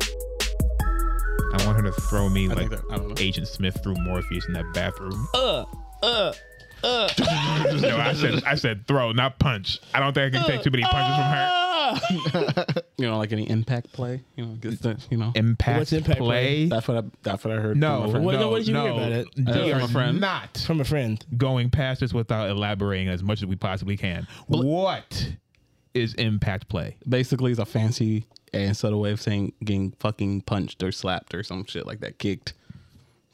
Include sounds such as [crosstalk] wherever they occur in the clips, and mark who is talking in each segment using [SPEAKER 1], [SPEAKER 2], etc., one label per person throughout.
[SPEAKER 1] I want her to throw me
[SPEAKER 2] I
[SPEAKER 1] like
[SPEAKER 2] think that, I don't know.
[SPEAKER 1] Agent Smith threw Morpheus in that [laughs] bathroom.
[SPEAKER 3] Uh, uh, uh.
[SPEAKER 1] [laughs] no, I said I said throw, not punch. I don't think I can take too many punches from her.
[SPEAKER 3] from her.
[SPEAKER 2] You know, like any impact play. You know, get the, you know.
[SPEAKER 1] Impact,
[SPEAKER 3] What's impact play?
[SPEAKER 2] That's what I. That's what I heard.
[SPEAKER 1] No,
[SPEAKER 2] from my friend.
[SPEAKER 3] What-
[SPEAKER 1] no,
[SPEAKER 3] what did you
[SPEAKER 1] no,
[SPEAKER 3] hear about it?
[SPEAKER 2] I heard
[SPEAKER 1] They
[SPEAKER 2] from
[SPEAKER 1] are
[SPEAKER 2] a friend.
[SPEAKER 1] not
[SPEAKER 3] From a friend.
[SPEAKER 1] going past this without elaborating as much as we possibly can. what is impact play?
[SPEAKER 2] basically, it's a fancy and subtle way of saying getting fucking punched or slapped or some shit like that, kicked,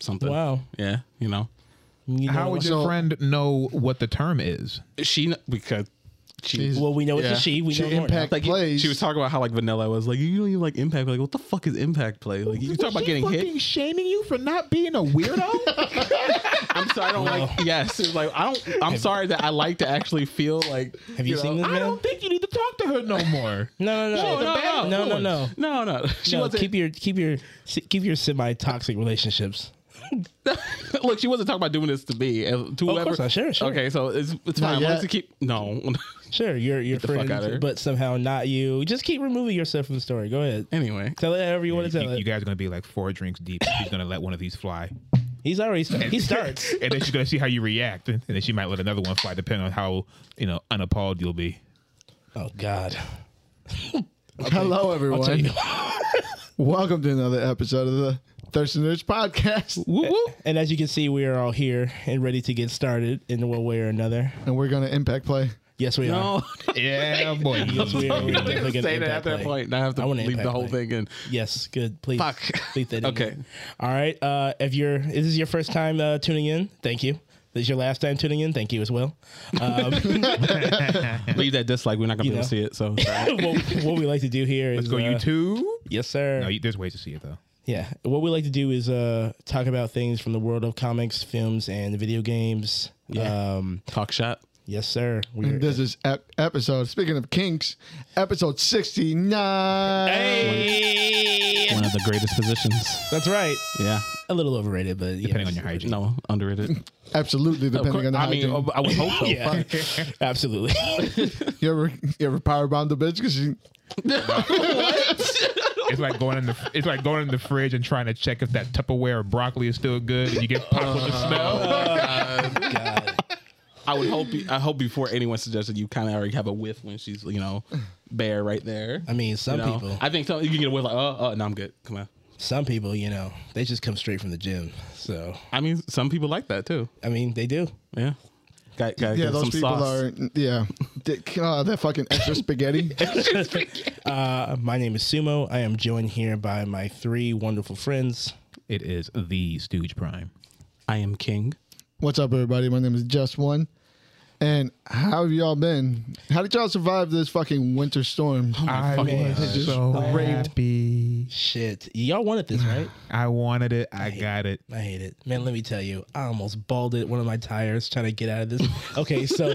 [SPEAKER 2] something.
[SPEAKER 3] Wow.
[SPEAKER 2] Yeah, you know,
[SPEAKER 3] You know,
[SPEAKER 1] How would your
[SPEAKER 2] so-
[SPEAKER 1] friend know what the term is?
[SPEAKER 2] she kn- because she.
[SPEAKER 3] Well, we know it's
[SPEAKER 2] Yeah.
[SPEAKER 3] a she. We
[SPEAKER 4] She
[SPEAKER 3] know more
[SPEAKER 4] impact
[SPEAKER 2] Like
[SPEAKER 4] plays.
[SPEAKER 2] she was talking about how like vanilla was like you don't even like impact like what the fuck is impact play like you talk about getting hit
[SPEAKER 1] shaming you for not being a
[SPEAKER 2] [laughs]
[SPEAKER 1] weirdo?
[SPEAKER 2] I'm sorry I don't like yes it's like I don't I'm sorry that I like to actually feel like
[SPEAKER 3] now. Have you, seen this
[SPEAKER 1] I
[SPEAKER 3] man?
[SPEAKER 1] don't think you need to talk to her no more.
[SPEAKER 3] No, no,
[SPEAKER 2] no no
[SPEAKER 3] no, no, no, no.
[SPEAKER 2] no no she
[SPEAKER 3] No,
[SPEAKER 2] wasn't
[SPEAKER 3] keep your keep your keep your semi toxic relationships.
[SPEAKER 2] [laughs] Look, she wasn't talking about doing this to me. uh, To whoever.
[SPEAKER 3] course not. Sure, sure.
[SPEAKER 2] Okay, so it's it's fine.
[SPEAKER 4] yet.
[SPEAKER 2] Let's keep. No. [laughs]
[SPEAKER 3] Sure, you're your
[SPEAKER 2] the fuck
[SPEAKER 3] friend,
[SPEAKER 2] outta here.
[SPEAKER 3] but somehow not you. Just keep removing yourself from the story. Go ahead.
[SPEAKER 2] anyway,
[SPEAKER 3] Tell it however you want to
[SPEAKER 1] You,
[SPEAKER 3] tell
[SPEAKER 1] you
[SPEAKER 3] it.
[SPEAKER 1] guys are gonna be like four drinks deep. She's gonna let one of these fly,
[SPEAKER 3] He's already started.
[SPEAKER 1] [laughs]
[SPEAKER 3] he starts.
[SPEAKER 1] and then she's gonna see how you react, and then she might let another one fly, depending on how you know unappalled you'll be.
[SPEAKER 3] Oh God.
[SPEAKER 4] Hello,
[SPEAKER 3] tell
[SPEAKER 4] everyone.
[SPEAKER 3] you.
[SPEAKER 4] Welcome to another episode of the Thurston Nerds podcast,
[SPEAKER 3] Woo woo. And as you can see, we are all here and ready to get started in one way or another.
[SPEAKER 4] and we're gonna impact play.
[SPEAKER 3] Yes, we are.
[SPEAKER 2] no.
[SPEAKER 1] [laughs] Yeah, boy.
[SPEAKER 3] Yes, we
[SPEAKER 2] [laughs]
[SPEAKER 3] are. We're definitely
[SPEAKER 2] Say
[SPEAKER 3] gonna
[SPEAKER 2] that
[SPEAKER 3] impact
[SPEAKER 2] at that
[SPEAKER 3] play.
[SPEAKER 2] point. Now I have to
[SPEAKER 3] I wanna
[SPEAKER 2] leave the
[SPEAKER 3] impact
[SPEAKER 2] whole
[SPEAKER 3] play.
[SPEAKER 2] thing in.
[SPEAKER 3] Yes, good. Please.
[SPEAKER 2] Fuck.
[SPEAKER 3] Leave that in.
[SPEAKER 2] Okay.
[SPEAKER 3] All right. Uh, if you're, if this is your first time uh, tuning in, thank you. This is your last time tuning in, thank you as well. Um, [laughs]
[SPEAKER 2] leave that dislike. We're not gonna
[SPEAKER 3] You
[SPEAKER 2] be able to see it. So sorry.
[SPEAKER 3] what, what we like to do here is
[SPEAKER 1] Let's go
[SPEAKER 3] uh,
[SPEAKER 1] YouTube.
[SPEAKER 3] Yes, sir.
[SPEAKER 1] No, you, there's ways to see it though.
[SPEAKER 3] Yeah. What we like to do is uh, talk about things from the world of comics, films, and video games.
[SPEAKER 2] Yeah.
[SPEAKER 3] Um,
[SPEAKER 2] talk shot.
[SPEAKER 3] yes, sir. We
[SPEAKER 4] And this is ep- episode. Speaking of kinks, episode sixty nine.
[SPEAKER 3] Hey!
[SPEAKER 2] One of the greatest positions.
[SPEAKER 3] That's right.
[SPEAKER 2] Yeah.
[SPEAKER 3] A little overrated, but yeah.
[SPEAKER 1] Depending on your hygiene.
[SPEAKER 2] No, underrated.
[SPEAKER 4] Absolutely,
[SPEAKER 2] Of
[SPEAKER 4] depending
[SPEAKER 2] course-
[SPEAKER 4] on the
[SPEAKER 2] I mean,
[SPEAKER 4] hygiene.
[SPEAKER 2] oh, I would hope so.
[SPEAKER 3] [laughs] Yeah. Absolutely. [laughs]
[SPEAKER 4] you ever you ever powerbombed a bitch because she
[SPEAKER 1] It's like going in the it's like going in the fridge and trying to check if that Tupperware or broccoli is still good, and you get popped with the smell.
[SPEAKER 3] God.
[SPEAKER 2] I would hope. I hope before anyone suggested you kind of already have a whiff when she's you know bare right there.
[SPEAKER 3] I mean, some
[SPEAKER 2] You know?
[SPEAKER 3] people,
[SPEAKER 2] I think some, you can get away like, oh, oh, no, I'm good. Come on.
[SPEAKER 3] some people, you know, they just come straight from the gym. So,
[SPEAKER 2] I mean, some people like that too.
[SPEAKER 3] I mean, they do.
[SPEAKER 2] Yeah. Got, got
[SPEAKER 4] yeah, those
[SPEAKER 2] some
[SPEAKER 4] people
[SPEAKER 2] sauce.
[SPEAKER 4] are yeah. Dick, oh, that fucking
[SPEAKER 2] [laughs]
[SPEAKER 4] extra spaghetti.
[SPEAKER 3] [laughs] Uh, my name is Sumo. I am joined here by my three wonderful friends.
[SPEAKER 1] It is the Stooge Prime.
[SPEAKER 2] I am king.
[SPEAKER 4] What's up, everybody? My name is Just One. And how have y'all been? How did y'all survive this fucking winter storm?
[SPEAKER 1] I
[SPEAKER 3] was
[SPEAKER 4] Just so
[SPEAKER 1] happy.
[SPEAKER 3] Shit. Y'all wanted this, right?
[SPEAKER 1] I wanted it. I got it.
[SPEAKER 3] I hate it. Man, let me tell you, I almost balled it one of my tires trying to get out of this. Okay, so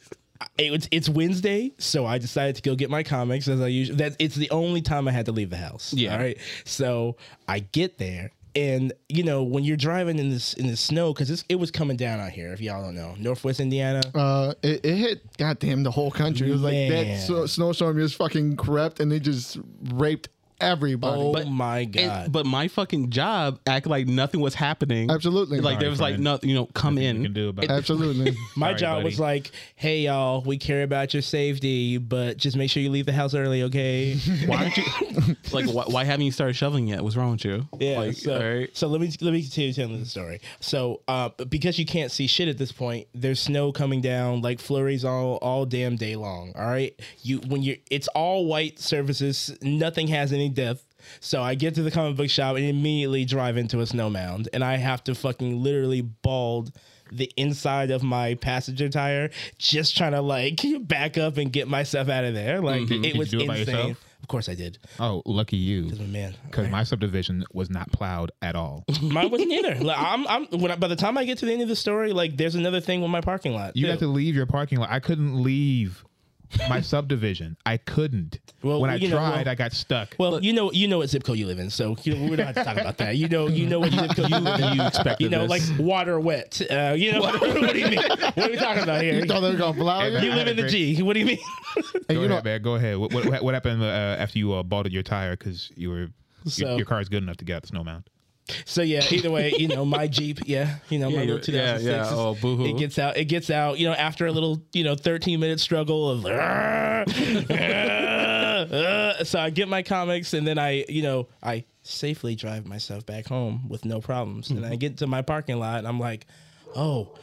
[SPEAKER 3] [laughs] it was, it's Wednesday, so I decided to go get my comics as I usually that it's the only time I had to leave the house.
[SPEAKER 2] Yeah.
[SPEAKER 3] All right. So I get there. And you know when you're driving in this in the snow because it was coming down out here. If y'all don't know, Northwest Indiana,
[SPEAKER 4] Uh, it, it hit goddamn the whole country. It was like
[SPEAKER 3] Man.
[SPEAKER 4] that so- snowstorm just fucking crept and they just raped everybody.
[SPEAKER 3] oh
[SPEAKER 2] But-
[SPEAKER 3] my
[SPEAKER 2] And-
[SPEAKER 3] god!
[SPEAKER 2] but my fucking job act like nothing was happening.
[SPEAKER 4] Absolutely.
[SPEAKER 2] Like there was like
[SPEAKER 1] friend.
[SPEAKER 2] no, you know, come
[SPEAKER 1] You can
[SPEAKER 2] in.
[SPEAKER 1] do about it.
[SPEAKER 4] Absolutely.
[SPEAKER 3] [laughs] my
[SPEAKER 1] Sorry,
[SPEAKER 3] job was
[SPEAKER 1] buddy.
[SPEAKER 3] like, hey y'all, we care about your safety, but just make sure you leave the house
[SPEAKER 1] [laughs]
[SPEAKER 3] early, okay?
[SPEAKER 2] [laughs] Why aren't
[SPEAKER 4] [laughs]
[SPEAKER 2] you like? Why, why haven't you started shoveling yet? What's wrong with you?
[SPEAKER 3] Yeah.
[SPEAKER 2] Like,
[SPEAKER 3] so,
[SPEAKER 2] all right.
[SPEAKER 3] so let me let me continue telling the story. So uh, because you can't see shit at this point, there's snow coming down like flurries all all damn day long. All right. You when you're it's all white surfaces. Nothing has any depth. So I get to the comic book shop and immediately drive into a snow mound, and I have to fucking literally bald the inside of my passenger tire just trying to like [laughs] back up and get myself out of there. Like
[SPEAKER 1] Mm-hmm. Did
[SPEAKER 3] it
[SPEAKER 1] you
[SPEAKER 3] was
[SPEAKER 1] do it by
[SPEAKER 3] insane.
[SPEAKER 1] yourself?
[SPEAKER 3] Of course I did.
[SPEAKER 1] Oh, lucky you.
[SPEAKER 3] But man,
[SPEAKER 1] Because my subdivision was not plowed at all.
[SPEAKER 3] Mine wasn't either. Like, I'm, I'm. When I, by the time I get to the end of the story, like there's another thing with my parking lot.
[SPEAKER 1] You
[SPEAKER 3] too.
[SPEAKER 1] had to leave your parking lot. I couldn't leave
[SPEAKER 3] [laughs]
[SPEAKER 1] my subdivision. I couldn't.
[SPEAKER 3] Well,
[SPEAKER 1] when I
[SPEAKER 3] you know,
[SPEAKER 1] tried,
[SPEAKER 3] well-
[SPEAKER 1] I got stuck.
[SPEAKER 3] Well, you know, you know what zip code you live in, so you know, we don't have to talk about that. You know, you know what zip code you live in. You expect, you know, like
[SPEAKER 2] this.
[SPEAKER 3] water wet. Uh, you know, [laughs] what do you mean? What are we talking about here?
[SPEAKER 4] You thought they were gonna blow
[SPEAKER 1] Hey,
[SPEAKER 4] you?
[SPEAKER 1] man,
[SPEAKER 3] You
[SPEAKER 1] I
[SPEAKER 3] live
[SPEAKER 1] had
[SPEAKER 3] in
[SPEAKER 1] a
[SPEAKER 3] the
[SPEAKER 1] great-
[SPEAKER 3] G. What do you mean?
[SPEAKER 4] And
[SPEAKER 1] Go
[SPEAKER 4] you know,
[SPEAKER 1] ahead, man. Go ahead. What what, what happened uh, after you uh, balled your tire because you were
[SPEAKER 3] So-
[SPEAKER 1] your, your car's good enough to get out the snow mound?
[SPEAKER 3] So
[SPEAKER 2] [laughs]
[SPEAKER 3] yeah, either way, you know, my Jeep, yeah, you know, my
[SPEAKER 2] Yeah,
[SPEAKER 3] little
[SPEAKER 2] yeah, yeah.
[SPEAKER 3] 2006. is-
[SPEAKER 2] Oh, boo-hoo.
[SPEAKER 3] It gets out. It gets out. You know, after a little, you know, 13 minute struggle of. so I get my comics, and then I, you know, I safely drive myself back home with no problems. And I
[SPEAKER 2] Mm-hmm.
[SPEAKER 3] get to my parking lot, and I'm like, oh,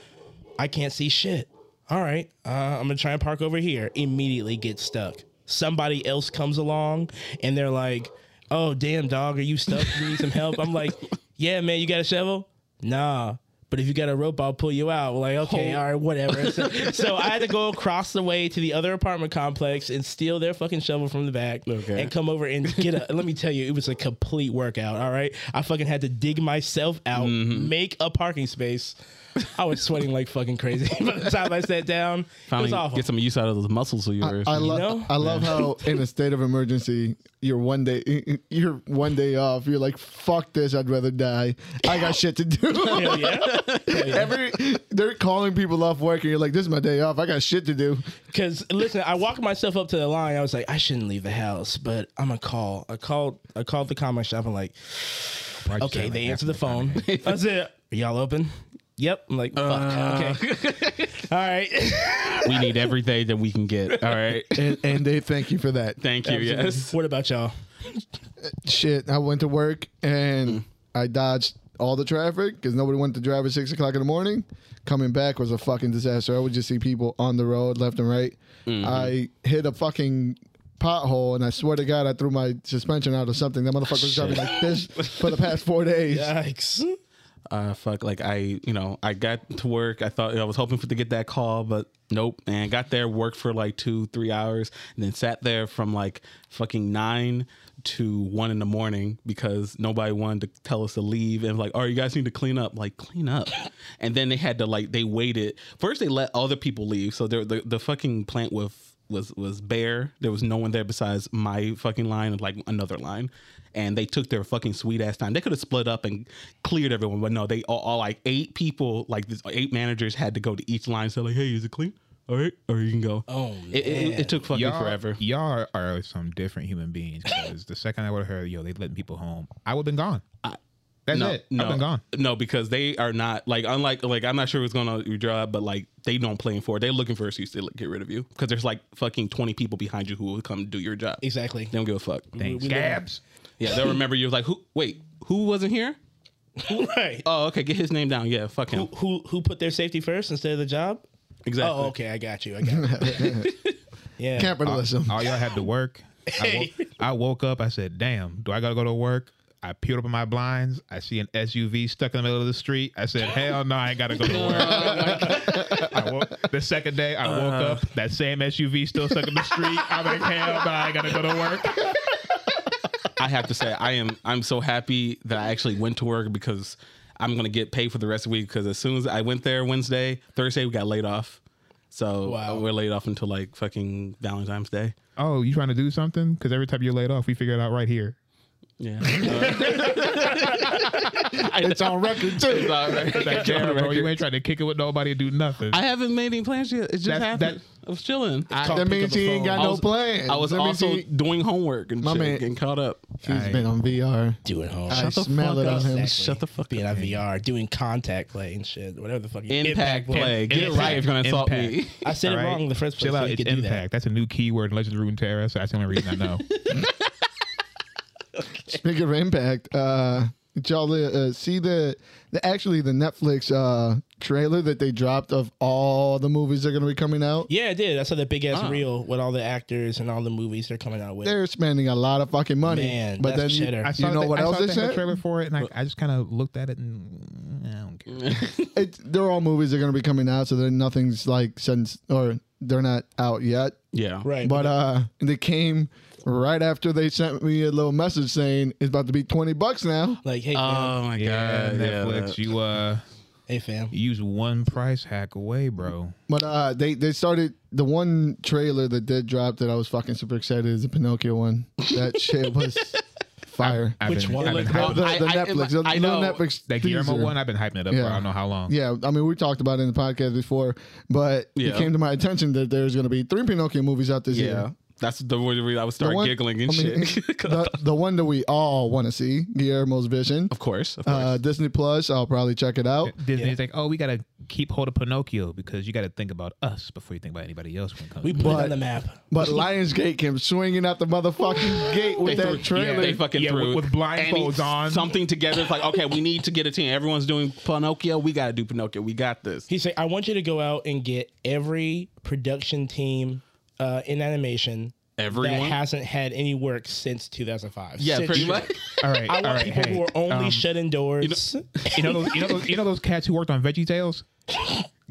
[SPEAKER 3] I can't see shit. All right, uh, I'm gonna try and park over here. Immediately get stuck. Somebody else comes along and they're like, "Oh damn, dog, are you stuck? You need some help?" I'm like, "Yeah, man, you got a shovel? Nah." But if you got a rope, I'll pull you out. We're like, okay, all right, whatever. So, so I had to go across the way to the other apartment complex and steal their fucking shovel from the back
[SPEAKER 2] Okay.
[SPEAKER 3] and come over and get a. let me tell you, it was a complete workout. All right, I fucking had to dig myself out, make a parking space. I was sweating like fucking crazy [laughs] by the time I sat down. it was
[SPEAKER 2] Finally,
[SPEAKER 3] awful.
[SPEAKER 2] get some use out of those muscles of yours.
[SPEAKER 4] I love
[SPEAKER 3] know?
[SPEAKER 4] I love how
[SPEAKER 3] [laughs]
[SPEAKER 4] in a state of emergency you're one day [laughs] you're one day off. You're like, fuck this, I'd rather die. I got shit to do.
[SPEAKER 3] Hell [laughs] yeah.
[SPEAKER 4] Every they're calling people off work and you're like, This is my day off, I got shit to do.
[SPEAKER 3] Because listen, I walked myself up to the line. I was like, I shouldn't leave the house, but I'm gonna call. I called. I called the comic shop. I'm like,
[SPEAKER 1] Why'd you
[SPEAKER 3] okay,
[SPEAKER 1] sound
[SPEAKER 3] they
[SPEAKER 1] like
[SPEAKER 3] answer
[SPEAKER 1] that?
[SPEAKER 3] the phone. [laughs] That's it. Are y'all open? Uh. Yep. I'm like, fuck. okay. [laughs] All right.
[SPEAKER 2] we need everything that we can get. All right.
[SPEAKER 4] And and they thank you for that.
[SPEAKER 2] Thank you. Yes.
[SPEAKER 3] [laughs] What about y'all?
[SPEAKER 4] Shit, I went to work and
[SPEAKER 2] Mm.
[SPEAKER 4] I dodged all the traffic because nobody wanted to drive at six o'clock in the morning. Coming back was a fucking disaster. I would just see people on the road left and right.
[SPEAKER 2] Mm-hmm.
[SPEAKER 4] I hit a fucking pothole and I swear to God I threw my suspension out or something. That motherfucker was driving like this
[SPEAKER 2] [laughs]
[SPEAKER 4] for the past four days.
[SPEAKER 3] Yikes.
[SPEAKER 2] uh fuck like i you know i got to work i thought i was hoping for to get that call but nope and got there worked for like two three hours and then sat there from like fucking nine to one in the morning because nobody wanted to tell us to leave and like oh you guys need to clean up like clean up and then they had to like they waited first they let other people leave so there the, the fucking plant with was was bare. There was no one there besides my fucking line and like another line. And they took their fucking sweet ass time. They could have split up and cleared everyone, but no, they all, all like eight people, like this, eight managers had to go to each line. So like, hey, is it clean? All right, or you can go.
[SPEAKER 3] Oh,
[SPEAKER 2] it, it, it took fucking
[SPEAKER 1] Y'all,
[SPEAKER 2] forever.
[SPEAKER 1] y'all are some different human beings. Because the second I would have heard, yo, they letting people home, I would have been gone. That's
[SPEAKER 2] no,
[SPEAKER 1] it.
[SPEAKER 2] no,
[SPEAKER 1] I've been gone.
[SPEAKER 2] No, because they are not like unlike like I'm not sure what's going on with your job, but like they don't play for it. They're looking for an excuse to like, get rid of you because there's like fucking 20 people behind you who will come do your job.
[SPEAKER 3] Exactly.
[SPEAKER 2] They don't give a fuck.
[SPEAKER 1] Thanks, Gabs.
[SPEAKER 2] Yeah, they'll remember you. Like, who? Wait, who wasn't here?
[SPEAKER 3] [laughs] Right.
[SPEAKER 2] Oh, okay, get his name down. Yeah, fuck him.
[SPEAKER 3] who who put their safety first instead of the job?
[SPEAKER 2] Exactly.
[SPEAKER 3] Oh, okay. I got you. I got you. [laughs] yeah.
[SPEAKER 4] Capitalism.
[SPEAKER 1] All y'all had to work. I,
[SPEAKER 3] [laughs]
[SPEAKER 1] woke, I woke up. I said, "Damn, do I gotta go to work?" I peered up in my blinds. I see an SUV stuck in the middle of the street. I said, "Hell no, I ain't gotta go to
[SPEAKER 3] [laughs] Oh
[SPEAKER 1] work." I woke, the second day, I woke
[SPEAKER 3] Uh-huh.
[SPEAKER 1] up. That same SUV still stuck in the street. I'm like, "Hell no, I ain't gotta go to work."
[SPEAKER 2] I have to say, I am. I'm so happy that I actually went to work because I'm gonna get paid for the rest of the week. Because as soon as I went there Wednesday, Thursday we got laid off. So
[SPEAKER 3] Wow.
[SPEAKER 2] we're laid off until like fucking Valentine's Day.
[SPEAKER 1] Oh, you trying to do something? Because every time you're laid off, we figure it out right here.
[SPEAKER 2] Yeah.
[SPEAKER 4] It's on record too.
[SPEAKER 3] [laughs]
[SPEAKER 1] Like, damn, bro, you ain't trying to kick it with nobody and do nothing.
[SPEAKER 2] I haven't made any plans yet. It just
[SPEAKER 1] That's-
[SPEAKER 2] happened. I was chilling. I,
[SPEAKER 4] That means he ain't got
[SPEAKER 2] I
[SPEAKER 4] no
[SPEAKER 2] was-
[SPEAKER 4] plans.
[SPEAKER 2] I was
[SPEAKER 4] that means
[SPEAKER 2] also
[SPEAKER 4] he,
[SPEAKER 2] doing homework and
[SPEAKER 4] My
[SPEAKER 2] shit,
[SPEAKER 4] man-
[SPEAKER 2] getting caught up.
[SPEAKER 4] has been on VR.
[SPEAKER 3] Do it home.
[SPEAKER 4] I smell it on him.
[SPEAKER 2] Shut the fuck
[SPEAKER 3] being
[SPEAKER 2] up.
[SPEAKER 3] on VR, doing contact play and shit, whatever the fuck. you-
[SPEAKER 2] Impact, play. Get it
[SPEAKER 1] Impact.
[SPEAKER 2] right if you're gonna insult me.
[SPEAKER 1] Impact.
[SPEAKER 3] I said it
[SPEAKER 1] All right?
[SPEAKER 3] wrong the first place.
[SPEAKER 1] Chill
[SPEAKER 3] so
[SPEAKER 1] out.
[SPEAKER 3] you
[SPEAKER 1] It's
[SPEAKER 3] could do that.
[SPEAKER 1] impact. That's a new keyword in Legends of Runeterra, so that's the only reason I
[SPEAKER 3] [laughs]
[SPEAKER 1] know.
[SPEAKER 4] Speaking of impact, uh, did y'all uh, see the, the actually the Netflix uh, trailer that they dropped of all the movies that are going to be coming out?
[SPEAKER 3] Yeah, I did. I saw that big ass reel with all the actors and all the movies they're coming out with.
[SPEAKER 4] They're spending a lot of fucking money.
[SPEAKER 3] Man,
[SPEAKER 4] but
[SPEAKER 3] that's
[SPEAKER 4] then you-
[SPEAKER 3] cheddar. I
[SPEAKER 4] you, know
[SPEAKER 1] that-
[SPEAKER 4] what
[SPEAKER 1] I
[SPEAKER 4] else
[SPEAKER 1] saw
[SPEAKER 4] they
[SPEAKER 1] that had a
[SPEAKER 4] said?
[SPEAKER 1] trailer for it, and I, I just kind of looked at it and mm, I don't [laughs] care.
[SPEAKER 4] It's, they're all movies that are going to be coming out, so then nothing's like since or they're not out yet.
[SPEAKER 2] [laughs] Yeah.
[SPEAKER 3] right.
[SPEAKER 4] But uh, they came right after they sent me a little message saying it's about to be twenty bucks now.
[SPEAKER 3] like, hey, man,
[SPEAKER 2] Oh my
[SPEAKER 1] Yeah,
[SPEAKER 2] god.
[SPEAKER 1] Netflix, you uh,
[SPEAKER 3] Hey fam.
[SPEAKER 1] Use one price hack away, bro.
[SPEAKER 4] But uh, they they started the one trailer that did drop that I was fucking super excited is the Pinocchio one.
[SPEAKER 2] [laughs]
[SPEAKER 4] That shit was fire.
[SPEAKER 1] I've
[SPEAKER 3] Which
[SPEAKER 1] been,
[SPEAKER 3] one?
[SPEAKER 1] I've been
[SPEAKER 3] Like,
[SPEAKER 4] the,
[SPEAKER 1] hyping,
[SPEAKER 4] the
[SPEAKER 2] I- I-
[SPEAKER 4] Netflix, the
[SPEAKER 2] I
[SPEAKER 4] little
[SPEAKER 2] know.
[SPEAKER 4] Netflix
[SPEAKER 1] that Guillermo
[SPEAKER 4] teaser.
[SPEAKER 1] one. I've been hyping it up for
[SPEAKER 4] Yeah.
[SPEAKER 1] I don't know how long.
[SPEAKER 4] Yeah, I mean, we talked about it in the podcast before, but it
[SPEAKER 2] Yeah.
[SPEAKER 4] came to my attention that there's going to be three Pinocchio movies out this
[SPEAKER 2] Yeah.
[SPEAKER 4] year.
[SPEAKER 2] That's the way I would
[SPEAKER 4] The
[SPEAKER 2] start
[SPEAKER 4] one-
[SPEAKER 2] giggling and
[SPEAKER 4] I mean,
[SPEAKER 2] shit.
[SPEAKER 4] [laughs] the, the one that we all want to see, Guillermo's Vision.
[SPEAKER 2] [laughs] of course. Of course.
[SPEAKER 4] Uh, Disney Plus, I'll probably check it out.
[SPEAKER 1] Disney's like, oh, we gotta keep hold of Pinocchio because you gotta think about us before you think about anybody else when it comes.
[SPEAKER 3] We
[SPEAKER 1] We,
[SPEAKER 3] put it
[SPEAKER 4] But-
[SPEAKER 3] on the map.
[SPEAKER 4] But Lionsgate came swinging out the motherfucking gate with
[SPEAKER 2] They
[SPEAKER 4] that
[SPEAKER 2] threw-
[SPEAKER 4] trailer.
[SPEAKER 2] they fucking
[SPEAKER 1] Yeah,
[SPEAKER 2] threw
[SPEAKER 1] with- with blindfolds
[SPEAKER 2] any-
[SPEAKER 1] on.
[SPEAKER 2] something together. It's like, okay, we need to get a team. Everyone's doing Pinocchio. We got to do Pinocchio. We got this.
[SPEAKER 3] He said, I want you to go out and get every production team uh, in animation that
[SPEAKER 2] Everyone?
[SPEAKER 3] hasn't had any work since 2005.
[SPEAKER 2] Yeah,
[SPEAKER 3] Since-
[SPEAKER 2] pretty
[SPEAKER 3] [laughs]
[SPEAKER 2] much.
[SPEAKER 1] all right,
[SPEAKER 3] I want
[SPEAKER 1] all right.
[SPEAKER 3] people
[SPEAKER 1] hey,
[SPEAKER 3] who are only
[SPEAKER 1] um,
[SPEAKER 3] shut indoors.
[SPEAKER 1] you know those, you know those, you know those cats who worked on Veggie Tales.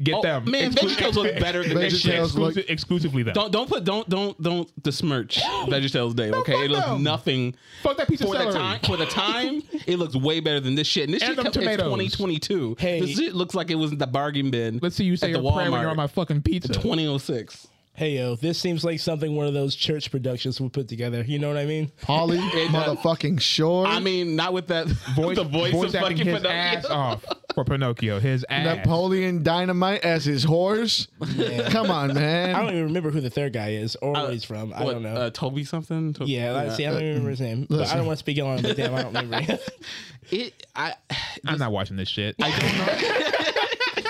[SPEAKER 1] Get
[SPEAKER 2] Oh,
[SPEAKER 1] them,
[SPEAKER 2] man,
[SPEAKER 1] Exclu-
[SPEAKER 2] VeggieTales look better than
[SPEAKER 1] ex-
[SPEAKER 2] this shit.
[SPEAKER 4] VeggieTales look-
[SPEAKER 1] exclusi- exclusively them.
[SPEAKER 2] Don't don't put don't don't don't besmirch VeggieTales Day. Okay, it looks
[SPEAKER 1] them.
[SPEAKER 2] nothing.
[SPEAKER 1] Fuck that piece of
[SPEAKER 2] for the
[SPEAKER 1] celery.
[SPEAKER 2] time for the time. It looks way better than this shit. And this
[SPEAKER 1] And
[SPEAKER 2] shit
[SPEAKER 1] them
[SPEAKER 2] comes in
[SPEAKER 1] tomatoes.
[SPEAKER 2] 2022.
[SPEAKER 3] Hey.
[SPEAKER 2] this shit looks like it was in the bargain bin.
[SPEAKER 1] Let's see you say
[SPEAKER 2] at
[SPEAKER 1] your
[SPEAKER 2] the
[SPEAKER 1] prayer when you're on my fucking pizza.
[SPEAKER 2] 2006.
[SPEAKER 3] hey, yo, this seems like something one of those church productions would put together. You know what I mean?
[SPEAKER 4] Polly,
[SPEAKER 2] does.
[SPEAKER 4] motherfucking Shore.
[SPEAKER 2] I mean, not with that [laughs]
[SPEAKER 1] voice,
[SPEAKER 2] the voice,
[SPEAKER 1] voice
[SPEAKER 2] of
[SPEAKER 1] acting
[SPEAKER 2] fucking
[SPEAKER 1] his
[SPEAKER 2] Pinocchio.
[SPEAKER 1] ass off for Pinocchio. His ass.
[SPEAKER 4] Napoleon Dynamite as his horse. Come on,
[SPEAKER 3] I
[SPEAKER 4] man.
[SPEAKER 3] don't even remember who the third guy is or where he's from. I
[SPEAKER 2] What,
[SPEAKER 3] don't know.
[SPEAKER 2] Uh, Toby something. To-
[SPEAKER 3] yeah, like, see, I don't even remember his name. But I don't want to speak ill on him, [laughs] but damn, I don't
[SPEAKER 1] [laughs]
[SPEAKER 3] remember.
[SPEAKER 2] It. I.
[SPEAKER 1] I'm not watching this shit.
[SPEAKER 2] I don't know.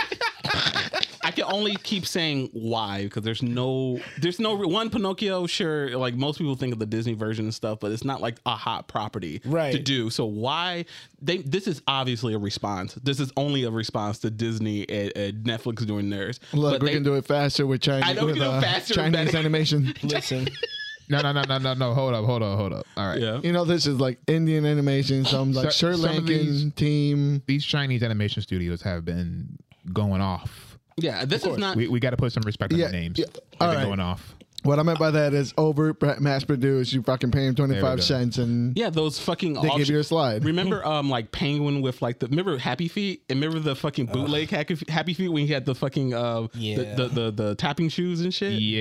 [SPEAKER 2] I can only keep saying why because there's no, there's no re- one Pinocchio. Sure, like most people think of the Disney version and stuff, but it's not like a hot property
[SPEAKER 3] Right.
[SPEAKER 2] to do. So why they? This is obviously a response. This is only a response to Disney and, and Netflix doing theirs.
[SPEAKER 4] Look,
[SPEAKER 2] But
[SPEAKER 4] we
[SPEAKER 2] they-
[SPEAKER 4] can do it faster with Chinese,
[SPEAKER 2] I know we
[SPEAKER 4] with,
[SPEAKER 2] can do it
[SPEAKER 4] uh,
[SPEAKER 2] faster and
[SPEAKER 4] Chinese
[SPEAKER 2] better.
[SPEAKER 4] animation.
[SPEAKER 2] [laughs]
[SPEAKER 3] Listen,
[SPEAKER 1] [laughs] no, no, no, no, no, no. Hold up, hold up, hold up. All right.
[SPEAKER 2] Yeah.
[SPEAKER 4] You know, this is like Indian animation. Some like
[SPEAKER 1] So-
[SPEAKER 4] Sri
[SPEAKER 1] some of
[SPEAKER 4] Lankan
[SPEAKER 1] these-
[SPEAKER 4] team.
[SPEAKER 1] These Chinese animation studios have been going off.
[SPEAKER 2] Yeah, this is not.
[SPEAKER 1] We, we got to put some respect on
[SPEAKER 4] Yeah,
[SPEAKER 1] the names.
[SPEAKER 4] yeah.
[SPEAKER 1] They've
[SPEAKER 4] All
[SPEAKER 1] been
[SPEAKER 4] right.
[SPEAKER 1] going off.
[SPEAKER 4] What I meant by that is over mass produced. You fucking pay him twenty
[SPEAKER 1] There we
[SPEAKER 4] five
[SPEAKER 1] go.
[SPEAKER 4] cents and
[SPEAKER 2] yeah, those fucking.
[SPEAKER 4] they give you a slide. [laughs]
[SPEAKER 2] Remember, um, like penguin with like the remember Happy Feet. And remember the fucking bootleg Happy Happy Feet when he had the fucking uh,
[SPEAKER 3] Yeah.
[SPEAKER 2] the, the, the the tapping shoes and shit.
[SPEAKER 1] Yeah.
[SPEAKER 2] you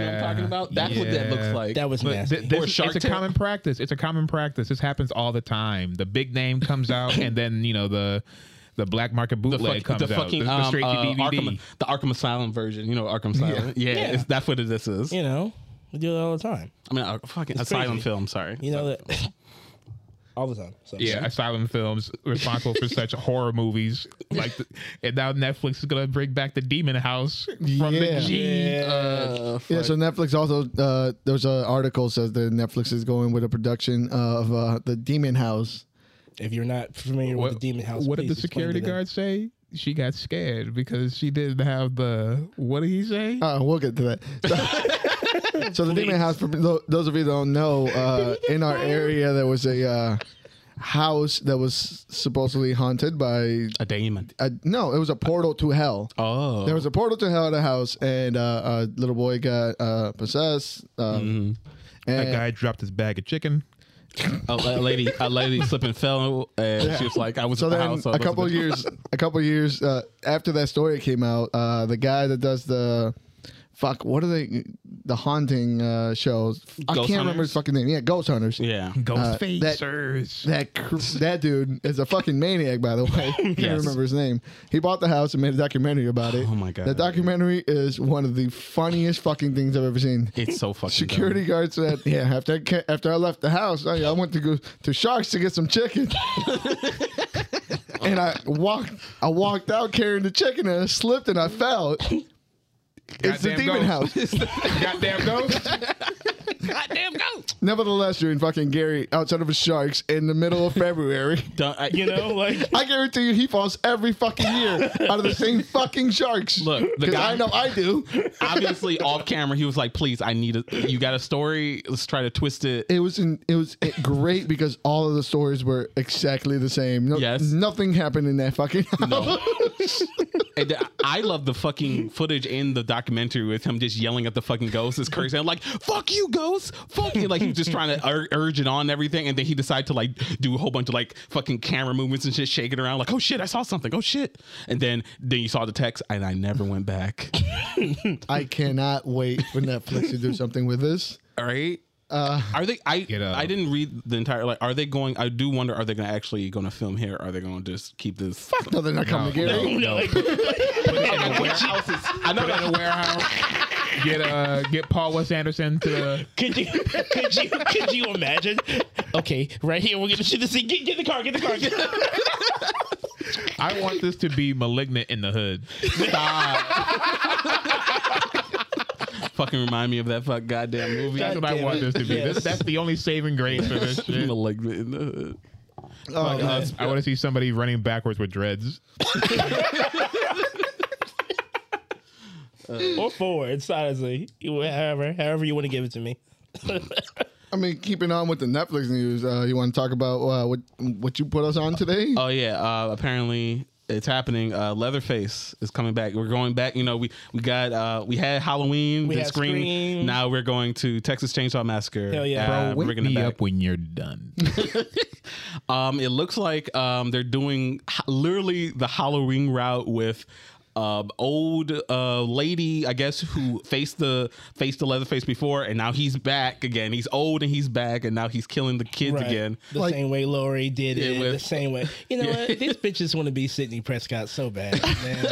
[SPEAKER 2] know what I'm talking about. That's what that
[SPEAKER 1] Yeah.
[SPEAKER 2] looks like.
[SPEAKER 3] that was
[SPEAKER 1] But
[SPEAKER 3] nasty.
[SPEAKER 1] th- this,
[SPEAKER 2] Or Shark
[SPEAKER 1] it's a
[SPEAKER 2] Tale.
[SPEAKER 1] common practice. It's a common practice. This happens all the time. The big name comes
[SPEAKER 2] [clears throat]
[SPEAKER 1] out, and then you know the the black market
[SPEAKER 2] the,
[SPEAKER 1] bootleg
[SPEAKER 2] fuck,
[SPEAKER 1] comes
[SPEAKER 2] the
[SPEAKER 1] out.
[SPEAKER 2] fucking
[SPEAKER 1] the, the
[SPEAKER 2] um,
[SPEAKER 1] straight to
[SPEAKER 2] uh,
[SPEAKER 1] DVD.
[SPEAKER 2] Arkham, the Arkham Asylum version. You know Arkham Asylum. Yeah, it's, that's what this is.
[SPEAKER 3] you know, we do it all the time.
[SPEAKER 2] I mean, uh, fucking Asylum
[SPEAKER 3] crazy.
[SPEAKER 2] film. Sorry.
[SPEAKER 3] You know that. [laughs] all the time. So.
[SPEAKER 1] yeah, asylum films responsible for such horror movies. Like, the, and now Netflix is gonna bring back the Demon House from
[SPEAKER 4] Yeah.
[SPEAKER 1] the G.
[SPEAKER 2] Uh,
[SPEAKER 4] Yeah, so Netflix also uh, there's an article says that Netflix is going with a production of uh, the Demon House.
[SPEAKER 3] If you're not familiar with the Demon House,
[SPEAKER 1] What did the
[SPEAKER 3] please explain to
[SPEAKER 1] security
[SPEAKER 3] them.
[SPEAKER 1] guard say? She got scared because she didn't have the. What did he say?
[SPEAKER 4] Uh, we'll get to
[SPEAKER 1] [laughs]
[SPEAKER 4] that. so the Demon House, for tho- those of you that don't
[SPEAKER 1] [laughs]
[SPEAKER 4] know, uh, in our area there was a uh, house that was supposedly haunted by
[SPEAKER 2] a demon.
[SPEAKER 4] a, no, it was a portal to hell.
[SPEAKER 2] Oh,
[SPEAKER 4] There was a portal to hell at a house, and uh, a little boy got uh, possessed. Um,
[SPEAKER 1] Mm-hmm. that
[SPEAKER 4] And
[SPEAKER 1] guy dropped his bag of chicken.
[SPEAKER 2] a, a lady, a lady slipped and fell, and she was like, "I was
[SPEAKER 4] So
[SPEAKER 2] at the
[SPEAKER 4] then,
[SPEAKER 2] house." so I
[SPEAKER 4] a couple
[SPEAKER 2] wasn't-
[SPEAKER 4] years, a couple years uh, after that story came out, uh, the guy that does the fuck, what are they? The haunting uh, shows. I can't
[SPEAKER 2] Ghost
[SPEAKER 4] remember his
[SPEAKER 2] Hunters?
[SPEAKER 4] fucking name. Yeah, Ghost Hunters.
[SPEAKER 2] Yeah.
[SPEAKER 1] Ghost [laughs]
[SPEAKER 4] that-
[SPEAKER 1] facers.
[SPEAKER 4] That cr- that dude is a fucking maniac, by the way. [laughs] I can't
[SPEAKER 2] Yes.
[SPEAKER 4] remember his name. He bought the house and made a documentary about it.
[SPEAKER 2] Oh my God.
[SPEAKER 4] The documentary is one of the funniest fucking things I've ever seen.
[SPEAKER 2] It's so fucking
[SPEAKER 4] Security guard said, "Yeah, after I, ca- after I left the house, I, I went to go to Sharks to get some chicken, and I walked I walked out carrying the chicken and I slipped and I fell. it's the
[SPEAKER 1] Goddamn
[SPEAKER 4] demon
[SPEAKER 1] ghost.
[SPEAKER 4] house. [laughs]
[SPEAKER 1] Goddamn ghost.
[SPEAKER 2] [laughs] Goddamn goat.
[SPEAKER 4] Nevertheless, you're in fucking Gary outside of a Sharks in the middle of February.
[SPEAKER 3] [laughs] uh, You
[SPEAKER 1] [laughs]
[SPEAKER 3] know, like
[SPEAKER 4] I guarantee you, he falls every fucking year out of the same fucking Sharks.
[SPEAKER 2] Look, the
[SPEAKER 4] 'Cause
[SPEAKER 2] guy-
[SPEAKER 4] I know I do.
[SPEAKER 2] obviously off camera, he was like, "Please, I need a. You got a story? Let's try to twist it."
[SPEAKER 4] It was in, it was eh, great because all of the stories were exactly the same. No,
[SPEAKER 2] Yes.
[SPEAKER 4] nothing happened in that fucking.
[SPEAKER 2] No. And th- I love the fucking footage in the documentary with him just yelling at the fucking ghost. It's crazy. I'm like, fuck you, ghost. Fuck you. Like, he was just trying to ur- urge it on everything. And then he decided to, like, do a whole bunch of, like, fucking camera movements and shit, shaking around. Like, oh shit, I saw something. Oh shit. And then, then you saw the text, and I never went back.
[SPEAKER 4] [laughs] I cannot wait for Netflix to do something with this.
[SPEAKER 2] All right.
[SPEAKER 3] Uh,
[SPEAKER 2] are they? I
[SPEAKER 1] up.
[SPEAKER 2] I didn't read the entire. Like, are they going? I do wonder. Are they going to actually going to film here? Are they going to just keep this? Fuck
[SPEAKER 4] No, they're not coming to get
[SPEAKER 3] Oh,
[SPEAKER 4] me.
[SPEAKER 3] no.
[SPEAKER 1] in a warehouse.
[SPEAKER 2] I know
[SPEAKER 1] in a warehouse. Get uh, get Paul Wes Anderson to.
[SPEAKER 3] Could you could you could you imagine? Okay, right here we're gonna shoot the scene. Get, get the car, get the car. Get the
[SPEAKER 1] I want this to be malignant in the hood.
[SPEAKER 2] [laughs] fucking remind me of that fuck goddamn movie.
[SPEAKER 1] That's what I [laughs]
[SPEAKER 3] damn
[SPEAKER 1] want
[SPEAKER 3] it.
[SPEAKER 1] this to be. This,
[SPEAKER 3] Yes.
[SPEAKER 1] that's the only saving grace for
[SPEAKER 3] [laughs]
[SPEAKER 1] this shit.
[SPEAKER 2] Malignant in the hood.
[SPEAKER 4] Oh, man.
[SPEAKER 1] Uh, I want to see somebody running backwards with dreads.
[SPEAKER 3] or forwards, honestly. However, however you want to give it to me.
[SPEAKER 4] I mean, keeping on with the Netflix news, uh, you want to talk about uh, what what you put us on today?
[SPEAKER 2] Oh yeah. Uh, apparently it's happening. Uh, Leatherface is coming back. We're going back. You know, we we got uh, we had Halloween.
[SPEAKER 3] We
[SPEAKER 2] then
[SPEAKER 3] had
[SPEAKER 2] Scream.
[SPEAKER 3] Scream.
[SPEAKER 2] Now we're going to Texas Chainsaw Massacre.
[SPEAKER 3] Hell yeah.
[SPEAKER 2] Uh, bringing it back.
[SPEAKER 1] when you're [laughs]
[SPEAKER 2] [laughs]
[SPEAKER 1] done.
[SPEAKER 2] Um, it looks like um, they're doing h- literally the Halloween route with um, old uh, lady, I guess, who faced the faced the Leatherface before, and now he's back again. He's old and he's back, and now he's killing the kids
[SPEAKER 3] Right.
[SPEAKER 2] again.
[SPEAKER 3] The
[SPEAKER 4] Like-
[SPEAKER 3] same way Lori did it.
[SPEAKER 2] Yeah, with-
[SPEAKER 3] the same way.
[SPEAKER 2] [laughs]
[SPEAKER 3] You know what? These bitches want to be Sydney Prescott so bad, man.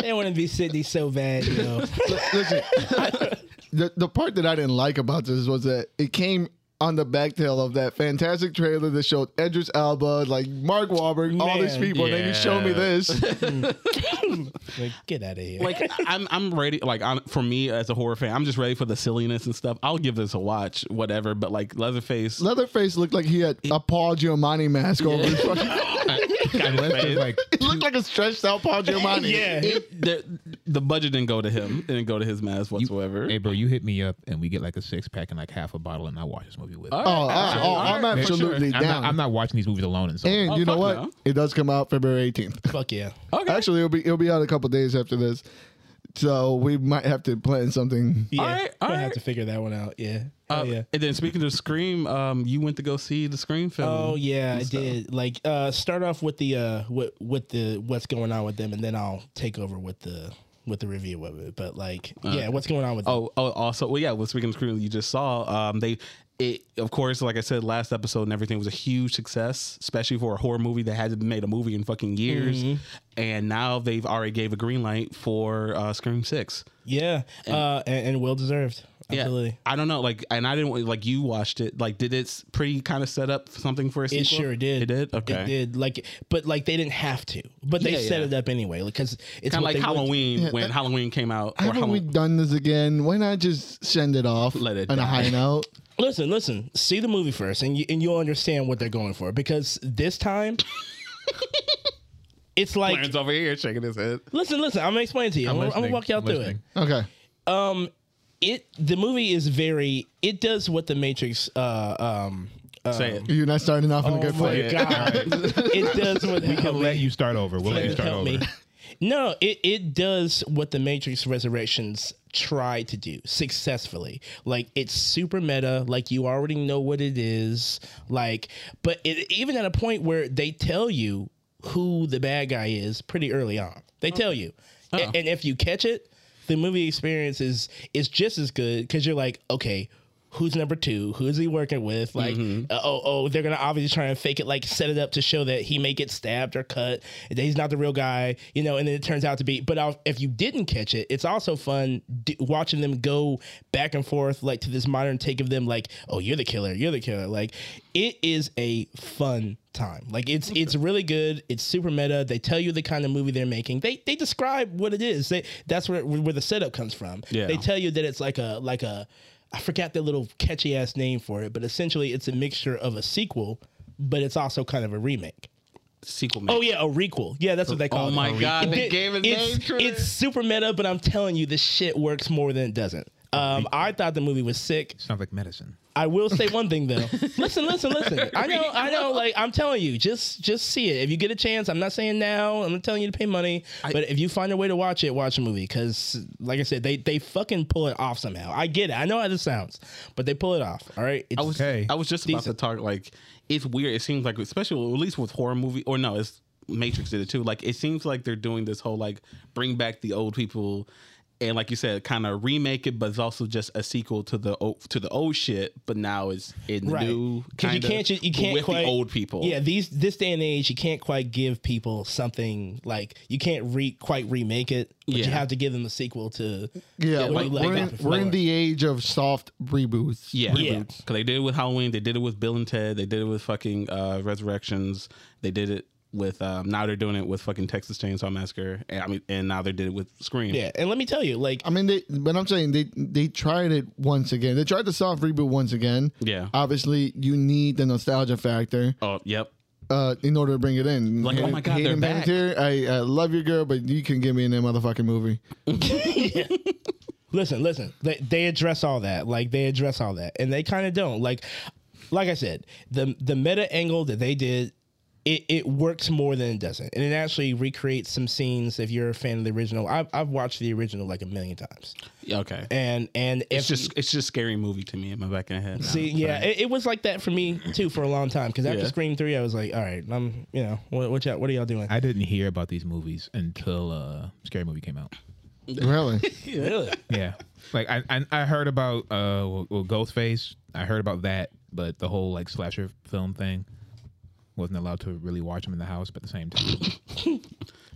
[SPEAKER 3] they want to be Sydney so bad, you know.
[SPEAKER 4] L- Listen, [laughs] I- the the part that I didn't like about this was that it came on the backtail of that fantastic trailer that showed Edris Alba, like Mark Wahlberg, all these
[SPEAKER 3] Man.
[SPEAKER 4] people, and then you show me
[SPEAKER 2] Yeah. [laughs]
[SPEAKER 4] this.
[SPEAKER 3] Like, get out of here.
[SPEAKER 2] Like I'm, I'm ready. Like I'm, for me as a horror fan, I'm just ready for the silliness and stuff. I'll give this a watch, whatever. But like Leatherface,
[SPEAKER 4] Leatherface looked like he had a Paul Giamatti mask over. His fucking,
[SPEAKER 1] Unless it's like
[SPEAKER 4] it looked like a stretched out Paul Giamatti.
[SPEAKER 3] yeah.
[SPEAKER 2] it, the, the budget didn't go to him. It didn't go to his mask [laughs] whatsoever.
[SPEAKER 1] Hey, bro, you hit me up and we get like a six pack and like half a bottle, and I watch this movie with. you.
[SPEAKER 4] Oh, I, oh, I'm
[SPEAKER 2] Alright, for sure.
[SPEAKER 4] absolutely
[SPEAKER 1] I'm,
[SPEAKER 4] down.
[SPEAKER 1] not, I'm not watching these movies alone. And so,
[SPEAKER 4] and
[SPEAKER 2] Oh,
[SPEAKER 4] you know
[SPEAKER 2] fuck
[SPEAKER 4] what?
[SPEAKER 2] no.
[SPEAKER 4] It does come out February 18th.
[SPEAKER 3] Fuck yeah.
[SPEAKER 2] okay.
[SPEAKER 4] Actually, it'll be it'll be out a couple days after this, so we might have to plan something.
[SPEAKER 3] Yeah.
[SPEAKER 2] All right, all
[SPEAKER 3] I have
[SPEAKER 2] right.
[SPEAKER 3] to figure that one out. Yeah. Oh
[SPEAKER 2] Uh,
[SPEAKER 3] yeah.
[SPEAKER 2] And then speaking of Scream, um, you went to go see the Scream film.
[SPEAKER 3] Oh yeah, I did. Like uh start off with the uh with with the what's going on with them and then I'll take over with the with the review of it. But like
[SPEAKER 2] Uh,
[SPEAKER 3] yeah, what's going on with them?
[SPEAKER 2] Oh, oh, also, well, yeah. Well, speaking of Scream, you just saw. Um, they, it, of course, like I said last episode, and everything was a huge success, especially for a horror movie that hasn't made a movie in fucking years.
[SPEAKER 3] Mm-hmm.
[SPEAKER 2] And now they've already gave a green light for uh, Scream Six.
[SPEAKER 3] Yeah. uh and, and well deserved. Absolutely.
[SPEAKER 2] I don't know, like, and I didn't want- like you watched it. Like, did it s- pretty kind of set up something for a sequel?
[SPEAKER 3] It sure did.
[SPEAKER 2] It did. Okay.
[SPEAKER 3] It did. Like, but like they didn't have to, but they
[SPEAKER 2] Yeah,
[SPEAKER 3] set
[SPEAKER 2] yeah.
[SPEAKER 3] it up anyway because
[SPEAKER 2] Kind
[SPEAKER 3] it's
[SPEAKER 2] of
[SPEAKER 3] what
[SPEAKER 2] like
[SPEAKER 3] they want.
[SPEAKER 2] Halloween when Halloween came out. Or
[SPEAKER 4] Haven't we
[SPEAKER 2] Halloween.
[SPEAKER 4] done this again? Why not just send it off
[SPEAKER 2] Let it
[SPEAKER 4] on
[SPEAKER 2] die.
[SPEAKER 4] a high note?
[SPEAKER 3] Listen, listen. See the movie first, and you and you'll understand what they're going for because this
[SPEAKER 2] [laughs]
[SPEAKER 3] time. It's like
[SPEAKER 2] Aaron's over here shaking his head.
[SPEAKER 3] listen, listen. I'm gonna explain to you. I'm, gonna- I'm
[SPEAKER 1] listening.
[SPEAKER 3] gonna walk y'all
[SPEAKER 1] I'm
[SPEAKER 3] through
[SPEAKER 1] listening.
[SPEAKER 4] Okay,
[SPEAKER 3] it. It the movie is very. It does what the Matrix. Uh, um, uh,
[SPEAKER 2] Say it.
[SPEAKER 4] you're not starting off in a good
[SPEAKER 3] oh my
[SPEAKER 4] place.
[SPEAKER 3] god! it does what we
[SPEAKER 1] We'll let you start over. We'll let you start over. [laughs]
[SPEAKER 3] No, it, it does what the Matrix Resurrections tried to do successfully. Like it's super meta, like you already know what it is. Like, but it, even at a point where they tell you who the bad guy is pretty early on, they tell you, A- and, if you catch it, the movie experience is is just as good because you're like, okay. Who's number two? Who's he working with? Like, uh, oh, oh, they're gonna obviously try and fake it, like set it up to show that he may get stabbed or cut, that he's not the real guy, you know. And then it turns out to be. But I'll, if you didn't catch it, it's also fun d- watching them go back and forth, like to this modern take of them, like, oh, you're the killer, you're the killer. Like, it is a fun time. Like, it's it's really good. It's super meta. They tell you the kind of movie they're making. They they describe what it is. They that's where where the setup comes from.
[SPEAKER 2] Yeah.
[SPEAKER 3] They tell you that it's like a like a I forgot the little catchy ass name for it, but essentially it's a mixture of a sequel, but it's also kind of a remake.
[SPEAKER 2] Sequel.
[SPEAKER 3] Oh yeah, a requel. Yeah, that's what they call
[SPEAKER 2] Oh
[SPEAKER 3] it.
[SPEAKER 2] my
[SPEAKER 3] A
[SPEAKER 2] God,
[SPEAKER 3] requel.
[SPEAKER 2] they
[SPEAKER 3] It-
[SPEAKER 2] gave a name
[SPEAKER 3] it's,
[SPEAKER 2] to it?
[SPEAKER 3] It's super meta, but I'm telling you, this shit works more than it doesn't. Um, I thought the movie was sick.
[SPEAKER 1] Sounds like medicine.
[SPEAKER 3] I will say one
[SPEAKER 2] [laughs]
[SPEAKER 3] thing though. listen, listen, listen. I know, I know. Like I'm telling you, just just see it if you get a chance. I'm not saying now. I'm not telling you to pay money, but if you find a way to watch it, watch a movie. Because like I said, they they fucking pull it off somehow. I get it. I know how this sounds, but they pull it off. All right. It's,
[SPEAKER 2] I was
[SPEAKER 1] Okay.
[SPEAKER 2] I was just about to talk. Like it's weird. It seems like, especially at least with horror movie, or no, it's Matrix did it too. Like it seems like they're doing this whole like bring back the old people, and like you said, kind of remake it, but it's also just a sequel to the o- to the old shit. But now it's in
[SPEAKER 3] Right.
[SPEAKER 2] new
[SPEAKER 3] 'Cause you
[SPEAKER 2] kinda,
[SPEAKER 3] can't ju- you
[SPEAKER 2] but
[SPEAKER 3] can't
[SPEAKER 2] with
[SPEAKER 3] quite-
[SPEAKER 2] the old people.
[SPEAKER 3] Yeah, these this day and age, you can't quite give people something like you can't re quite remake it, but you
[SPEAKER 2] Yeah.
[SPEAKER 3] have to give them a sequel to
[SPEAKER 4] Yeah,
[SPEAKER 3] what
[SPEAKER 4] like,
[SPEAKER 3] you
[SPEAKER 4] we're,
[SPEAKER 3] left
[SPEAKER 4] in,
[SPEAKER 3] off
[SPEAKER 4] we're in
[SPEAKER 3] before.
[SPEAKER 4] the age of soft reboots.
[SPEAKER 2] Yeah,
[SPEAKER 3] Yeah.
[SPEAKER 2] because they did it with Halloween, they did it with Bill and Ted, they did it with fucking uh, Resurrections, they did it with um, now they're doing it with fucking Texas Chainsaw Massacre, and I mean, and now they did it with Scream.
[SPEAKER 3] yeah. And let me tell you, like
[SPEAKER 4] I mean, they, but I'm [laughs] saying they they tried it once again. They tried the soft reboot once again.
[SPEAKER 2] Yeah.
[SPEAKER 4] Obviously, you need the nostalgia factor
[SPEAKER 2] Oh, yep.
[SPEAKER 4] uh, in order to bring it in.
[SPEAKER 2] Like, oh my God, they're back.
[SPEAKER 4] Panettiere, I, I love your girl, but you can give me in that
[SPEAKER 2] [laughs]
[SPEAKER 4] motherfucking movie.
[SPEAKER 3] [laughs] Listen, listen. They, they address all that. Like they address all that, and they kind of don't. Like, like I said, the the meta angle that they did, it it works more than it doesn't, and it actually recreates some scenes. If you're a fan of the original, I've I've watched the original like a million times,
[SPEAKER 2] Yeah, Okay.
[SPEAKER 3] and and
[SPEAKER 2] It's just it's just scary movie to me in my back of the head. now.
[SPEAKER 3] See, yeah, it, it was like that for me too for a long time. Because after
[SPEAKER 2] Yeah.
[SPEAKER 3] Scream Three, I was like, all right, I'm, you know, what what, y'all, what are y'all doing?
[SPEAKER 1] I didn't hear about these movies until uh, Scary Movie came out.
[SPEAKER 4] Really?
[SPEAKER 3] Really?
[SPEAKER 1] Yeah, like I, I I heard about uh well, well, Ghostface. I heard about that, but the whole like slasher film thing wasn't allowed to really watch them in the house. But at the same
[SPEAKER 3] [laughs]
[SPEAKER 1] time,
[SPEAKER 2] He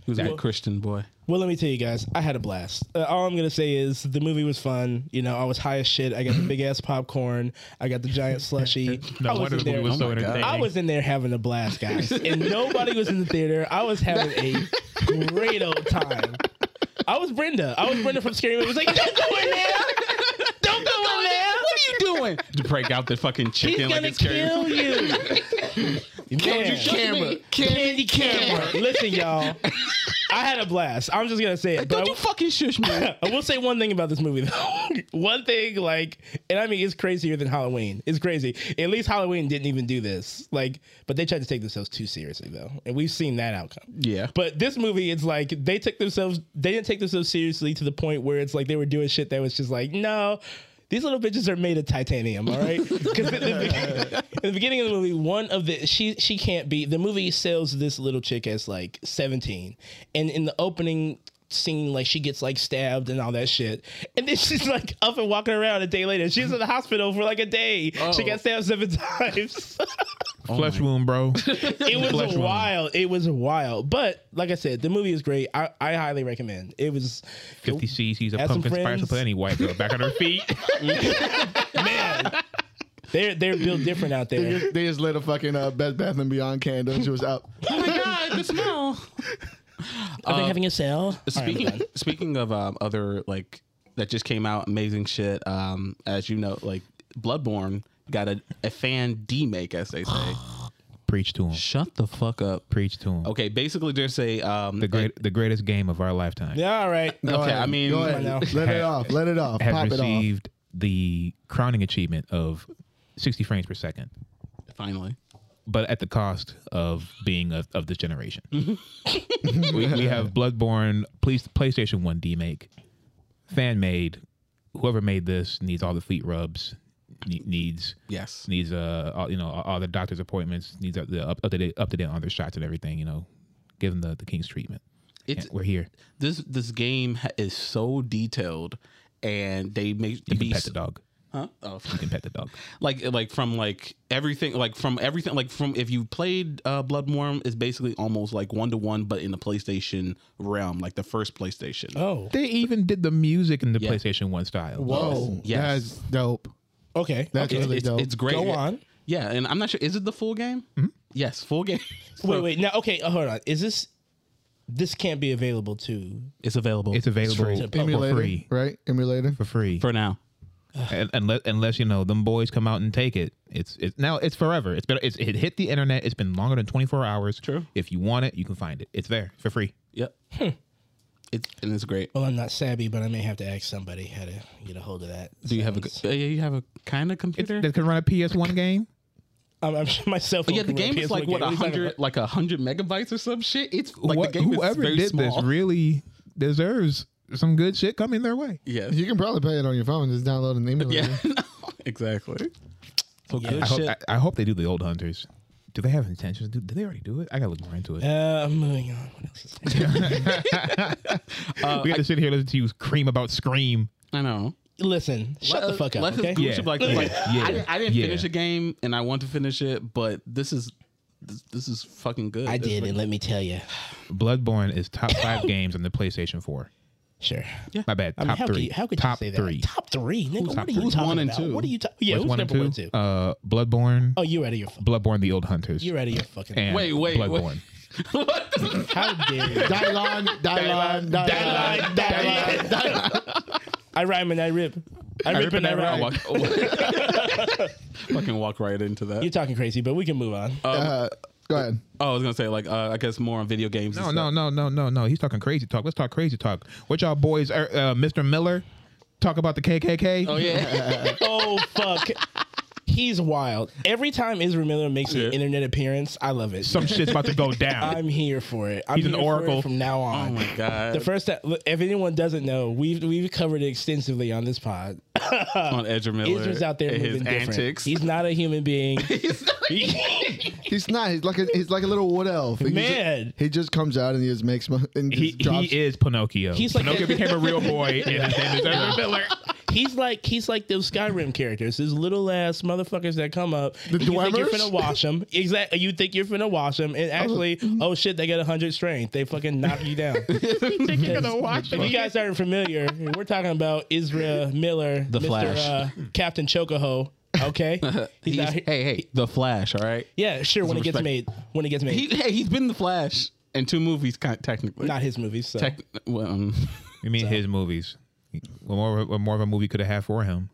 [SPEAKER 2] was a good Christian boy.
[SPEAKER 3] Well, let me tell you guys, I had a blast. Uh, all I'm gonna say is the movie was fun. You know, I was high as shit. I got the big ass popcorn. I got the giant slushie. I
[SPEAKER 1] [laughs] no
[SPEAKER 3] was
[SPEAKER 1] wonder
[SPEAKER 3] in
[SPEAKER 1] the movie
[SPEAKER 3] there. Oh
[SPEAKER 1] was so
[SPEAKER 2] my God.
[SPEAKER 1] entertaining.
[SPEAKER 3] I was in there having a blast, guys, and nobody was in the theater. I was having a great old time. I was Brenda. I was Brenda from Scary Movie. I was like, don't go in there. Don't go in there.
[SPEAKER 2] [laughs] What are you doing? [laughs] to break out the fucking
[SPEAKER 3] He's
[SPEAKER 2] chicken like
[SPEAKER 3] gonna
[SPEAKER 2] it's scary.
[SPEAKER 3] kill you. Man.
[SPEAKER 4] camera.
[SPEAKER 3] Candy camera. Listen, y'all. I had a blast. I'm just gonna say it.
[SPEAKER 2] Don't
[SPEAKER 3] But
[SPEAKER 2] you fucking shush me.
[SPEAKER 3] I, I will say one thing about this movie though. [laughs] one thing, like, and I mean it's crazier than Halloween. It's crazy. At least Halloween didn't even do this. Like, but they tried to take themselves too seriously though. And we've seen that outcome.
[SPEAKER 2] yeah.
[SPEAKER 3] But this movie, it's like they took themselves, they didn't take themselves seriously to the point where it's like they were doing shit that was just like, no, these little bitches are made of titanium, all right? Because in, the be- in the beginning of the movie, one of the she she can't be the movie sells this little chick as like seventeen, and in the opening scene like she gets like stabbed and all that shit and then [laughs] she's like up and walking around a day later she's in the hospital for like a day she got stabbed seven [laughs] times
[SPEAKER 1] flesh wound, [laughs] bro.
[SPEAKER 3] it was
[SPEAKER 1] Flesh wound.
[SPEAKER 3] wild. It was wild. But like I said, the movie is great. I, I highly recommend. It was
[SPEAKER 1] Fifty cc's of
[SPEAKER 3] Had some
[SPEAKER 1] pumpkin spice will
[SPEAKER 3] friends.
[SPEAKER 1] put any white girl back on her
[SPEAKER 3] [laughs]
[SPEAKER 1] feet.
[SPEAKER 3] they're they're built different out
[SPEAKER 4] They
[SPEAKER 3] there.
[SPEAKER 4] just, they just lit a fucking uh, Bed Bath and Beyond candle. and She
[SPEAKER 2] [laughs]
[SPEAKER 4] was out.
[SPEAKER 2] Oh my god, the smell.
[SPEAKER 3] Are they having a sale?
[SPEAKER 2] [laughs] Speaking speaking of um, other like that just came out amazing shit. Um, as you know, like Bloodborne got a, a fan D make as they say.
[SPEAKER 1] Preach to him.
[SPEAKER 2] Shut the fuck up.
[SPEAKER 1] Preach to him.
[SPEAKER 2] Okay, basically there's a um
[SPEAKER 1] The great, the greatest game of our lifetime
[SPEAKER 3] Yeah, all right.
[SPEAKER 4] Go
[SPEAKER 2] Okay,
[SPEAKER 4] ahead.
[SPEAKER 2] I mean-
[SPEAKER 4] Go
[SPEAKER 2] Come
[SPEAKER 3] on now.
[SPEAKER 4] ahead. let it off. Let it off.
[SPEAKER 1] has
[SPEAKER 4] Pop it off.
[SPEAKER 1] received the crowning achievement of sixty frames per second.
[SPEAKER 2] finally.
[SPEAKER 1] but at the cost of being of, of this [laughs] generation. we, we have Bloodborne, please, PlayStation 1 D make, fan made. Whoever made this needs all the feet rubs, ne- needs
[SPEAKER 2] Yes.
[SPEAKER 1] needs uh all, you know all, all the doctor's appointments, needs up the up, up to date up to date on their shots and everything. You know, give them the, the king's treatment.
[SPEAKER 2] It's
[SPEAKER 1] We're here.
[SPEAKER 2] this this game ha- is so detailed and they make the
[SPEAKER 1] You can pet
[SPEAKER 2] beast
[SPEAKER 1] the dog.
[SPEAKER 2] huh? Oh.
[SPEAKER 1] You can pet the dog.
[SPEAKER 2] like like from like everything like from everything like from if you played uh Bloodborne it's basically almost like one to one but in the PlayStation realm like the first PlayStation.
[SPEAKER 3] Oh,
[SPEAKER 1] [laughs] They even did the music in the PlayStation One style.
[SPEAKER 4] Whoa.
[SPEAKER 2] Yes.
[SPEAKER 4] That's dope.
[SPEAKER 3] okay.
[SPEAKER 4] That's
[SPEAKER 2] It's,
[SPEAKER 4] really
[SPEAKER 2] it's,
[SPEAKER 4] dope.
[SPEAKER 2] it's great.
[SPEAKER 3] Go on.
[SPEAKER 2] Yeah, and I'm not sure is it the full game? Yes, full game. [laughs]
[SPEAKER 3] wait, wait. Now, okay. uh, Hold on. Is this this can't be available to?
[SPEAKER 2] It's available.
[SPEAKER 1] It's available for
[SPEAKER 4] Emulator,
[SPEAKER 1] free.
[SPEAKER 4] right? Emulator.
[SPEAKER 1] For free.
[SPEAKER 2] for now.
[SPEAKER 1] And- unless unless you know them boys come out and take it it's it's now it's forever it's been it's it hit the internet it's been longer than 24 hours
[SPEAKER 2] True.
[SPEAKER 1] if you want it you can find it it's there for free
[SPEAKER 2] Yep. It's and it's great.
[SPEAKER 3] Well, I'm not savvy, but I may have to ask somebody how to get a hold of that.
[SPEAKER 2] Do you have a?
[SPEAKER 3] Sounds-
[SPEAKER 2] Uh, yeah, you have a kind of
[SPEAKER 1] It's,
[SPEAKER 2] computer.
[SPEAKER 1] that could run a PS1 game.
[SPEAKER 3] I'm, I'm sure myself.
[SPEAKER 2] But yeah, the game is like what a hundred, like a hundred megabytes or some shit. It's like
[SPEAKER 1] What-
[SPEAKER 2] the game
[SPEAKER 1] whoever
[SPEAKER 2] is very
[SPEAKER 1] did
[SPEAKER 2] small.
[SPEAKER 1] this really deserves some good shit coming their way.
[SPEAKER 2] [laughs] yeah,
[SPEAKER 4] You can probably play it on your phone. Just download an emulator.
[SPEAKER 2] [laughs]
[SPEAKER 4] [laughs]
[SPEAKER 2] yeah, [laughs] exactly. So
[SPEAKER 3] Yeah.
[SPEAKER 2] good
[SPEAKER 1] I hope,
[SPEAKER 2] shit.
[SPEAKER 1] I, I hope they do the old hunters. Do they have intentions? Do, do they already do it? I gotta look more into it.
[SPEAKER 3] Uh, moving on. What else is there? Uh,
[SPEAKER 1] we had to sit here and listen to you scream about Scream.
[SPEAKER 2] I, know.
[SPEAKER 3] Listen, shut the fuck up.
[SPEAKER 2] Less
[SPEAKER 3] okay?
[SPEAKER 2] is Gucci
[SPEAKER 1] Yeah.
[SPEAKER 2] like, this. like
[SPEAKER 1] Yeah.
[SPEAKER 2] I, didn't- I didn't
[SPEAKER 1] Yeah.
[SPEAKER 2] finish a game and I want to finish it, but this is this, this is fucking good.
[SPEAKER 3] I
[SPEAKER 2] It's
[SPEAKER 3] did,
[SPEAKER 2] like-
[SPEAKER 3] and let me tell you.
[SPEAKER 1] Bloodborne is top
[SPEAKER 3] [laughs]
[SPEAKER 1] five games on the PlayStation 4.
[SPEAKER 3] Sure.
[SPEAKER 1] My bad.
[SPEAKER 3] I mean,
[SPEAKER 1] top
[SPEAKER 3] how,
[SPEAKER 1] three.
[SPEAKER 3] Could you, how could
[SPEAKER 1] top
[SPEAKER 3] you say that?
[SPEAKER 1] three.
[SPEAKER 3] Top three, nigga. what are you
[SPEAKER 2] who's
[SPEAKER 3] talking
[SPEAKER 2] one and
[SPEAKER 3] about?
[SPEAKER 2] two?
[SPEAKER 3] What are you talking? Yeah,
[SPEAKER 1] What's
[SPEAKER 3] who's
[SPEAKER 1] one and
[SPEAKER 3] number
[SPEAKER 1] two?
[SPEAKER 3] one and two?
[SPEAKER 1] Uh, Bloodborne.
[SPEAKER 3] oh, you're out of your. F-
[SPEAKER 1] Bloodborne: The Old Hunters.
[SPEAKER 3] you're out of your fucking.
[SPEAKER 1] and
[SPEAKER 2] Wait, wait, wait.
[SPEAKER 1] Bloodborne.
[SPEAKER 3] [laughs]
[SPEAKER 2] What?
[SPEAKER 3] How dare you?
[SPEAKER 4] Dylon, Dylon, Dylon, Dylon.
[SPEAKER 3] I rhyme and I rip. I, rip, and I
[SPEAKER 2] I
[SPEAKER 3] rhyme.
[SPEAKER 2] walk, oh, what? fucking walk [laughs] right into that.
[SPEAKER 3] You're talking crazy, but we can move on.
[SPEAKER 4] Uh, Go ahead.
[SPEAKER 2] oh, I was gonna say like uh, I guess more on video games.
[SPEAKER 1] No, no, no, no, no, no. He's talking crazy talk. Let's talk crazy talk. What y'all boys, uh, uh, Mr. Miller, talk about the KKK?
[SPEAKER 2] Oh yeah.
[SPEAKER 3] oh fuck. He's wild. Every time Israel Miller makes
[SPEAKER 2] Yeah.
[SPEAKER 3] an internet appearance, I love it.
[SPEAKER 1] Some shit's about to [laughs] go down.
[SPEAKER 3] I'm here for it. I'm
[SPEAKER 1] He's an
[SPEAKER 3] here for it
[SPEAKER 1] oracle.
[SPEAKER 3] from now
[SPEAKER 2] [laughs] oh
[SPEAKER 3] on.
[SPEAKER 2] my god.
[SPEAKER 3] the first time, look, if anyone doesn't know, we've we've covered it extensively on this pod.
[SPEAKER 2] on Edger Miller.
[SPEAKER 3] Israel's out there
[SPEAKER 2] and
[SPEAKER 3] moving
[SPEAKER 2] his
[SPEAKER 3] different.
[SPEAKER 2] antics.
[SPEAKER 3] He's not a
[SPEAKER 2] [laughs]
[SPEAKER 3] human being.
[SPEAKER 4] He's not. He's like a. He's like a little wood elf. He
[SPEAKER 3] Man.
[SPEAKER 4] just, he just comes out and he just makes my. And just
[SPEAKER 1] he,
[SPEAKER 4] drops.
[SPEAKER 1] he is Pinocchio.
[SPEAKER 3] He's like-
[SPEAKER 1] Pinocchio became a real [laughs] boy, and his name is Ezra Miller.
[SPEAKER 3] He's like he's like those Skyrim characters, those little ass motherfuckers that come up. The you think you're
[SPEAKER 4] Dwemer?
[SPEAKER 3] finna wash them. Exactly. You think you're finna wash them, and
[SPEAKER 2] Uh-huh.
[SPEAKER 3] actually,
[SPEAKER 2] Mm-hmm.
[SPEAKER 3] oh shit, they got hundred strength. They fucking knock
[SPEAKER 2] [laughs]
[SPEAKER 3] you down. If you guys aren't familiar, we're talking about Israel Miller, the
[SPEAKER 2] Flash.
[SPEAKER 3] Uh, Captain Chocoho. Okay, he's,
[SPEAKER 2] He's-
[SPEAKER 3] out here.
[SPEAKER 2] hey, hey, the Flash, all right.
[SPEAKER 3] Yeah, sure. When it gets
[SPEAKER 2] respect.
[SPEAKER 3] made, when it gets made,
[SPEAKER 2] He, hey, he's been the Flash in two movies, kind technically.
[SPEAKER 3] not his movies. So.
[SPEAKER 2] Tec- well, um,
[SPEAKER 1] You mean his movies? What more, what more of a movie could have had for him?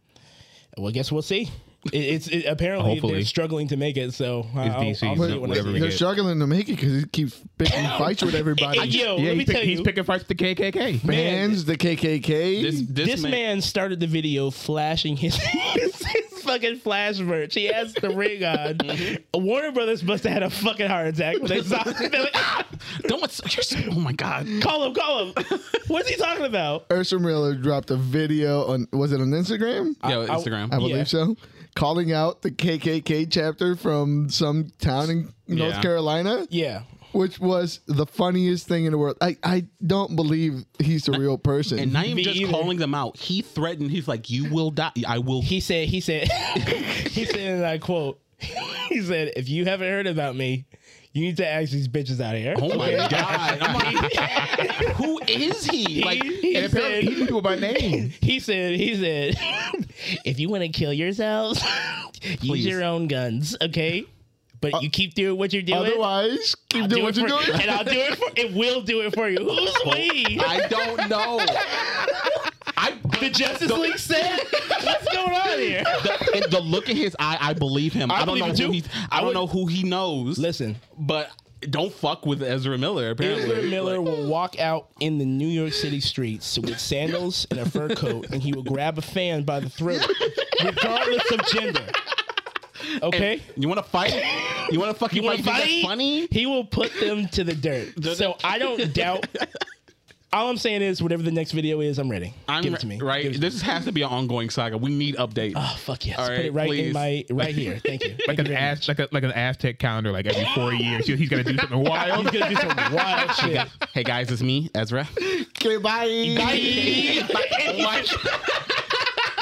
[SPEAKER 3] well, I guess we'll see. It, it's it, apparently
[SPEAKER 1] Hopefully.
[SPEAKER 3] they're struggling to make it, so I'll, I'll
[SPEAKER 1] DC,
[SPEAKER 3] see
[SPEAKER 1] so
[SPEAKER 3] what I
[SPEAKER 1] whatever
[SPEAKER 3] see.
[SPEAKER 1] we
[SPEAKER 4] They're
[SPEAKER 1] get.
[SPEAKER 4] struggling to make it because he keeps picking fights with everybody.
[SPEAKER 3] Hey, yo, Oh, let
[SPEAKER 1] he
[SPEAKER 3] me
[SPEAKER 1] pick-
[SPEAKER 3] tell
[SPEAKER 1] he's
[SPEAKER 3] you,
[SPEAKER 1] picking fights with the KKK.
[SPEAKER 4] Bands, the
[SPEAKER 3] [laughs]
[SPEAKER 4] KKK.
[SPEAKER 2] this, this,
[SPEAKER 3] this man,
[SPEAKER 2] man,
[SPEAKER 3] started the video flashing his, [laughs] his fucking flash merch. He has the
[SPEAKER 1] [laughs]
[SPEAKER 3] ring on.
[SPEAKER 1] Mm-hmm.
[SPEAKER 3] Warner Brothers must have had a fucking heart attack when they saw him. They're like, ah,
[SPEAKER 2] Don't want. You're so, oh my god.
[SPEAKER 3] call him, call him.
[SPEAKER 1] [laughs]
[SPEAKER 3] What's he talking about?
[SPEAKER 4] Ursa Miller dropped a video on. Was it on Instagram?
[SPEAKER 2] Yo,
[SPEAKER 3] I-
[SPEAKER 2] Instagram.
[SPEAKER 4] I believe
[SPEAKER 3] Yeah.
[SPEAKER 4] so. Calling out the KKK chapter from some town in North
[SPEAKER 2] Yeah.
[SPEAKER 4] Carolina,
[SPEAKER 3] Yeah.
[SPEAKER 4] which was the funniest thing in the world. I, I don't believe he's a real person.
[SPEAKER 2] and not even
[SPEAKER 3] Me
[SPEAKER 2] just
[SPEAKER 3] either.
[SPEAKER 2] calling them out. He threatened. He's like, "You will die. I will."
[SPEAKER 3] He said, he said, [laughs] he said, and I quote, [laughs] he said, if you haven't heard about me, you need to ask these bitches out here.
[SPEAKER 2] oh my god. I'm like, [laughs] who is he? Like,
[SPEAKER 3] he,
[SPEAKER 1] And apparently, he
[SPEAKER 3] said,
[SPEAKER 1] knew people [laughs] by name.
[SPEAKER 3] he said, he said, [laughs] if you want to kill yourselves, [laughs] use
[SPEAKER 2] Please.
[SPEAKER 3] your own guns, okay? But you keep doing what you're doing.
[SPEAKER 4] Otherwise, keep
[SPEAKER 3] Uh, I'll
[SPEAKER 4] doing what
[SPEAKER 3] do
[SPEAKER 4] you're
[SPEAKER 3] it for- [laughs]
[SPEAKER 4] doing.
[SPEAKER 3] And I'll do it for it will do it [laughs] for you. Who's we?
[SPEAKER 2] I don't know.
[SPEAKER 3] [laughs]
[SPEAKER 2] I
[SPEAKER 3] The Justice League said? What's going on here?
[SPEAKER 2] the, and the look in his eye. I believe him. I, don't
[SPEAKER 3] believe
[SPEAKER 2] know
[SPEAKER 3] it
[SPEAKER 2] who
[SPEAKER 3] too.
[SPEAKER 2] he's. I,
[SPEAKER 3] I
[SPEAKER 2] don't
[SPEAKER 3] would-
[SPEAKER 2] know who he knows.
[SPEAKER 3] Listen,
[SPEAKER 2] but don't fuck with Ezra Miller. Apparently,
[SPEAKER 3] Ezra Miller will walk out in the New York City streets with sandals and a fur coat, and he will grab a fan by the throat, [laughs] regardless of gender. Okay?
[SPEAKER 2] You want to fight? You want to fucking
[SPEAKER 3] You wanna
[SPEAKER 2] fight? You think that's funny?
[SPEAKER 3] He will put them to
[SPEAKER 2] [laughs]
[SPEAKER 3] the dirt. so I don't doubt. All I'm saying is, whatever the next video is, I'm ready.
[SPEAKER 2] I'm
[SPEAKER 3] Give it to me.
[SPEAKER 2] right.
[SPEAKER 3] Give it to me.
[SPEAKER 2] this has to be an ongoing saga. We need updates.
[SPEAKER 3] [laughs] Oh, fuck yes.
[SPEAKER 2] All
[SPEAKER 3] put
[SPEAKER 2] right,
[SPEAKER 3] it right
[SPEAKER 2] please.
[SPEAKER 3] in my right here.
[SPEAKER 2] [laughs]
[SPEAKER 3] Thank you.
[SPEAKER 1] Like an, Az- like, a, like an Aztec calendar, like every four years, [laughs] he's going to do something wild.
[SPEAKER 3] He's gonna do some wild shit.
[SPEAKER 2] hey guys, it's me, Ezra.
[SPEAKER 4] Okay, bye.
[SPEAKER 3] [laughs]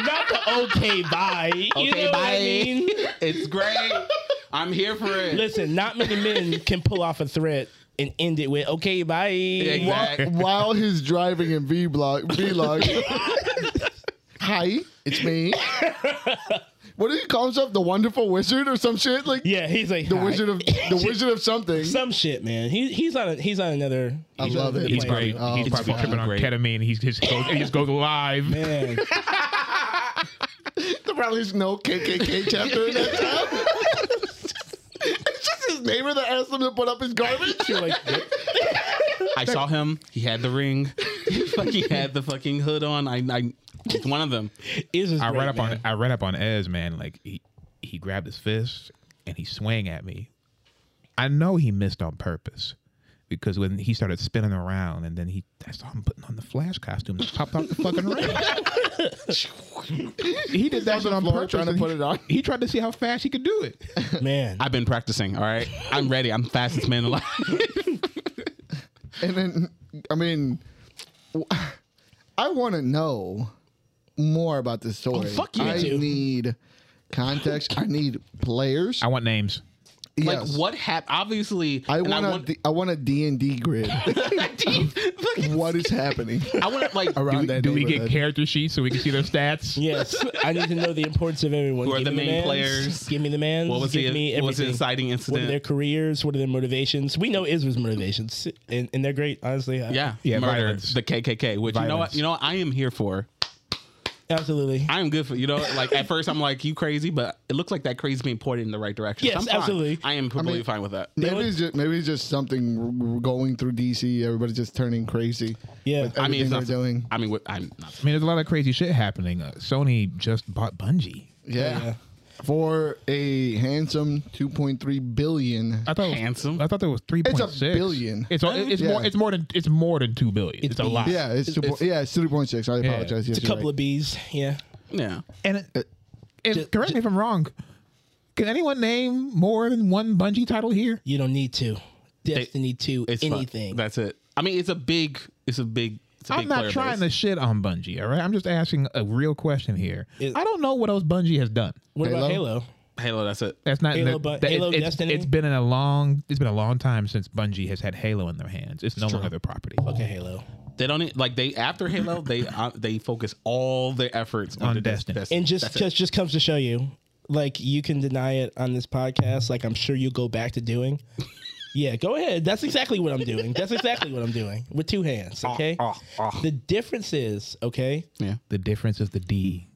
[SPEAKER 3] Not the okay bye. You
[SPEAKER 2] Okay,
[SPEAKER 3] know what I
[SPEAKER 2] bye.
[SPEAKER 3] mean?
[SPEAKER 2] It's great. I'm here for it.
[SPEAKER 3] Listen, not many men can pull off a threat and end it with okay bye.
[SPEAKER 4] While,
[SPEAKER 2] Exact-
[SPEAKER 4] while he's driving in vlog, vlog. Hi, it's me. What do you call himself? The Wonderful Wizard or some shit? Like
[SPEAKER 3] Yeah, he's like
[SPEAKER 4] the Wizard of the Wizard of something.
[SPEAKER 3] some shit, man. He, he's on a, he's on another.
[SPEAKER 4] I love it.
[SPEAKER 1] He's
[SPEAKER 3] Like,
[SPEAKER 1] probably,
[SPEAKER 4] Oh,
[SPEAKER 1] he's
[SPEAKER 4] it's
[SPEAKER 1] probably
[SPEAKER 4] fine.
[SPEAKER 1] tripping on
[SPEAKER 2] Great.
[SPEAKER 1] ketamine. He's just goes, he just goes live.
[SPEAKER 3] Man,
[SPEAKER 4] There probably is no KKK chapter in that town. it's just his neighbor that asked him to put up his garbage.
[SPEAKER 3] you're like,
[SPEAKER 2] I saw him. He had the ring. [laughs] he fucking had the fucking hood on. I, I it's one of them.
[SPEAKER 3] Is is
[SPEAKER 1] I
[SPEAKER 3] great,
[SPEAKER 1] read up
[SPEAKER 3] man.
[SPEAKER 1] on I read up on Ez man. Like he he grabbed his fist and he swang at me. I know he missed on purpose because when he started spinning around and then he I saw him putting on the flash costume and popped off the fucking
[SPEAKER 4] [laughs]
[SPEAKER 1] ring. he did that
[SPEAKER 4] on
[SPEAKER 1] shit
[SPEAKER 4] the
[SPEAKER 1] on
[SPEAKER 4] floor
[SPEAKER 1] purpose.
[SPEAKER 4] trying to
[SPEAKER 1] and
[SPEAKER 4] put
[SPEAKER 1] he-
[SPEAKER 4] it on.
[SPEAKER 1] He tried to see how fast he could do
[SPEAKER 4] [laughs]
[SPEAKER 1] it.
[SPEAKER 3] man.
[SPEAKER 2] I've been practicing. All right, I'm ready. I'm fastest man alive. [laughs]
[SPEAKER 4] And then, I mean, w- I want to know more about this story.
[SPEAKER 2] fuck you.
[SPEAKER 4] I
[SPEAKER 3] Me too.
[SPEAKER 4] need context. I need players.
[SPEAKER 1] I want names.
[SPEAKER 2] Like
[SPEAKER 4] Yes.
[SPEAKER 2] what happened? Obviously,
[SPEAKER 4] I
[SPEAKER 2] and
[SPEAKER 4] want, a D- I want a D and D grid.
[SPEAKER 2] Fucking-
[SPEAKER 4] what is happening?
[SPEAKER 2] I want to like
[SPEAKER 4] Around
[SPEAKER 1] Do we,
[SPEAKER 4] that
[SPEAKER 1] do we get
[SPEAKER 4] neighborhood.
[SPEAKER 1] character sheets so we can see their stats?
[SPEAKER 2] [laughs]
[SPEAKER 3] Yes, I need to know the importance of everyone.
[SPEAKER 2] Who are
[SPEAKER 3] Give
[SPEAKER 2] the
[SPEAKER 3] me
[SPEAKER 2] main
[SPEAKER 3] mans.
[SPEAKER 2] players?
[SPEAKER 3] Give me the man.
[SPEAKER 2] What was the-
[SPEAKER 3] Give me
[SPEAKER 2] what was the
[SPEAKER 3] everything.
[SPEAKER 2] inciting
[SPEAKER 3] What are
[SPEAKER 2] incident?
[SPEAKER 3] their careers? What are their motivations? We know Israel's motivations, and, and they're great, honestly. I-
[SPEAKER 2] yeah,
[SPEAKER 1] Yeah,
[SPEAKER 2] murder,
[SPEAKER 1] violence.
[SPEAKER 2] the KKK. Which you know what?
[SPEAKER 1] Violence.
[SPEAKER 2] You know what? I am here for.
[SPEAKER 3] absolutely.
[SPEAKER 2] I am good for you know. Like at first, I'm like you crazy, but it looks like that crazy being pointed in the right direction.
[SPEAKER 3] Yes,
[SPEAKER 2] I'm fine.
[SPEAKER 3] absolutely.
[SPEAKER 2] I am completely fine with that.
[SPEAKER 4] Maybe
[SPEAKER 3] only-
[SPEAKER 4] it's just maybe it's just something r- r- going through DC. Everybody's just turning crazy.
[SPEAKER 3] Yeah.
[SPEAKER 4] with
[SPEAKER 2] I mean, it's
[SPEAKER 4] everything
[SPEAKER 2] not
[SPEAKER 4] they're doing.
[SPEAKER 2] I mean, what- I'm not.
[SPEAKER 1] I mean, there's a lot of crazy shit happening. Uh, Sony just bought Bungie.
[SPEAKER 4] Yeah.
[SPEAKER 3] Yeah.
[SPEAKER 4] For a handsome 2.3 billion.
[SPEAKER 1] I thought it was-
[SPEAKER 2] Handsome.
[SPEAKER 1] I thought there was three point six
[SPEAKER 4] billion.
[SPEAKER 1] It's all, it's
[SPEAKER 4] Yeah.
[SPEAKER 1] more it's more than it's more than two billion. It's, a lot.
[SPEAKER 4] Yeah, it's, two po- yeah, it's 3.6. I apologize. Yes,
[SPEAKER 3] It's a couple of B's. Yeah.
[SPEAKER 2] Yeah,
[SPEAKER 1] And
[SPEAKER 4] Uh,
[SPEAKER 1] it, and correct me if I'm wrong. Can anyone name more than one Bungie title here?
[SPEAKER 3] You don't need to. Destiny 2,
[SPEAKER 2] it's fun.
[SPEAKER 3] anything.
[SPEAKER 2] That's it. I mean, it's a big. It's a big. It's a
[SPEAKER 1] I'm
[SPEAKER 2] big
[SPEAKER 1] not
[SPEAKER 2] player
[SPEAKER 1] trying
[SPEAKER 2] base.
[SPEAKER 1] to shit on Bungie, all right? I'm just asking a real question here.
[SPEAKER 3] It-
[SPEAKER 1] I don't know what else Bungie has done.
[SPEAKER 3] what about
[SPEAKER 4] Halo?
[SPEAKER 3] Halo?
[SPEAKER 2] Halo. That's it.
[SPEAKER 1] That's not
[SPEAKER 3] Halo,
[SPEAKER 1] that-
[SPEAKER 3] Bu-
[SPEAKER 1] that-
[SPEAKER 3] Halo
[SPEAKER 1] it's- it's-
[SPEAKER 3] Destiny?
[SPEAKER 1] it's been in a long it's been a long time since Bungie has had Halo in their hands. It's no longer their property.
[SPEAKER 3] Okay, Halo.
[SPEAKER 2] They don't need, like they after Halo. They uh, they focus all their efforts on,
[SPEAKER 1] On
[SPEAKER 2] the
[SPEAKER 1] Destiny.
[SPEAKER 3] And just just just comes to show you, like you can deny it on this podcast, like I'm sure you'll go back to doing. yeah, go ahead. That's exactly what I'm doing. That's exactly what I'm doing with two hands. Okay. The difference is okay.
[SPEAKER 2] yeah.
[SPEAKER 1] The difference is the D.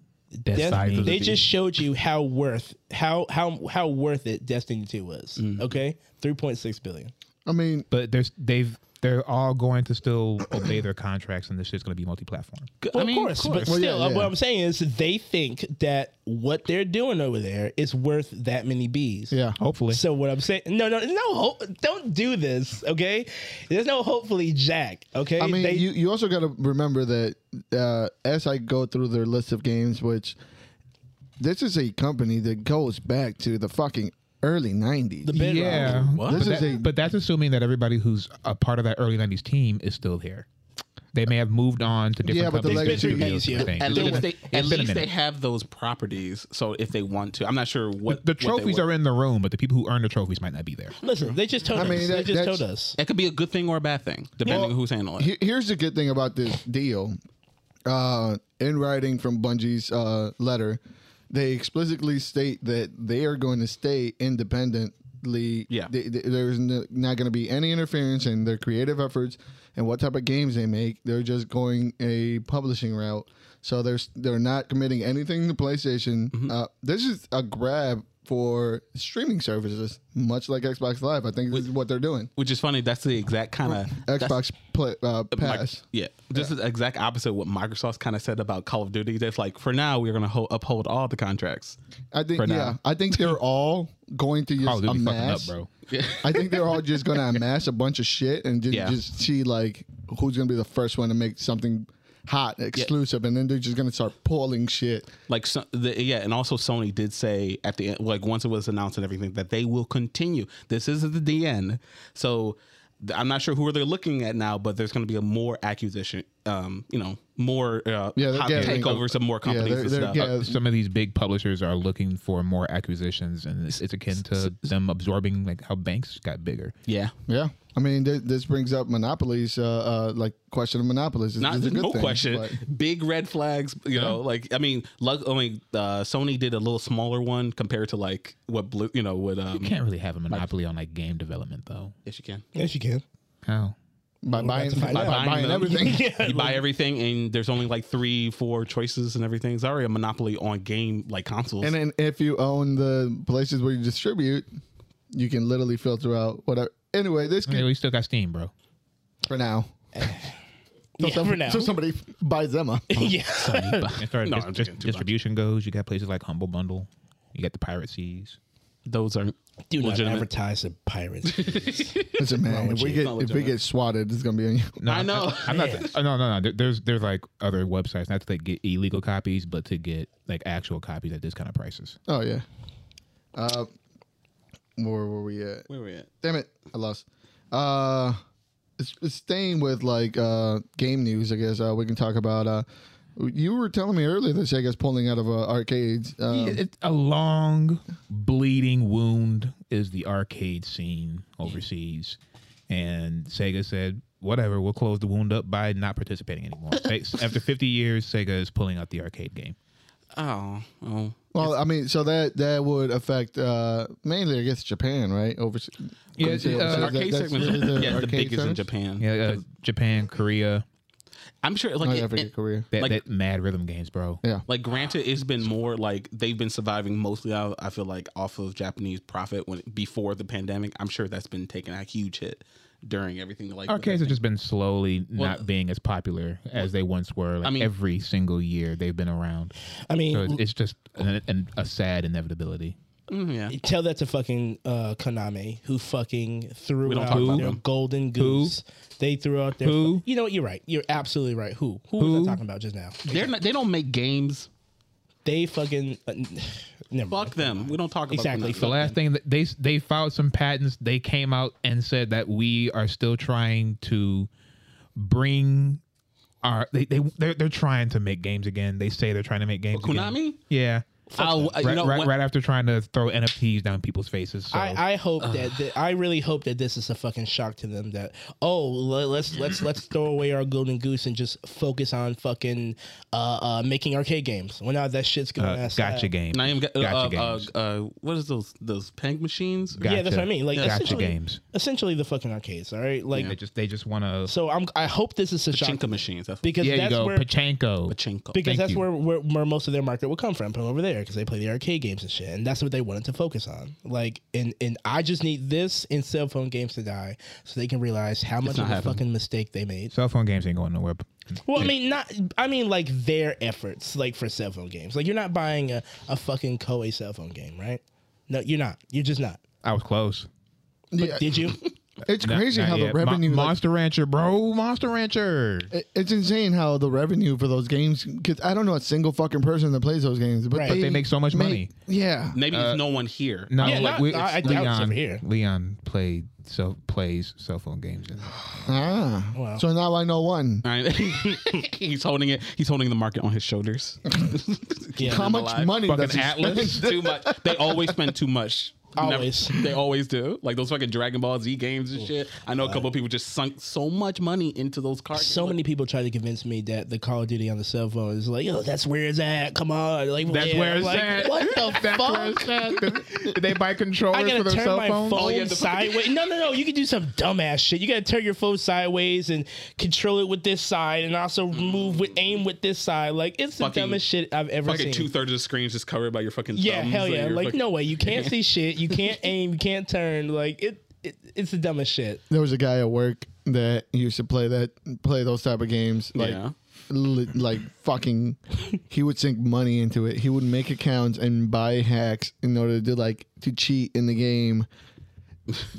[SPEAKER 1] Death
[SPEAKER 3] Des-
[SPEAKER 1] sides of the
[SPEAKER 3] they
[SPEAKER 1] D.
[SPEAKER 3] just showed you how worth how how how worth it Destiny Two was. Okay, three point six billion.
[SPEAKER 4] I mean,
[SPEAKER 1] but there's they've they're all going to still obey their contracts and this shit's going to be multi-platform.
[SPEAKER 3] Well,
[SPEAKER 2] I mean,
[SPEAKER 3] of, course, but
[SPEAKER 4] Well, yeah,
[SPEAKER 3] still, uh, what
[SPEAKER 4] yeah.
[SPEAKER 3] I'm saying is they think that what they're doing over there is worth that many bees.
[SPEAKER 4] yeah.
[SPEAKER 1] Hopefully.
[SPEAKER 3] So what I'm saying, no, no, no, hope, don't do this, okay? There's no hopefully Jack, okay?
[SPEAKER 4] I mean,
[SPEAKER 3] They-
[SPEAKER 4] you, you also got to remember that uh, as I go through their list of games, which this is a company that goes back to the fucking early 90s.
[SPEAKER 3] The bedrock.
[SPEAKER 1] Yeah,
[SPEAKER 2] What?
[SPEAKER 1] But,
[SPEAKER 4] This is
[SPEAKER 1] that-
[SPEAKER 4] a-
[SPEAKER 1] but that's assuming that everybody who's a part of that early '90s team is still there. They may have moved on to different
[SPEAKER 4] Yeah, but the
[SPEAKER 1] companies.
[SPEAKER 4] legacy-
[SPEAKER 1] different
[SPEAKER 3] It's been
[SPEAKER 1] studios
[SPEAKER 3] three
[SPEAKER 1] and
[SPEAKER 3] years,
[SPEAKER 2] At
[SPEAKER 1] things.
[SPEAKER 2] least
[SPEAKER 1] It's
[SPEAKER 2] they
[SPEAKER 1] been-
[SPEAKER 2] at
[SPEAKER 1] it's been a
[SPEAKER 2] least they
[SPEAKER 1] minute.
[SPEAKER 2] have those properties. So if they want to, I'm not sure what
[SPEAKER 1] the trophies are in the room, but the people who earn the trophies might not be there.
[SPEAKER 3] listen, they just told
[SPEAKER 4] I mean,
[SPEAKER 3] us.
[SPEAKER 4] that-
[SPEAKER 3] they just
[SPEAKER 4] that's-
[SPEAKER 3] told us.
[SPEAKER 2] It could be a good thing or a bad thing, depending on who's handling it.
[SPEAKER 4] Here- Here's the good thing about this deal. Uh, in writing from Bungie's uh, letter, they explicitly state that they are going to stay independently.
[SPEAKER 2] Yeah.
[SPEAKER 4] They- they- there's no, not going to be any interference in their creative efforts and what type of games they make. They're just going a publishing route. So they're s- they're not committing anything to PlayStation. Uh, this is a grab for streaming services, much like Xbox Live. I think this is what they're doing.
[SPEAKER 2] Which is funny. That's the exact kind of
[SPEAKER 4] Xbox play, uh,
[SPEAKER 2] Mic-
[SPEAKER 4] Pass.
[SPEAKER 2] yeah, this is the exact opposite of what Microsoft's kind of said about Call of Duty. That's like, for now, we're going to ho- uphold all the contracts.
[SPEAKER 4] I think
[SPEAKER 2] for
[SPEAKER 4] yeah.
[SPEAKER 2] now.
[SPEAKER 4] I think they're all going
[SPEAKER 2] [laughs]
[SPEAKER 4] to
[SPEAKER 1] Call
[SPEAKER 4] just
[SPEAKER 1] of Duty fucking up,
[SPEAKER 4] amass.
[SPEAKER 1] bro.
[SPEAKER 4] [laughs] I think they're all just going to amass a bunch of shit and just,
[SPEAKER 2] Yeah.
[SPEAKER 4] just see like who's going to be the first one to make something hot and exclusive, and then they're just going to start pulling shit.
[SPEAKER 2] Like, so, the, yeah, and also Sony did say at the end, like once it was announced and everything, that they will continue. This is the DN, so th- I'm not sure who they're looking at now, but there's going to be a more acquisition, um, you know, more uh,
[SPEAKER 4] Yeah, they're
[SPEAKER 2] hot
[SPEAKER 4] getting-
[SPEAKER 2] takeovers of more companies
[SPEAKER 4] they're-
[SPEAKER 2] and
[SPEAKER 4] they're
[SPEAKER 2] stuff.
[SPEAKER 4] getting-
[SPEAKER 1] Uh, Some of these big publishers are looking for more acquisitions, and it's, it's akin to them absorbing like how banks got bigger.
[SPEAKER 2] yeah,
[SPEAKER 4] Yeah, I mean th- this brings up monopolies, uh, uh, like question of monopolies. It's,
[SPEAKER 2] not
[SPEAKER 4] it's a good
[SPEAKER 2] no
[SPEAKER 4] thing,
[SPEAKER 2] question.
[SPEAKER 4] but-
[SPEAKER 2] Big red flags, you know. Like I mean, luck, I mean, uh, Sony did a little smaller one compared to like what blue, you know, what. Um,
[SPEAKER 1] You can't really have a monopoly on like game development, though.
[SPEAKER 2] Yes, you can.
[SPEAKER 3] Yes, you can.
[SPEAKER 1] How?
[SPEAKER 4] by buying,
[SPEAKER 3] to
[SPEAKER 4] by,
[SPEAKER 3] find out.
[SPEAKER 4] buying,
[SPEAKER 2] Buying them. [laughs]
[SPEAKER 4] everything.
[SPEAKER 2] You buy everything, and there's only like three, four choices and everything. It's already a monopoly on game like consoles.
[SPEAKER 4] And then if you own the places where you distribute, you can literally filter out whatever. Anyway, this
[SPEAKER 1] Yeah,
[SPEAKER 4] could,
[SPEAKER 1] we still got Steam, bro.
[SPEAKER 4] for now.
[SPEAKER 3] Yeah, for now.
[SPEAKER 4] So somebody buys them
[SPEAKER 2] [laughs]
[SPEAKER 4] up.
[SPEAKER 3] [laughs] yeah.
[SPEAKER 1] As far as
[SPEAKER 2] No,
[SPEAKER 1] dis-
[SPEAKER 2] I'm
[SPEAKER 1] dis-
[SPEAKER 2] joking, too much.
[SPEAKER 1] distribution goes, you got places like Humble Bundle, you got the Pirate Seas.
[SPEAKER 2] Those are
[SPEAKER 3] Do not
[SPEAKER 2] legitimate.
[SPEAKER 3] advertise the pirates.
[SPEAKER 2] [laughs]
[SPEAKER 4] Listen, man, if we get
[SPEAKER 2] Not
[SPEAKER 4] if we
[SPEAKER 2] legitimate.
[SPEAKER 4] get swatted, it's gonna be on you. [laughs]
[SPEAKER 1] No,
[SPEAKER 2] I know.
[SPEAKER 1] I, am not. oh, no, no, no. There- There's there's like other websites not to like, get illegal copies, but to get like actual copies at this kind of prices.
[SPEAKER 4] Oh yeah. Uh, where were we at?
[SPEAKER 2] [laughs] Where we at?
[SPEAKER 4] Damn it, I lost. Uh, it's, it's staying with like uh game news. I guess uh, we can talk about. Uh, you were telling me earlier that Sega's pulling out of uh, arcades. Um,
[SPEAKER 1] it's a long bleeding wound is the arcade scene overseas, and Sega said, "Whatever, we'll close the wound up by not participating anymore." They- After 50 years, Sega is pulling out the arcade game.
[SPEAKER 2] Oh, oh.
[SPEAKER 4] Well, I mean, so that that would affect uh, mainly, I guess, Japan, right? Overseas.
[SPEAKER 1] Yeah,
[SPEAKER 4] Couldn't say
[SPEAKER 1] uh,
[SPEAKER 4] overseas.
[SPEAKER 2] arcade
[SPEAKER 4] that's
[SPEAKER 2] segments
[SPEAKER 4] really
[SPEAKER 2] are [laughs] yeah, the
[SPEAKER 4] arcade
[SPEAKER 2] biggest in
[SPEAKER 4] centers?
[SPEAKER 2] Japan.
[SPEAKER 1] Yeah, uh, Japan, Korea,
[SPEAKER 2] I'm sure, like,
[SPEAKER 4] Oh,
[SPEAKER 2] it-
[SPEAKER 4] yeah, I forget
[SPEAKER 2] it-
[SPEAKER 4] Korea.
[SPEAKER 1] that,
[SPEAKER 2] Like-
[SPEAKER 1] that mad rhythm games, bro.
[SPEAKER 4] Yeah.
[SPEAKER 2] like, granted, it's been more like they've been surviving mostly. Out, I feel like off of Japanese profit when before the pandemic. I'm sure that's been taking a huge hit during everything. Like
[SPEAKER 1] Arcades have just been slowly
[SPEAKER 2] Well-
[SPEAKER 1] not being as popular as they once were. Like
[SPEAKER 2] I mean-
[SPEAKER 1] every single year they've been around,
[SPEAKER 3] I mean,
[SPEAKER 1] so it's, it's just an, an, a sad inevitability.
[SPEAKER 2] Mm, yeah.
[SPEAKER 3] tell that to fucking uh, Konami, who fucking threw
[SPEAKER 2] don't
[SPEAKER 3] out
[SPEAKER 2] talk about
[SPEAKER 3] their
[SPEAKER 2] them.
[SPEAKER 3] golden goose. They threw out their.
[SPEAKER 1] Who?
[SPEAKER 3] You know what? You're right. You're absolutely right. Who? Who,
[SPEAKER 1] Who?
[SPEAKER 3] was I talking about just now?
[SPEAKER 2] They're not, they don't make games.
[SPEAKER 3] They fucking. Uh, [sighs] never mind.
[SPEAKER 2] Fuck them. We don't talk about
[SPEAKER 3] Exactly.
[SPEAKER 1] The
[SPEAKER 2] Them.
[SPEAKER 1] last thing that they they filed some patents, they came out and said that we are still trying to bring our they they they're, they're trying to make games again. They say they're trying to make games. again.
[SPEAKER 2] Konami.
[SPEAKER 1] yeah.
[SPEAKER 2] Oh, you
[SPEAKER 1] Right,
[SPEAKER 2] know,
[SPEAKER 1] right,
[SPEAKER 2] when-
[SPEAKER 1] right after trying to throw NFTs down people's faces. So. uh.
[SPEAKER 3] I, I hope that, that I really hope that this is a fucking shock to them. That oh le- let's
[SPEAKER 1] [laughs]
[SPEAKER 3] let's let's throw away our golden goose and just focus on fucking uh, uh making arcade games. Well, now that shit's going
[SPEAKER 1] uh, gotcha game.
[SPEAKER 2] Not even got,
[SPEAKER 1] Gotcha
[SPEAKER 2] uh,
[SPEAKER 1] games.
[SPEAKER 2] Uh, uh, what is those those peg machines?
[SPEAKER 3] Yeah, that's what I mean. Like
[SPEAKER 1] gotcha
[SPEAKER 3] essentially,
[SPEAKER 1] games.
[SPEAKER 3] essentially the fucking arcades. All right, like
[SPEAKER 1] They just they just want to.
[SPEAKER 3] so. I'm I hope this is a shock
[SPEAKER 2] Pachinko machines. That's
[SPEAKER 3] because
[SPEAKER 1] Yeah, you
[SPEAKER 3] that's
[SPEAKER 1] go
[SPEAKER 3] where
[SPEAKER 1] Pachenko.
[SPEAKER 2] pachinko.
[SPEAKER 3] because
[SPEAKER 1] Thank
[SPEAKER 3] that's
[SPEAKER 1] you.
[SPEAKER 3] where, where where most of their market will come from from over there because they play the arcade games and shit and that's what they wanted to focus on like and and i just need this and cell phone games to die so they can realize how much
[SPEAKER 2] not
[SPEAKER 3] of a
[SPEAKER 2] happening.
[SPEAKER 3] fucking mistake they made
[SPEAKER 1] Cell phone games ain't going nowhere.
[SPEAKER 3] well i mean not i mean like their efforts like for cell phone games like you're not buying a, a fucking koei cell phone game right no you're not you're just not
[SPEAKER 1] I was close.
[SPEAKER 3] but
[SPEAKER 4] Yeah.
[SPEAKER 1] [laughs]
[SPEAKER 3] did you
[SPEAKER 4] It's
[SPEAKER 1] Not-
[SPEAKER 4] crazy
[SPEAKER 1] not
[SPEAKER 4] how the
[SPEAKER 1] yet. Mo-
[SPEAKER 4] revenue. like,
[SPEAKER 1] Monster Rancher, bro. Monster Rancher.
[SPEAKER 4] it- it's insane how the revenue for those games. Cause I don't know a single fucking person that plays those games, but,
[SPEAKER 3] Right.
[SPEAKER 4] they,
[SPEAKER 3] But
[SPEAKER 1] they make so much money.
[SPEAKER 4] Yeah.
[SPEAKER 2] Maybe
[SPEAKER 1] uh,
[SPEAKER 2] there's no one here.
[SPEAKER 1] No,
[SPEAKER 3] Yeah,
[SPEAKER 1] like
[SPEAKER 3] not-
[SPEAKER 1] we,
[SPEAKER 3] I- I
[SPEAKER 1] it's
[SPEAKER 3] doubt it's
[SPEAKER 1] Leon.
[SPEAKER 3] over here.
[SPEAKER 1] Leon played so plays cell phone games. And
[SPEAKER 4] Ah.
[SPEAKER 3] Wow.
[SPEAKER 4] So now I know one.
[SPEAKER 2] All right. [laughs] he's holding it. He's holding the market on his
[SPEAKER 3] [laughs]
[SPEAKER 2] shoulders.
[SPEAKER 3] yeah
[SPEAKER 4] How much
[SPEAKER 2] alive.
[SPEAKER 4] money does
[SPEAKER 1] fucking
[SPEAKER 4] he
[SPEAKER 1] Atlas.
[SPEAKER 2] [laughs] too much. They always spend too much. Never-
[SPEAKER 3] Always.
[SPEAKER 2] [laughs] they always do. Like those fucking Dragon Ball Z games and shit. I know a couple of people just sunk so much money into those cards.
[SPEAKER 3] so many people try to convince me that the Call of Duty on the cell phone is like, yo, that's where it's at. Come on, like
[SPEAKER 1] That's
[SPEAKER 3] yeah.
[SPEAKER 1] where
[SPEAKER 3] I'm
[SPEAKER 1] it's
[SPEAKER 3] like,
[SPEAKER 1] at.
[SPEAKER 3] What
[SPEAKER 1] [laughs]
[SPEAKER 3] the fuck?
[SPEAKER 1] Did [laughs] they buy
[SPEAKER 3] I
[SPEAKER 1] controllers
[SPEAKER 3] gotta
[SPEAKER 1] for their
[SPEAKER 3] turn
[SPEAKER 1] cell Oh,
[SPEAKER 3] my
[SPEAKER 1] phones?
[SPEAKER 3] phone
[SPEAKER 2] you have to-
[SPEAKER 3] sideways. No, no, no. You can do some dumbass shit. You gotta turn your phone sideways and control it with this side, and also move with aim with this side. Like it's the
[SPEAKER 2] Fucking-
[SPEAKER 3] dumbest shit I've ever
[SPEAKER 2] fucking two
[SPEAKER 3] seen.
[SPEAKER 2] thirds of the screen is just covered by your fucking
[SPEAKER 3] Yeah,
[SPEAKER 2] thumbs
[SPEAKER 3] hell
[SPEAKER 2] and
[SPEAKER 3] yeah.
[SPEAKER 2] your
[SPEAKER 3] Like
[SPEAKER 2] fucking-
[SPEAKER 3] no
[SPEAKER 2] [laughs]
[SPEAKER 3] way. You can't see shit. You can't aim. You can't turn. Like it. it it's the dumbest shit.
[SPEAKER 4] There was a guy at work that used to play that play those type of games. Like
[SPEAKER 2] Yeah.
[SPEAKER 4] li- like fucking he would sink money into it. He would make accounts and buy hacks in order to like to cheat in the game.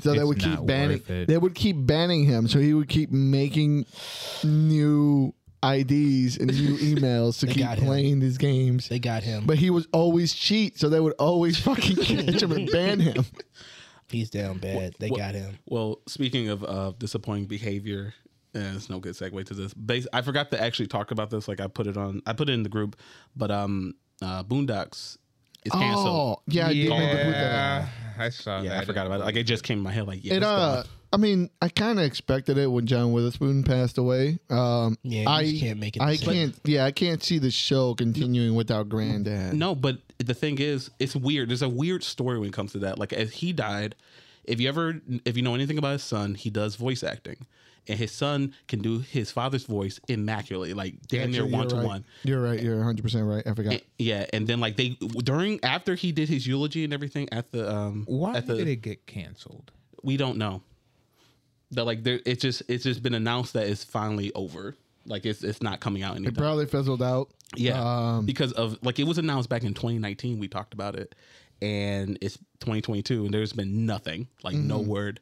[SPEAKER 4] So they
[SPEAKER 1] It's
[SPEAKER 4] would keep
[SPEAKER 1] not
[SPEAKER 4] banning
[SPEAKER 1] worth it.
[SPEAKER 4] they would keep banning him. So he would keep making new IDs and
[SPEAKER 1] [laughs]
[SPEAKER 4] new emails to keep
[SPEAKER 3] got him.
[SPEAKER 4] playing these games.
[SPEAKER 3] They got him.
[SPEAKER 4] But he was always cheat, so they would always fucking [laughs] catch him and ban him.
[SPEAKER 3] He's down bad. They
[SPEAKER 2] Wha-
[SPEAKER 3] got him.
[SPEAKER 2] Well, speaking of uh, disappointing behavior, and it's no good segue to this. Bas- I forgot to actually talk about this. Like I put it on, I put it in the group, but um, uh, Boondocks is canceled.
[SPEAKER 4] Oh, yeah, I did mean to put that out.
[SPEAKER 1] Yeah, I saw
[SPEAKER 2] yeah,
[SPEAKER 1] that.
[SPEAKER 2] I forgot about it. Like it just came in my head. Like yeah,
[SPEAKER 4] It
[SPEAKER 2] it's
[SPEAKER 4] uh,
[SPEAKER 2] gone.
[SPEAKER 4] I mean, I kind of expected it when John Witherspoon passed away. Um,
[SPEAKER 3] Yeah, you
[SPEAKER 4] I
[SPEAKER 3] just can't make it the
[SPEAKER 4] I
[SPEAKER 3] same.
[SPEAKER 4] can't. Yeah, I can't see the show continuing without Granddad.
[SPEAKER 2] no, but the thing is, it's weird. There's a weird story when it comes to that. Like as he died, if you ever, if you know anything about his son, he does voice acting. And his son can do his father's voice immaculately, like damn near
[SPEAKER 4] Actually, you're
[SPEAKER 2] one to
[SPEAKER 4] right.
[SPEAKER 2] one.
[SPEAKER 4] You're right. You're 100 percent right. I forgot.
[SPEAKER 2] Yeah, and then like they during after he did his eulogy and everything at the um
[SPEAKER 1] Why
[SPEAKER 2] at the,
[SPEAKER 1] did it get canceled?
[SPEAKER 2] we don't know. That like there it's just it's just been announced that it's finally over. Like it's it's not coming out anytime.
[SPEAKER 4] It probably fizzled out.
[SPEAKER 2] Yeah,
[SPEAKER 4] Um,
[SPEAKER 2] because of like it was announced back in 2019. We talked about it, and it's 2022, and there's been nothing, like no
[SPEAKER 1] Mm-hmm.
[SPEAKER 2] word.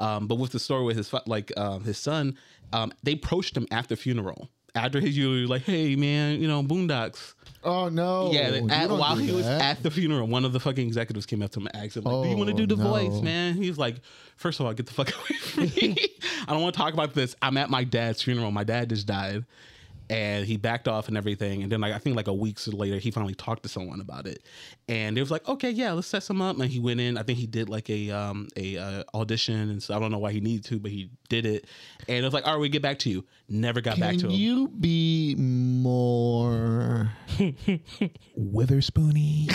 [SPEAKER 2] Um, but with the story with his fa- like um, his son, um, they approached him after funeral, after his eulogy, like, "Hey man, you know, Boondocks."
[SPEAKER 4] oh no.
[SPEAKER 2] yeah,
[SPEAKER 4] you
[SPEAKER 2] they- at,
[SPEAKER 4] don't
[SPEAKER 2] while
[SPEAKER 4] do
[SPEAKER 2] he was
[SPEAKER 4] that.
[SPEAKER 2] at the funeral, one of the fucking executives came up to him and asked him, like, "Do you want to
[SPEAKER 4] Oh,
[SPEAKER 2] do the
[SPEAKER 4] no.
[SPEAKER 2] voice, man?" He's like, first of all, get the fuck [laughs] away from me. I don't want to talk about this. I'm at my dad's funeral. My dad just died." And he backed off and everything, and then like I think like a week later, he finally talked to someone about it, and it was like, okay, yeah, let's set some up. And he went in. I think he did like a um a uh, audition, and so I don't know why he needed to, but he did it. And it was like, all right, we get back to you. Never got back
[SPEAKER 4] Can
[SPEAKER 2] to him. [laughs]
[SPEAKER 4] you be more?
[SPEAKER 1] Witherspoony.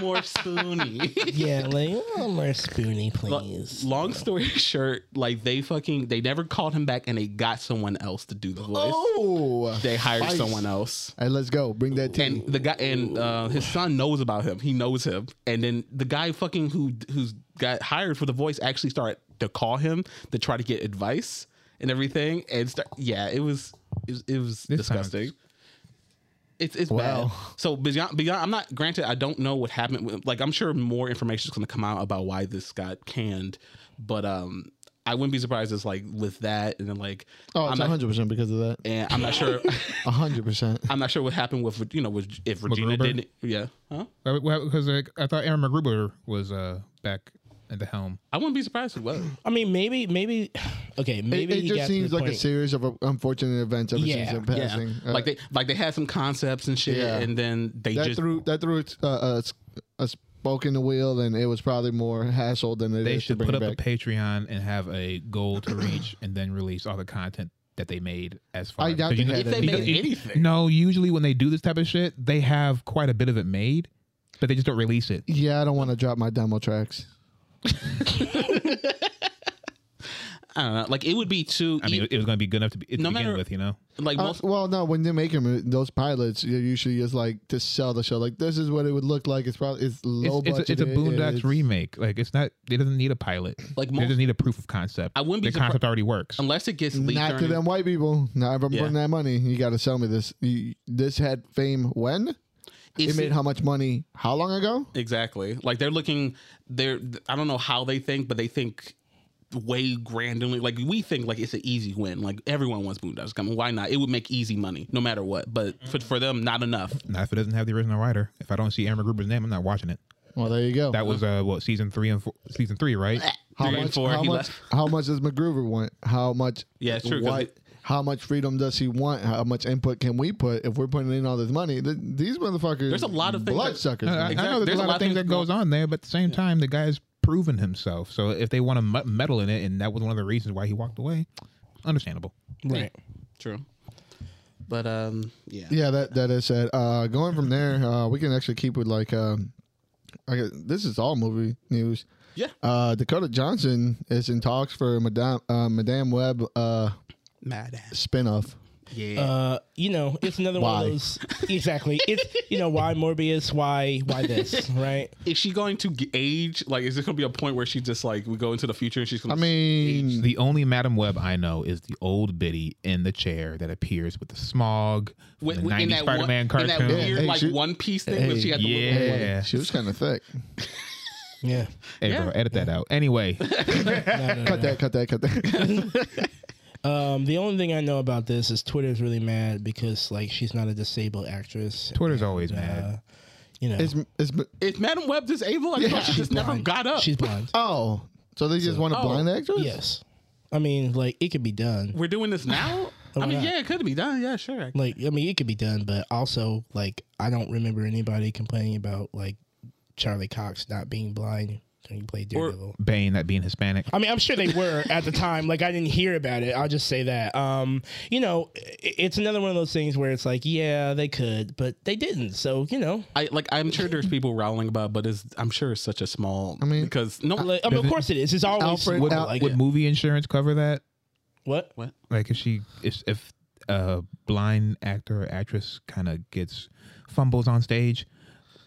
[SPEAKER 2] More spoony. [laughs]
[SPEAKER 3] yeah, like a little more spoony,
[SPEAKER 2] Lo-
[SPEAKER 3] please.
[SPEAKER 2] Long story [laughs] short, like they fucking they never called him back and they got someone else to do the voice.
[SPEAKER 4] Oh,
[SPEAKER 2] They hired
[SPEAKER 4] Spice.
[SPEAKER 2] someone else.
[SPEAKER 4] All right, let's go. Bring that tea.
[SPEAKER 2] And the guy and uh, his son knows about him. He knows him. And then the guy fucking who who's got hired for the voice actually started to call him to try to get advice and everything. And start, yeah, it was it was, it was
[SPEAKER 1] This sounds-
[SPEAKER 2] disgusting. It's it's
[SPEAKER 4] Wow.
[SPEAKER 2] bad. So beyond beyond, I'm not granted. I don't know what happened. with- Like I'm sure more information is going to come out about why this got canned, but um, I wouldn't be surprised. It's like with that, and then like
[SPEAKER 4] oh,
[SPEAKER 2] I'm
[SPEAKER 4] it's
[SPEAKER 2] not,
[SPEAKER 4] hundred percent because of that.
[SPEAKER 2] and I'm not
[SPEAKER 4] [laughs]
[SPEAKER 2] sure.
[SPEAKER 4] hundred percent.
[SPEAKER 2] I'm not sure what happened with you know with if Regina
[SPEAKER 1] MacGruber?
[SPEAKER 2] didn't. Yeah, huh?
[SPEAKER 1] Because like, I thought Aaron McGruber was uh, back at the helm.
[SPEAKER 2] I wouldn't be surprised if it was.
[SPEAKER 3] I mean, maybe, maybe, [sighs] okay,
[SPEAKER 4] It,
[SPEAKER 3] maybe
[SPEAKER 4] it
[SPEAKER 3] he got
[SPEAKER 4] just
[SPEAKER 3] to
[SPEAKER 4] seems
[SPEAKER 3] the
[SPEAKER 4] like a
[SPEAKER 3] point-
[SPEAKER 4] series of uh, unfortunate events ever
[SPEAKER 3] Yeah,
[SPEAKER 4] since him
[SPEAKER 2] Yeah,
[SPEAKER 4] passing. Uh,
[SPEAKER 2] like they like they had some concepts and shit,
[SPEAKER 4] Yeah.
[SPEAKER 2] and then they
[SPEAKER 4] that
[SPEAKER 2] just
[SPEAKER 4] threw that threw a, a, a spoke in the wheel, and it was probably more hassle than it is
[SPEAKER 1] They
[SPEAKER 4] to
[SPEAKER 1] should
[SPEAKER 4] bring
[SPEAKER 1] put
[SPEAKER 4] it
[SPEAKER 1] up
[SPEAKER 4] back.
[SPEAKER 1] a Patreon and have a goal to reach, and then release all the content that they made as far.
[SPEAKER 4] I doubt
[SPEAKER 1] because
[SPEAKER 4] they had
[SPEAKER 2] if they
[SPEAKER 4] that.
[SPEAKER 1] because-
[SPEAKER 2] made anything.
[SPEAKER 1] No, usually when they do this type of shit, they have quite a bit of it made, but they just don't release it.
[SPEAKER 4] yeah, I don't want to drop my demo tracks.
[SPEAKER 2] I don't know. Like it would be too.
[SPEAKER 1] I mean, it was going to be good enough to, be, to
[SPEAKER 2] No
[SPEAKER 1] begin
[SPEAKER 2] matter-
[SPEAKER 1] with, you know.
[SPEAKER 2] like
[SPEAKER 4] Uh,
[SPEAKER 2] most
[SPEAKER 4] well, no, when they make them, those pilots, you're usually just like to sell the show. Like this is what it would look like. It's probably it's low
[SPEAKER 1] It's, it's, a,
[SPEAKER 4] budget.
[SPEAKER 1] it's a Boondocks
[SPEAKER 4] it's-
[SPEAKER 1] remake. Like it's not. It doesn't need a pilot.
[SPEAKER 2] Like
[SPEAKER 1] they
[SPEAKER 2] most-
[SPEAKER 1] just need a proof of concept.
[SPEAKER 2] I wouldn't be
[SPEAKER 1] The
[SPEAKER 2] surpri- Um,
[SPEAKER 1] concept already works.
[SPEAKER 2] unless it gets leaked.
[SPEAKER 4] Not to
[SPEAKER 2] during-
[SPEAKER 4] them white people. Not if I'm
[SPEAKER 2] Yeah.
[SPEAKER 4] putting that money. You got to sell me this. You, this had fame when it
[SPEAKER 2] It's-
[SPEAKER 4] made how much money? How long ago?
[SPEAKER 2] Exactly. Like they're looking they're I don't know how they think, but they think way grandly like we think like it's an easy win. Like everyone wants Boondocks coming. Why not? It would make easy money no matter what. But for, for them, not enough.
[SPEAKER 1] Not if it doesn't have the original writer. If I don't see Aaron Gruber's name, I'm not watching it.
[SPEAKER 4] Well, there you go.
[SPEAKER 1] That was uh, what season three and four, season three, right?
[SPEAKER 4] how
[SPEAKER 2] Three and
[SPEAKER 4] much?
[SPEAKER 2] four,
[SPEAKER 4] how
[SPEAKER 2] he
[SPEAKER 4] much?
[SPEAKER 2] left.
[SPEAKER 4] How much does McGruber want? How much?
[SPEAKER 2] Yeah, it's true, 'cause
[SPEAKER 4] what-
[SPEAKER 2] it-
[SPEAKER 4] how much freedom does he want? How much input can we put if we're putting in all this money? Th- these motherfuckers.
[SPEAKER 2] There's a lot of things that-
[SPEAKER 4] bloodsuckers.
[SPEAKER 1] I- I,
[SPEAKER 4] man.
[SPEAKER 1] Uh, I know there's, a lot of things that goes on there, but at the same time, the guy's proven himself. So if they want to mu- meddle in it, and that was one of the reasons why he walked away, understandable.
[SPEAKER 3] Right.
[SPEAKER 2] True. But um yeah.
[SPEAKER 4] Yeah, that that is said. Uh, going from there, uh, we can actually keep with like, um, I guess, this is all movie news.
[SPEAKER 2] Yeah.
[SPEAKER 4] Uh, Dakota Johnson is in talks for Madame uh, Madame Web uh,
[SPEAKER 2] Mad
[SPEAKER 4] spinoff.
[SPEAKER 2] Yeah.
[SPEAKER 3] Uh, you know, it's another one
[SPEAKER 4] Why?
[SPEAKER 3] of those. Exactly. It's you know why Morbius, why why
[SPEAKER 4] [laughs]
[SPEAKER 3] this, right?
[SPEAKER 2] is she going to g- age? Like is there gonna be a point where she just like we go into the future and she's
[SPEAKER 4] I
[SPEAKER 2] gonna
[SPEAKER 4] mean,
[SPEAKER 1] The only Madam Web I know is the old biddy in the chair that appears with the smog from
[SPEAKER 2] With-
[SPEAKER 1] the
[SPEAKER 2] with- in
[SPEAKER 1] 90s
[SPEAKER 2] that one-
[SPEAKER 1] Spider-Man
[SPEAKER 2] in
[SPEAKER 1] cartoon.
[SPEAKER 2] that weird
[SPEAKER 4] Hey,
[SPEAKER 2] like
[SPEAKER 4] she-
[SPEAKER 2] one piece thing where she had the little-
[SPEAKER 1] yeah.
[SPEAKER 4] she was kind of thick.
[SPEAKER 3] Yeah.
[SPEAKER 1] Hey,
[SPEAKER 2] Yeah.
[SPEAKER 1] bro, edit that out. Anyway,
[SPEAKER 4] Cut that, cut that, cut that.
[SPEAKER 2] [laughs]
[SPEAKER 3] Um, the only thing I know about this is Twitter's really mad because like she's not a disabled actress.
[SPEAKER 1] Twitter's
[SPEAKER 2] [laughs]
[SPEAKER 1] always
[SPEAKER 3] Uh,
[SPEAKER 1] mad.
[SPEAKER 3] you know,
[SPEAKER 4] it's, it's,
[SPEAKER 2] Is Madam Web disabled? I thought she just never
[SPEAKER 3] blind.
[SPEAKER 2] got up.
[SPEAKER 3] She's blind.
[SPEAKER 4] oh, so they just want to
[SPEAKER 2] Oh,
[SPEAKER 4] blind actress?
[SPEAKER 3] yes. I mean, like it could be done.
[SPEAKER 2] We're doing this
[SPEAKER 4] [laughs]
[SPEAKER 2] now? I
[SPEAKER 4] Oh,
[SPEAKER 3] why
[SPEAKER 2] mean,
[SPEAKER 3] not?
[SPEAKER 2] yeah, it could be done. Yeah, sure.
[SPEAKER 3] Like I mean, it could be done, but also like I don't remember anybody complaining about like Charlie Cox not being blind when he played
[SPEAKER 2] Or-
[SPEAKER 3] Daredevil.
[SPEAKER 1] Bane, that being Hispanic.
[SPEAKER 3] I mean, I'm sure they were at the time. Like, I didn't hear about it. I'll just say that. Um, you know, i- it's another one of those things where it's like, yeah, they could, but they didn't. So, you know,
[SPEAKER 2] I like. I'm sure there's people rowling about, it, but it's. I'm sure it's such a small. I
[SPEAKER 4] mean-
[SPEAKER 2] because no.
[SPEAKER 3] like, I mean, of course it is. It's always
[SPEAKER 4] Uh, Alfred-
[SPEAKER 3] small,
[SPEAKER 4] Al-
[SPEAKER 3] like,
[SPEAKER 1] Would movie insurance cover that?
[SPEAKER 3] what?
[SPEAKER 2] what?
[SPEAKER 1] Like if she if, if a blind actor or actress kind of gets fumbles on stage,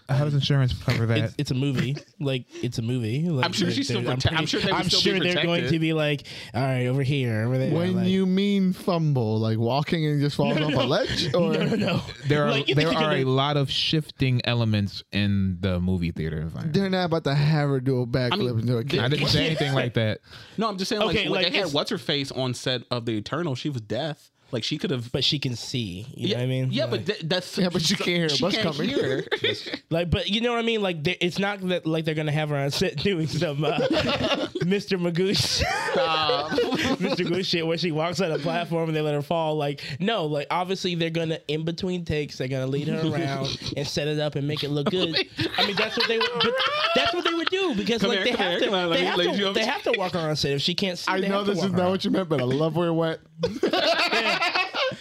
[SPEAKER 1] How does insurance cover that?
[SPEAKER 3] It's, it's a movie. Like it's a movie. Like,
[SPEAKER 2] [laughs] I'm sure she's still
[SPEAKER 3] they're-
[SPEAKER 2] prote- I'm sure they would
[SPEAKER 3] I'm
[SPEAKER 2] still be
[SPEAKER 3] sure they're going
[SPEAKER 2] protected.
[SPEAKER 3] to be like, all right, over here, over there.
[SPEAKER 4] When
[SPEAKER 3] like-
[SPEAKER 4] you mean fumble, like walking and just falling off a ledge,
[SPEAKER 3] [laughs]
[SPEAKER 4] or
[SPEAKER 3] no, no, no.
[SPEAKER 1] There are
[SPEAKER 3] Like, you
[SPEAKER 1] there
[SPEAKER 3] think you're
[SPEAKER 1] are a
[SPEAKER 3] gonna-
[SPEAKER 1] lot of shifting elements in the movie theater environment.
[SPEAKER 4] they're not about to have her do a backflip
[SPEAKER 2] mean,
[SPEAKER 4] into a
[SPEAKER 2] they-
[SPEAKER 1] I
[SPEAKER 4] kid.
[SPEAKER 1] didn't say anything like that.
[SPEAKER 2] No, I'm just saying. Like,
[SPEAKER 3] Okay,
[SPEAKER 2] when
[SPEAKER 3] like,
[SPEAKER 2] they had
[SPEAKER 3] it's-
[SPEAKER 2] what's her face on set of the Eternal. She was deaf. Like she could have.
[SPEAKER 3] [laughs] but she can see. You
[SPEAKER 2] yeah,
[SPEAKER 3] know what I mean?
[SPEAKER 2] yeah,
[SPEAKER 3] like,
[SPEAKER 2] but th- that's
[SPEAKER 4] Yeah, but you can't hear a
[SPEAKER 2] she
[SPEAKER 4] bus
[SPEAKER 2] can't
[SPEAKER 4] coming. [laughs]
[SPEAKER 2] hear. [laughs]
[SPEAKER 3] Like, but you know what I mean? Like, they- it's not that like they're gonna have her on set [laughs] doing some uh, Mr. Magoosh, [laughs]
[SPEAKER 2] Um,
[SPEAKER 3] Mr. Magoosh shit, where she walks on a platform and they let her fall. Like, no, like obviously they're gonna in between takes, they're gonna lead her around and set it up and make it look good. I mean, that's what they would. But that's what they would do because
[SPEAKER 2] Come
[SPEAKER 3] like
[SPEAKER 2] here,
[SPEAKER 3] they
[SPEAKER 2] come
[SPEAKER 3] have
[SPEAKER 2] here,
[SPEAKER 3] to.
[SPEAKER 2] come on, let
[SPEAKER 3] they,
[SPEAKER 2] me
[SPEAKER 3] have
[SPEAKER 2] lead you
[SPEAKER 3] to
[SPEAKER 2] over
[SPEAKER 3] they
[SPEAKER 2] to-
[SPEAKER 3] have to walk her on set if she can't see.
[SPEAKER 4] I
[SPEAKER 3] they
[SPEAKER 4] know
[SPEAKER 3] have to
[SPEAKER 4] this
[SPEAKER 3] walk
[SPEAKER 4] is
[SPEAKER 3] her
[SPEAKER 4] not
[SPEAKER 3] on.
[SPEAKER 4] what you meant, but I love where it went.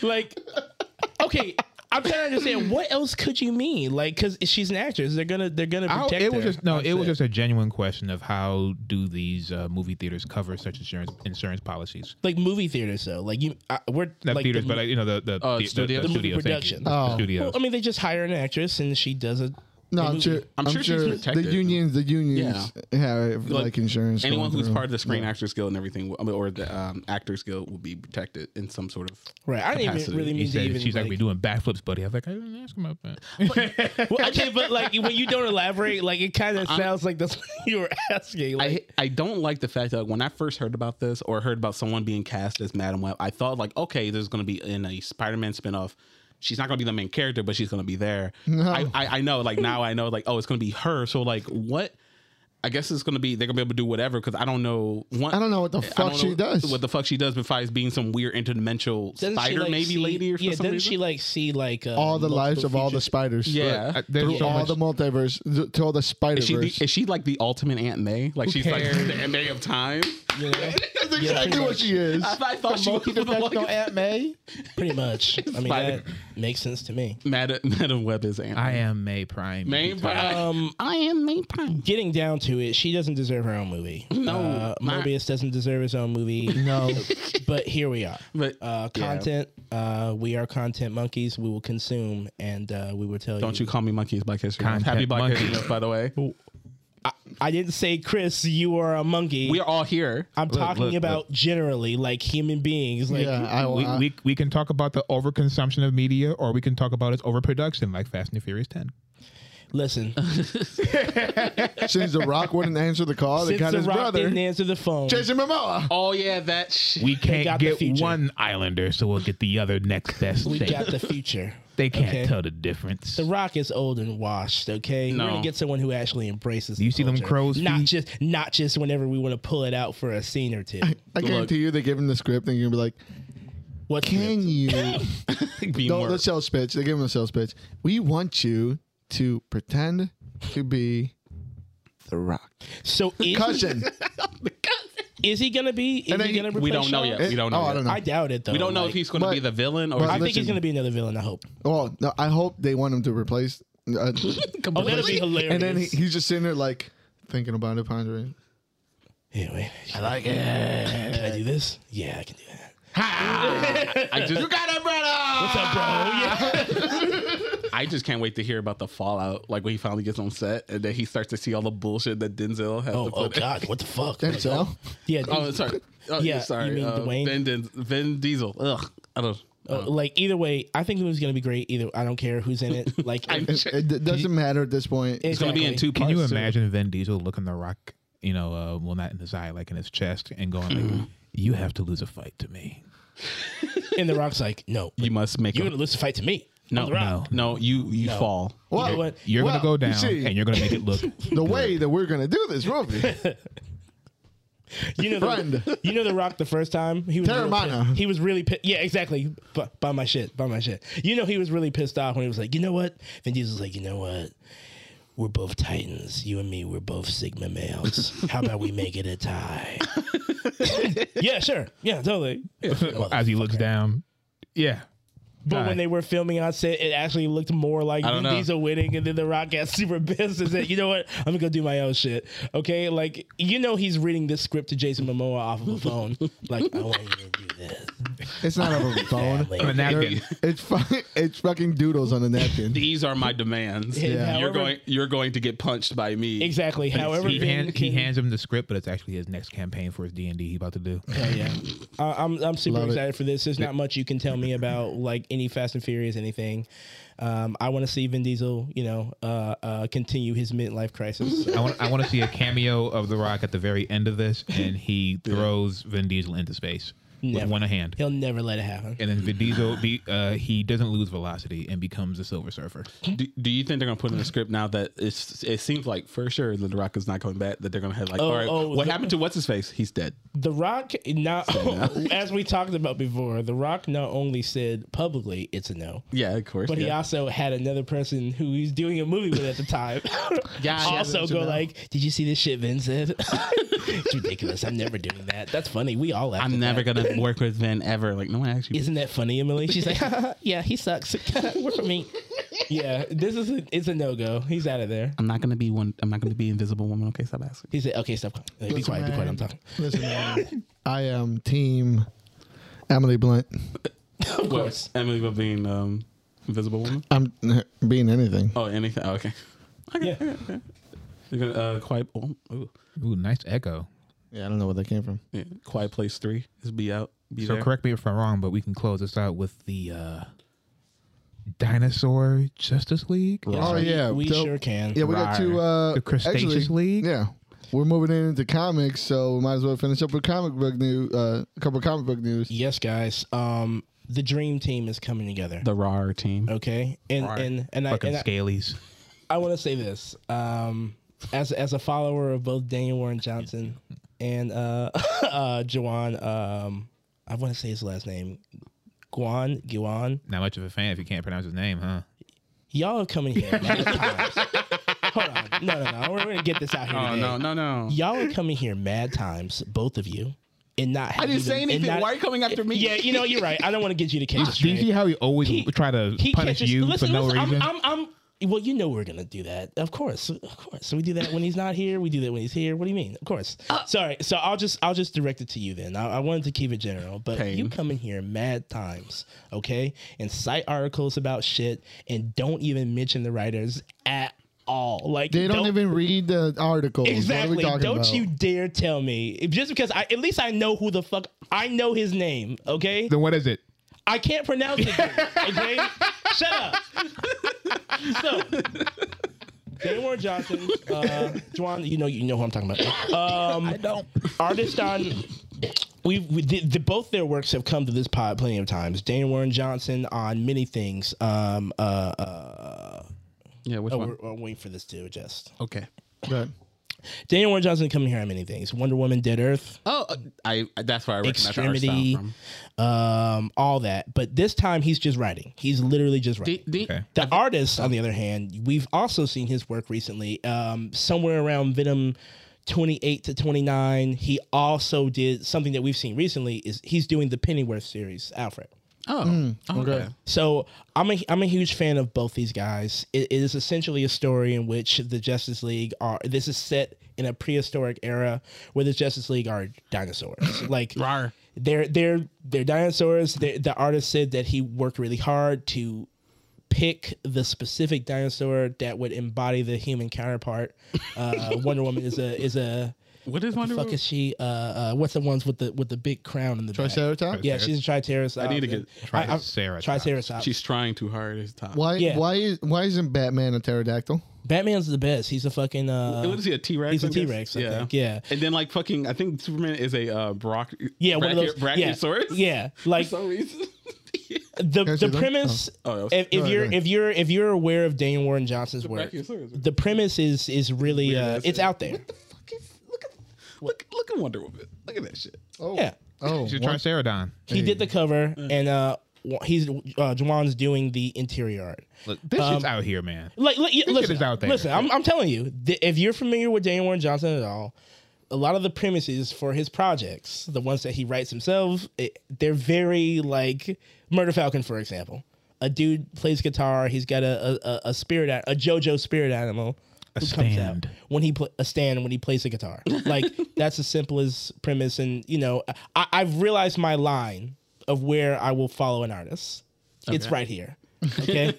[SPEAKER 3] like okay i'm trying to understand what else could you mean like because she's an actress they're gonna they're gonna
[SPEAKER 1] I-
[SPEAKER 3] [laughs] protect
[SPEAKER 1] it was
[SPEAKER 3] her.
[SPEAKER 1] just no.
[SPEAKER 3] That's
[SPEAKER 1] It was just a genuine question of how do these uh, movie theaters cover such insurance insurance policies?
[SPEAKER 3] like movie theaters though like you I, we're
[SPEAKER 1] Not
[SPEAKER 3] like
[SPEAKER 1] theaters,
[SPEAKER 3] the,
[SPEAKER 1] but like, you know the the,
[SPEAKER 2] Uh,
[SPEAKER 1] the,
[SPEAKER 2] studios?
[SPEAKER 1] the, the
[SPEAKER 2] The movie
[SPEAKER 1] studios, thank you.
[SPEAKER 3] production.
[SPEAKER 1] The
[SPEAKER 4] Oh.
[SPEAKER 3] well,
[SPEAKER 1] studios.
[SPEAKER 3] i mean they just hire an actress and she does a the
[SPEAKER 4] No, I'm
[SPEAKER 3] movie.
[SPEAKER 4] sure. I'm,
[SPEAKER 2] I'm sure she's
[SPEAKER 4] sure, the
[SPEAKER 2] protected.
[SPEAKER 4] unions, the unions have like,
[SPEAKER 2] Like,
[SPEAKER 4] insurance.
[SPEAKER 2] Anyone
[SPEAKER 4] going
[SPEAKER 2] who's
[SPEAKER 4] through.
[SPEAKER 2] part of the Screen Actors Guild and everything, I mean, or the um, Actors Guild, will be protected in some sort of.
[SPEAKER 3] right i didn't even
[SPEAKER 2] Capacity.
[SPEAKER 3] really
[SPEAKER 1] He
[SPEAKER 3] mean to
[SPEAKER 1] said
[SPEAKER 3] even
[SPEAKER 1] she's like,
[SPEAKER 3] like,
[SPEAKER 1] "We doing backflips, buddy." I was like, "I didn't ask him about that."
[SPEAKER 3] well, okay but like when you don't elaborate like it kind of sounds like that's what you were asking like
[SPEAKER 2] I I don't like the fact that when I first heard about this or heard about someone being cast as Madam Web, I thought like, okay, there's going to be in a Spider-Man spinoff. She's not going to be the main character, but she's going to be
[SPEAKER 4] [laughs]
[SPEAKER 2] there. I, I I know like now I know like oh it's going to be her. So like what? I guess it's going to be they're going to be able to do whatever because I don't know. One,
[SPEAKER 4] I don't know what the
[SPEAKER 2] I
[SPEAKER 4] fuck
[SPEAKER 2] don't
[SPEAKER 4] she
[SPEAKER 2] know
[SPEAKER 4] does.
[SPEAKER 2] What the fuck she does besides being some weird interdimensional
[SPEAKER 3] doesn't she,
[SPEAKER 2] spider
[SPEAKER 3] like,
[SPEAKER 2] maybe
[SPEAKER 3] see-
[SPEAKER 2] lady or for
[SPEAKER 3] yeah
[SPEAKER 2] some
[SPEAKER 3] doesn't
[SPEAKER 2] reason.
[SPEAKER 3] she like see like uh,
[SPEAKER 4] all the lives
[SPEAKER 3] multiple
[SPEAKER 4] of all the
[SPEAKER 3] features?
[SPEAKER 4] spiders.
[SPEAKER 2] yeah.
[SPEAKER 1] I- there's
[SPEAKER 4] To
[SPEAKER 1] so
[SPEAKER 4] all
[SPEAKER 1] much.
[SPEAKER 4] the multiverse, th- to all the spider
[SPEAKER 2] is she
[SPEAKER 4] verse.
[SPEAKER 2] the, is she like the ultimate Aunt May? Like she's like
[SPEAKER 3] cares?
[SPEAKER 2] the Aunt May of time.
[SPEAKER 3] you know?
[SPEAKER 4] That's exactly what she is.
[SPEAKER 2] I, I thought she was the
[SPEAKER 4] Multidimensional
[SPEAKER 2] one-
[SPEAKER 4] Aunt May.
[SPEAKER 3] pretty much i mean
[SPEAKER 2] Spider-
[SPEAKER 3] that makes sense to me
[SPEAKER 2] Madam, Madam Web is Aunt
[SPEAKER 1] I am May Prime.
[SPEAKER 2] May Prime.
[SPEAKER 3] um
[SPEAKER 2] I am May Prime.
[SPEAKER 3] getting down to it, she doesn't deserve her own movie.
[SPEAKER 2] No,
[SPEAKER 3] uh,
[SPEAKER 2] not-
[SPEAKER 3] Mobius doesn't deserve his own movie. No, [laughs] but here we are.
[SPEAKER 2] But
[SPEAKER 3] Uh,
[SPEAKER 2] yeah.
[SPEAKER 3] content. Uh, we are content monkeys. We will consume, and uh, we will tell
[SPEAKER 2] Don't you call me monkeys Black History Month.
[SPEAKER 1] Content
[SPEAKER 2] Happy Black
[SPEAKER 1] monkeys.
[SPEAKER 2] History Month, by the way.
[SPEAKER 3] I didn't say Chris. You are a monkey.
[SPEAKER 2] We are all here.
[SPEAKER 3] I'm talking
[SPEAKER 1] look,
[SPEAKER 3] about generally, like human beings. Like
[SPEAKER 4] Yeah, I,
[SPEAKER 1] we,
[SPEAKER 4] I,
[SPEAKER 1] we, we can talk about the overconsumption of media, or we can talk about its overproduction, like Fast and the Furious Ten.
[SPEAKER 4] [laughs]
[SPEAKER 3] listen,
[SPEAKER 4] since The Rock wouldn't answer the call, they
[SPEAKER 3] since
[SPEAKER 4] got
[SPEAKER 3] the
[SPEAKER 4] his
[SPEAKER 3] rock
[SPEAKER 4] brother,
[SPEAKER 3] didn't answer the phone,
[SPEAKER 4] Jason Momoa.
[SPEAKER 2] Oh yeah, that shit.
[SPEAKER 1] We can't
[SPEAKER 3] got the
[SPEAKER 1] get
[SPEAKER 3] feature.
[SPEAKER 1] one Islander, so we'll get the other [laughs] next best
[SPEAKER 3] we
[SPEAKER 1] thing.
[SPEAKER 2] [laughs]
[SPEAKER 3] got the future.
[SPEAKER 1] they can't
[SPEAKER 3] okay.
[SPEAKER 1] tell the difference.
[SPEAKER 3] The Rock is old and washed. Okay,
[SPEAKER 2] No.
[SPEAKER 3] we're gonna get someone who actually embraces.
[SPEAKER 1] You
[SPEAKER 3] the
[SPEAKER 1] see them
[SPEAKER 3] culture.
[SPEAKER 1] crow's
[SPEAKER 3] not
[SPEAKER 1] feet?
[SPEAKER 3] just not just whenever we want to pull it out for a scene or two.
[SPEAKER 4] I guarantee you, they give him the script and you're gonna be like,
[SPEAKER 3] What
[SPEAKER 4] "Can you?"
[SPEAKER 2] Be
[SPEAKER 4] no,
[SPEAKER 2] more- [laughs]
[SPEAKER 4] the sales pitch. They give him a sales pitch. We want you to pretend to be The Rock
[SPEAKER 3] So is he,
[SPEAKER 4] cousin.
[SPEAKER 3] is he gonna be? Is
[SPEAKER 4] And then
[SPEAKER 3] he gonna?
[SPEAKER 4] he-
[SPEAKER 3] Replace
[SPEAKER 2] we don't know
[SPEAKER 3] Shaw?
[SPEAKER 2] yet. We don't know.
[SPEAKER 4] oh,
[SPEAKER 2] yet.
[SPEAKER 4] I don't know.
[SPEAKER 3] I doubt it though.
[SPEAKER 2] We don't know
[SPEAKER 3] Like,
[SPEAKER 2] if he's going to
[SPEAKER 4] but-
[SPEAKER 2] be the villain or.
[SPEAKER 4] but
[SPEAKER 2] if
[SPEAKER 3] I think
[SPEAKER 4] Listen.
[SPEAKER 3] he's gonna be another villain. I hope.
[SPEAKER 4] oh no, I hope they want him to replace. Uh,
[SPEAKER 3] Oh, that'll be hilarious.
[SPEAKER 4] and then he, he's just sitting there like thinking about it, pondering.
[SPEAKER 3] anyway, I like it. Can I do this? Yeah, I can do that.
[SPEAKER 2] I just you got umbrella.
[SPEAKER 3] What's up, bro? Yeah.
[SPEAKER 2] I just can't wait to hear about the fallout. Like when he finally gets on set and then he starts to see all the bullshit that Denzel has
[SPEAKER 3] Oh,
[SPEAKER 2] to put.
[SPEAKER 4] [laughs]
[SPEAKER 3] oh
[SPEAKER 2] in.
[SPEAKER 3] God, what the fuck?
[SPEAKER 4] That's all.
[SPEAKER 3] Yeah.
[SPEAKER 2] Oh, sorry. Oh,
[SPEAKER 3] Yeah,
[SPEAKER 2] yeah, sorry.
[SPEAKER 3] you mean
[SPEAKER 2] uh,
[SPEAKER 3] Dwayne?
[SPEAKER 2] Vin, Din- Vin Diesel. Ugh, I don't.
[SPEAKER 3] Uh, like either way, I think it was gonna be great. Either I don't care who's in it.
[SPEAKER 2] [laughs]
[SPEAKER 3] Like
[SPEAKER 2] I-
[SPEAKER 4] It, it d- doesn't matter at this point.
[SPEAKER 2] It's going to be in two
[SPEAKER 1] Can
[SPEAKER 2] parts.
[SPEAKER 1] you
[SPEAKER 2] so-
[SPEAKER 1] imagine Vin Diesel looking the Rock, you know, uh, well not in his eye, like in his chest, and going like, "You have to lose a fight to me."
[SPEAKER 3] And The Rock's like, no,
[SPEAKER 2] You must make.
[SPEAKER 3] you're
[SPEAKER 2] a-
[SPEAKER 3] gonna lose the fight to me. I'm
[SPEAKER 2] No,
[SPEAKER 3] The Rock.
[SPEAKER 2] no, no. You you fall.
[SPEAKER 4] Well,
[SPEAKER 3] know what?
[SPEAKER 1] You're gonna
[SPEAKER 4] well,
[SPEAKER 1] go down,
[SPEAKER 4] You see,
[SPEAKER 1] and you're gonna make it [laughs] look.
[SPEAKER 4] the way that we're gonna do this movie.
[SPEAKER 3] You know, the,
[SPEAKER 4] Friend.
[SPEAKER 3] [laughs] you know the Rock the first time he was really
[SPEAKER 4] Terramana.
[SPEAKER 3] pissed- he was really pissed. Yeah, exactly. Bu- Buy my shit. Buy my shit. You know he was really pissed off when he was like, you know what? Vin Diesel was like, you know what? We're both Titans. You and me, we're both Sigma males. How about we make it
[SPEAKER 2] [laughs]
[SPEAKER 3] a tie? [laughs] yeah, sure. Yeah, totally.
[SPEAKER 1] [laughs] as he looks down, yeah.
[SPEAKER 3] But
[SPEAKER 1] All
[SPEAKER 3] when
[SPEAKER 1] right.
[SPEAKER 3] they were filming on set, it actually looked more like
[SPEAKER 2] don't
[SPEAKER 3] Vin
[SPEAKER 2] know.
[SPEAKER 3] Diesel winning, and then The Rock got [laughs] super pissed and said, "You know what? I'm gonna go do my own shit." Okay, [laughs] like you know, he's reading this script to Jason Momoa off of a phone. Like I want you to do this.
[SPEAKER 4] It's not a phone.
[SPEAKER 1] I'm a napkin.
[SPEAKER 4] It's fucking, [laughs] it's fucking doodles on
[SPEAKER 2] [laughs]
[SPEAKER 4] a napkin.
[SPEAKER 2] These are my demands.
[SPEAKER 3] Yeah.
[SPEAKER 2] you're
[SPEAKER 3] However-
[SPEAKER 2] going. You're going to get punched by me.
[SPEAKER 3] Exactly. However,
[SPEAKER 1] He,
[SPEAKER 3] Ben
[SPEAKER 1] hand, he
[SPEAKER 3] can-
[SPEAKER 1] hands him the script, but it's actually his next campaign for his D and D he about to do.
[SPEAKER 3] Oh, yeah. Uh, I'm I'm super
[SPEAKER 4] Love it.
[SPEAKER 3] excited for this. There's not much you can tell me about like any Fast and Furious anything. Um, I want to see Vin Diesel, you know, uh, uh, continue his midlife
[SPEAKER 1] [laughs]
[SPEAKER 3] crisis. So,
[SPEAKER 1] I want I want to see a cameo of The Rock at the very end of [laughs] this, and he throws Vin Diesel into space
[SPEAKER 3] Never.
[SPEAKER 1] with one hand.
[SPEAKER 3] he'll never let it happen.
[SPEAKER 1] And then Vin Diesel, be, uh, he doesn't lose velocity and becomes the Silver Surfer.
[SPEAKER 2] Do, do you think they're gonna put in the script now that it's? It seems like for sure that the Rock is not coming back. That they're gonna have like, all right,
[SPEAKER 3] oh,
[SPEAKER 2] what
[SPEAKER 3] the-
[SPEAKER 2] happened to what's his face? He's dead.
[SPEAKER 3] The Rock, now, [laughs] as we talked about before, The Rock not only said publicly it's a no,
[SPEAKER 2] Yeah, of course.
[SPEAKER 3] but he
[SPEAKER 2] yeah.
[SPEAKER 3] also had another person who he's doing a movie with at the time.
[SPEAKER 2] Yeah, I
[SPEAKER 3] also
[SPEAKER 2] haven't
[SPEAKER 3] go
[SPEAKER 2] seen that.
[SPEAKER 3] like, did you see this shit Vin said? [laughs] it's ridiculous. I'm never doing that. That's funny. We all. laughed
[SPEAKER 2] I'm
[SPEAKER 3] at
[SPEAKER 2] never
[SPEAKER 3] that. [laughs]
[SPEAKER 2] gonna work with Vin ever. Like no one actually.
[SPEAKER 3] Isn't that funny, Emily? She's like, [laughs] yeah, he sucks. [laughs] Work for me. Yeah, this is a, it's a no go. He's out of there.
[SPEAKER 2] I'm not gonna be one. I'm not gonna be Invisible Woman. Okay, stop asking.
[SPEAKER 3] He said, okay, stop. Like, be quiet. Be quiet. I'm talking. [laughs]
[SPEAKER 4] Listen, man, I am team Emily Blunt.
[SPEAKER 3] Of course.
[SPEAKER 2] Emily but being um, Invisible Woman.
[SPEAKER 4] I'm being anything.
[SPEAKER 2] Oh, anything. Oh, okay.
[SPEAKER 3] Yeah.
[SPEAKER 2] You're gonna uh, quiet. Oh, ooh.
[SPEAKER 1] Ooh, nice echo.
[SPEAKER 4] Yeah, I don't know where that came from.
[SPEAKER 2] Yeah. Quiet Place Three is be out. Be
[SPEAKER 1] So
[SPEAKER 2] there.
[SPEAKER 1] correct me if I'm wrong, but we can close this out with the uh, Dinosaur Justice League.
[SPEAKER 4] Oh yeah,
[SPEAKER 3] We
[SPEAKER 4] So-
[SPEAKER 3] sure can.
[SPEAKER 4] Yeah, we got two. Uh,
[SPEAKER 1] The Crustaceous
[SPEAKER 4] actually,
[SPEAKER 1] League?
[SPEAKER 4] Yeah, we're moving into comics, so we might as well finish up with comic book news. Uh, a couple of comic book news.
[SPEAKER 3] Yes, guys. Um, the dream team is coming together.
[SPEAKER 2] The RAR team.
[SPEAKER 3] Okay, and and and I
[SPEAKER 1] Fucking
[SPEAKER 3] and I,
[SPEAKER 1] scalies.
[SPEAKER 3] I want to say this. Um, as as a follower of both Daniel Warren Johnson and uh, [laughs] uh, Jawan, um, I want to say his last name, Guan Guan.
[SPEAKER 1] Not much of a fan if you can't pronounce his name, huh?
[SPEAKER 3] Y'all have come in here.
[SPEAKER 2] [laughs]
[SPEAKER 3] mad times. Hold on. No, no, no. We're going to get this out here.
[SPEAKER 2] Oh
[SPEAKER 3] today.
[SPEAKER 2] no no no!
[SPEAKER 3] Y'all are coming here mad times, both of you, and not.
[SPEAKER 2] I
[SPEAKER 3] have
[SPEAKER 2] didn't
[SPEAKER 3] even-
[SPEAKER 2] say
[SPEAKER 3] and
[SPEAKER 2] anything.
[SPEAKER 3] not-
[SPEAKER 2] Why are you coming after me?
[SPEAKER 3] Yeah, you know, you're right. I don't want to get you to catch us.
[SPEAKER 1] Do you see how he always try to punish you for no reason?
[SPEAKER 3] I'm, I'm, I'm, well, you know we're gonna do that, of course, of course. So we do that when he's not here. We do that when he's here. What do you mean? Of course. Sorry. So I'll just I'll just direct it to you then. I, I wanted to keep it general, but
[SPEAKER 2] Pain.
[SPEAKER 3] you come in here mad times, okay, and cite articles about shit, and don't even mention the writers at all. Like
[SPEAKER 4] They don't, even read the articles.
[SPEAKER 3] Exactly.
[SPEAKER 4] What are we talking
[SPEAKER 3] Don't
[SPEAKER 4] about?
[SPEAKER 3] you dare tell me. If- Just because I at least I know who the fuck I know his name, okay?
[SPEAKER 1] then what is it?
[SPEAKER 3] I can't pronounce it. Okay? Shut up. So Dane Warren Johnson, uh Juan, you know you know who I'm talking about. Um I don't. Artist on we, we the, the, both their works have come to this pod plenty of times. Dane Warren Johnson on many things. Um uh, uh
[SPEAKER 2] Yeah, which
[SPEAKER 3] oh,
[SPEAKER 2] one?
[SPEAKER 3] we're, we're waiting for this to adjust.
[SPEAKER 2] Okay.
[SPEAKER 4] But
[SPEAKER 3] Daniel Warren Johnson coming here on many things. Wonder Woman, Dead Earth,
[SPEAKER 2] Oh, uh, I that's where I recognize Extremity.
[SPEAKER 3] Extremity,
[SPEAKER 2] from.
[SPEAKER 3] um, all that. But this time he's just writing. He's literally just writing. The,
[SPEAKER 1] Okay.
[SPEAKER 3] artist, on the other hand, we've also seen his work recently. Um, somewhere around Venom 28 to 29, he also did something that we've seen recently is he's doing the Pennyworth series, Alfred.
[SPEAKER 2] Oh,
[SPEAKER 3] Mm,
[SPEAKER 2] okay.
[SPEAKER 4] okay.
[SPEAKER 3] So I'm a I'm a huge fan of both these guys. It, it is essentially a story in which the Justice League are. This is set in a prehistoric era where the Justice League are dinosaurs. like
[SPEAKER 2] Rar.
[SPEAKER 3] they're they're they're dinosaurs. they the artist said that he worked really hard to pick the specific dinosaur that would embody the human counterpart. Uh, Wonder Woman is a is a
[SPEAKER 2] What is Wonder
[SPEAKER 3] fuck
[SPEAKER 2] Woman?
[SPEAKER 3] is she? Uh, uh, what's the ones with the with the big crown in the back?
[SPEAKER 4] Triceratops.
[SPEAKER 3] Yeah, she's a triceratops. I
[SPEAKER 2] need to get-
[SPEAKER 3] I- I-
[SPEAKER 1] Triceratops.
[SPEAKER 3] Triceratops.
[SPEAKER 2] She's trying too hard. It's top.
[SPEAKER 4] Why?
[SPEAKER 3] Yeah.
[SPEAKER 4] Why is? Why isn't Batman a pterodactyl?
[SPEAKER 3] Batman's the best. He's a fucking uh
[SPEAKER 2] What is he? A T Rex.
[SPEAKER 3] he's a T-Rex, I think, yeah.
[SPEAKER 2] And then like fucking, I think Superman is a uh, Brock.
[SPEAKER 3] yeah, one of those yeah,
[SPEAKER 2] Brachiosaurus. [laughs]
[SPEAKER 3] yeah. Like
[SPEAKER 2] For some [laughs] reason.
[SPEAKER 3] the
[SPEAKER 4] I
[SPEAKER 3] the
[SPEAKER 4] see them?
[SPEAKER 3] premise
[SPEAKER 2] Oh,
[SPEAKER 3] if, if
[SPEAKER 4] ahead,
[SPEAKER 3] you're
[SPEAKER 4] go ahead.
[SPEAKER 3] if you're if you're aware of Dane Warren Johnson's work,
[SPEAKER 2] Brachiosaurus.
[SPEAKER 3] the premise is is really uh
[SPEAKER 2] Weird-ass shit.
[SPEAKER 3] it's out there.
[SPEAKER 2] What the fuck is? Look at look look at Wonder Woman. Look at that shit.
[SPEAKER 4] Oh.
[SPEAKER 3] Yeah.
[SPEAKER 4] Oh.
[SPEAKER 1] It's a
[SPEAKER 4] one-
[SPEAKER 1] Tricerodon.
[SPEAKER 3] He did the cover
[SPEAKER 2] Mm.
[SPEAKER 3] and uh wa- he's uh Juwan's doing the interior art.
[SPEAKER 1] Look, this shit's out here, man.
[SPEAKER 3] Like, li- listen,
[SPEAKER 1] is out there.
[SPEAKER 3] listen. I'm, I'm telling you, th- if you're familiar with Daniel Warren Johnson at all, a lot of the premises for his projects, the ones that he writes himself, it, they're very like Murder Falcon, for example. A dude plays guitar. He's got a a, a- a spirit, a- a JoJo spirit animal. A
[SPEAKER 1] stand.
[SPEAKER 3] when he pl- a stand when he plays the
[SPEAKER 1] [laughs]
[SPEAKER 3] guitar. Like that's the simplest premise, and you know, I, I've realized my line of where I will follow an artist. It's right here.
[SPEAKER 2] [laughs]
[SPEAKER 3] Okay.